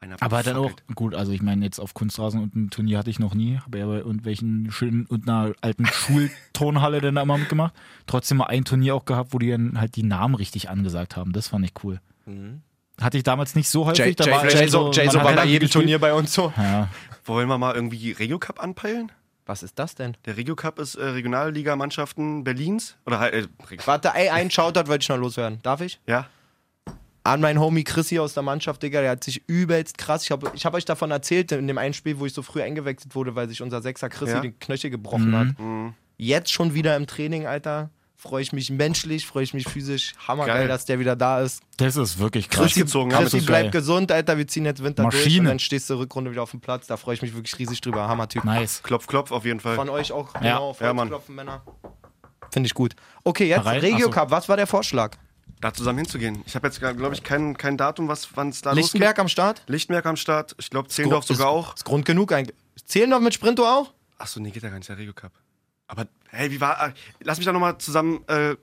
S2: Einer
S4: Aber dann auch,
S2: verfackelt.
S4: gut, also ich meine, jetzt auf Kunstrasen und ein Turnier hatte ich noch nie, habe ja bei irgendwelchen schönen und einer alten Schulturnhalle dann da immer mitgemacht. Trotzdem mal ein Turnier auch gehabt, wo die dann halt die Namen richtig angesagt haben. Das fand ich cool. Hatte ich damals nicht so häufig.
S3: Wahnsinn.
S4: da war
S3: Jay-
S4: ich
S3: Jay-
S4: dann so-
S3: Jason Jason
S4: man
S3: war
S4: hat
S3: bei
S4: halt
S3: jedem
S4: gespielt.
S3: Turnier bei uns so.
S4: Ja.
S2: Wollen wir mal irgendwie Regio Cup anpeilen?
S3: Was ist das denn?
S2: Der Regio Cup ist äh, Regionalliga-Mannschaften Berlins. Oder halt, äh, Regio-
S3: Warte, ey, einen Shoutout wollte ich noch loswerden. Darf ich?
S2: ja.
S3: An meinen Homie Chrissy aus der Mannschaft, Digga, der hat sich übelst krass. Ich habe ich hab euch davon erzählt, in dem einen Spiel, wo ich so früh eingewechselt wurde, weil sich unser Sechser Chrissy
S2: Ja.
S3: den Knöchel gebrochen hat. Jetzt schon wieder im Training, Alter. Freue ich mich menschlich, freue ich mich physisch. Hammergeil,
S2: Geil.
S3: dass der wieder da ist.
S4: Das ist wirklich krass.
S2: Durchgezogen. haben wir
S3: Chrissy
S2: das.
S4: ist
S3: bleibt
S4: geil.
S3: gesund, Alter. Wir ziehen jetzt Winter durch und
S4: Maschine.
S3: dann stehst du Rückrunde wieder auf dem Platz. Da freue ich mich wirklich riesig drüber. Hammer-Typ.
S4: Nice.
S2: Klopf, klopf auf jeden Fall.
S3: Von euch auch.
S4: Ja.
S3: Genau, auf
S2: Ja, Mann.
S3: Holzklopfen, Männer. Finde ich gut. Okay, jetzt
S4: Rein-
S3: Regio
S4: Ach so.
S3: Cup. Was war der Vorschlag?
S2: da zusammen hinzugehen. Ich habe jetzt, glaube ich, kein, kein Datum, was wann es da
S3: Lichtenberg am Start?
S2: losgeht. Lichtenberg am Start. Ich glaube, Zehlendorf sogar
S3: ist,
S2: auch.
S3: Ist Grund genug eigentlich. Zehlendorf mit Sprinto auch?
S2: Achso, nee, geht ja gar nicht. Der Regio Cup. Aber, hey, wie war. Lass mich da nochmal zusammen äh,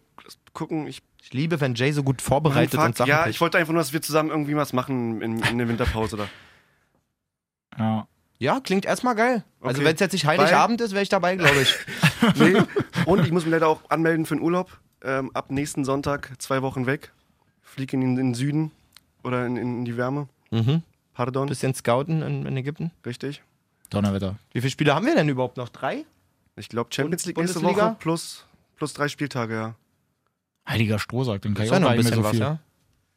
S2: gucken. Ich
S3: Ich liebe, wenn Jay so gut vorbereitet
S2: Fuck,
S3: und Sachen
S2: ja,
S3: pickt.
S2: ich wollte einfach nur, dass wir zusammen irgendwie was machen in, in der Winterpause. Da.
S4: Ja.
S3: ja, klingt erstmal geil. Also
S2: Okay.
S3: wenn es jetzt nicht Heiligabend ist, wäre ich dabei, glaube ich.
S2: Nee. Und ich muss mich leider auch anmelden für den Urlaub. Ähm, ab nächsten Sonntag zwei Wochen weg. Flieg in den, in den Süden oder in, in die Wärme.
S3: mhm.
S2: Pardon,
S3: Bisschen scouten in, in Ägypten.
S2: richtig.
S4: Donnerwetter.
S3: Wie viele Spiele haben wir denn überhaupt noch? Drei?
S2: Ich glaube Champions League nächste
S3: Bundesliga?
S2: Woche plus, plus drei Spieltage, ja.
S4: Heiliger Strohsack, den kann
S3: Ist
S4: ich
S3: ja
S4: auch
S3: noch
S4: gar
S3: ein
S4: nicht mehr
S3: bisschen
S4: so
S3: was,
S4: viel.
S3: ja.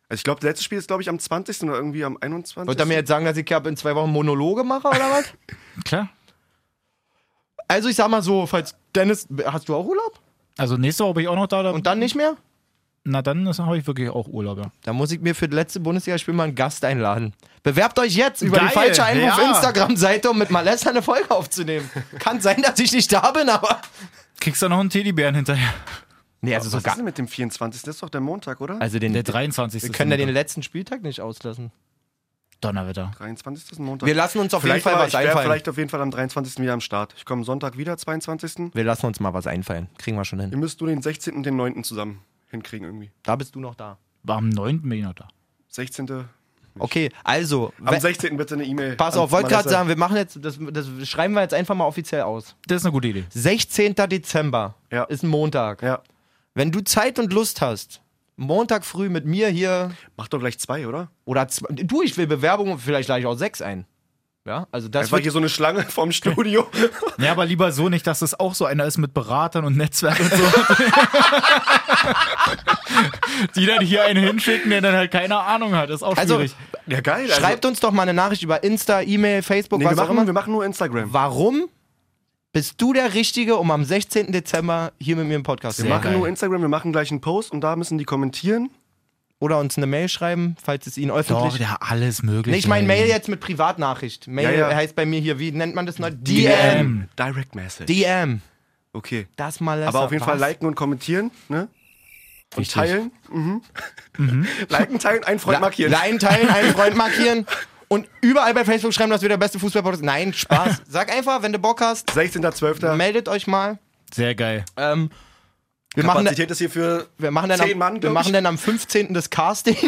S2: Also ich glaube, das letzte Spiel ist, glaube ich, am 20. oder irgendwie am 21.
S3: Wollt ihr mir jetzt sagen, dass ich ab in zwei Wochen Monologe mache oder was?
S4: Klar.
S3: Also ich sag mal so, falls Dennis, hast du auch Urlaub?
S4: Also nächste Woche bin ich auch noch da. da
S3: Und dann nicht mehr?
S4: na dann habe ich wirklich auch Urlaub, ja.
S3: Da muss ich mir für das letzte Bundesligaspiel mal einen Gast einladen. Bewerbt euch jetzt über
S4: Geil,
S3: die falsche Einwurf
S4: ja.
S3: Instagram-Seite, um mit Malessa eine Folge aufzunehmen. Kann sein, dass ich nicht da bin, aber.
S4: Kriegst du noch einen Teddybären hinterher?
S3: Nee, also so
S2: Was ist
S3: gar.
S2: denn mit dem 24.? Das ist doch der Montag, oder?
S3: Also den,
S4: Der 23.
S3: wir können ja den
S4: Sonntag.
S3: letzten Spieltag nicht auslassen.
S4: Donnerwetter.
S2: 23. ist ein Montag.
S3: Wir lassen uns auf
S2: vielleicht
S3: jeden Fall
S2: aber,
S3: was
S2: ich wär
S3: einfallen.
S2: vielleicht auf jeden Fall am 23. wieder am Start. Ich komme Sonntag wieder, 22.
S3: Wir lassen uns mal was einfallen. Kriegen wir schon hin.
S2: Ihr müsst nur den 16. und den 9. zusammen hinkriegen irgendwie.
S3: Da bist du noch da.
S4: War am 9. bin ich noch da.
S2: 16.
S3: Okay, also.
S2: Am
S3: we-
S2: 16. bitte eine E-Mail.
S3: Pass
S2: an
S3: auf, wollte gerade
S2: Vanessa.
S3: sagen, wir machen jetzt, das, das schreiben wir jetzt einfach mal offiziell aus.
S4: Das ist eine gute Idee.
S3: 16. Dezember
S2: Ja.
S3: ist ein Montag.
S2: Ja.
S3: Wenn du Zeit und Lust hast, Montag früh mit mir hier
S2: Mach doch gleich zwei, oder?
S3: oder zwei, du, ich will Bewerbungen, vielleicht gleich auch sechs ein. Ja, also das
S2: Einfach
S3: wird,
S2: hier so eine Schlange vom Studio.
S4: Ja, aber lieber so nicht, dass es auch so einer ist mit Beratern und Netzwerk und so. die dann hier einen hinschicken, der dann halt keine Ahnung hat. Das ist auch
S3: Also,
S4: schwierig.
S2: ja, geil. Also,
S3: schreibt uns doch mal eine Nachricht über Insta, E-Mail, Facebook,
S2: nee, wir,
S3: was auch immer.
S2: machen, wir machen nur Instagram.
S3: Warum bist du der Richtige, um am 16. Dezember hier mit mir im Podcast zu
S2: Wir
S4: Sehr
S2: machen
S3: machen?
S4: geil.
S2: nur Instagram, wir machen gleich einen Post und da müssen die kommentieren.
S3: Oder uns eine Mail schreiben, falls es Ihnen
S4: Doch,
S3: öffentlich...
S4: ja, alles möglich.
S3: Nee, ich meine Mail jetzt mit Privatnachricht. Mail
S2: Ja, ja.
S3: heißt bei mir hier, wie nennt man das noch? DM.
S4: DM.
S2: Ähm, Direct Message.
S3: DM.
S2: okay.
S3: Das mal
S2: Aber auf jeden Fall liken und kommentieren, ne? Und
S3: Richtig. Mhm.
S2: teilen. Mhm. liken, teilen, einen Freund markieren.
S3: Nein, teilen, einen Freund markieren. Und überall bei Facebook schreiben, dass wir der beste Fußballpodcast sind. Nein, Spaß. Sag einfach, wenn du Bock hast,
S2: 16.12.
S3: meldet euch mal.
S4: Sehr geil.
S3: Ähm, wir, machen,
S2: Kapazität ist hierfür.
S3: wir machen dann
S2: zehn
S3: am,
S2: Mann,
S3: wir
S2: glaub
S3: machen
S2: ich.
S3: dann am 15. das Casting.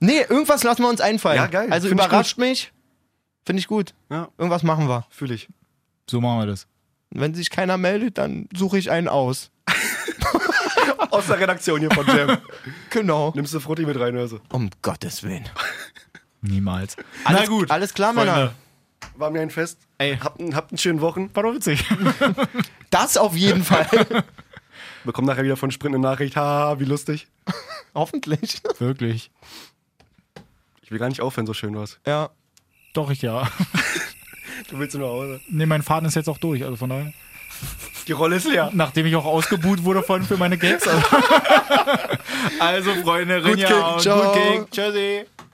S3: nee, irgendwas lassen wir uns einfallen.
S2: Ja, geil.
S3: Also
S2: Find ich
S3: überrascht mich. Finde ich gut.
S2: Ja,
S3: Irgendwas machen wir.
S2: fühle ich.
S4: So machen wir das.
S3: Und Wenn sich keiner meldet, dann suche ich einen aus.
S2: Aus der Redaktion hier von Jam.
S3: Genau.
S2: Nimmst du Frutti mit rein oder so?
S3: Um Gottes Willen.
S4: Niemals.
S3: Alles, Alles klar, Männer.
S4: Freunde.
S2: War mir ein Fest.
S4: Ey.
S2: Habt, einen- habt einen schönen Wochen.
S4: War doch witzig.
S3: Das auf jeden Fall.
S2: Bekommt nachher wieder von Sprint eine Nachricht. Haha, wie lustig.
S3: Hoffentlich.
S4: Wirklich.
S2: Ich will gar nicht aufhören, so schön war's.
S3: Ja.
S4: Doch, ich ja.
S2: Du willst nur nach Hause.
S4: Nee, mein Faden ist jetzt auch durch. Also von daher.
S2: Die Rolle ist leer.
S4: Nachdem ich auch ausgebuht wurde von für meine Gags. Also, also Freunde, Rinja.
S3: Kick,
S4: und
S3: ciao.
S4: Gut Kick. Tschüssi.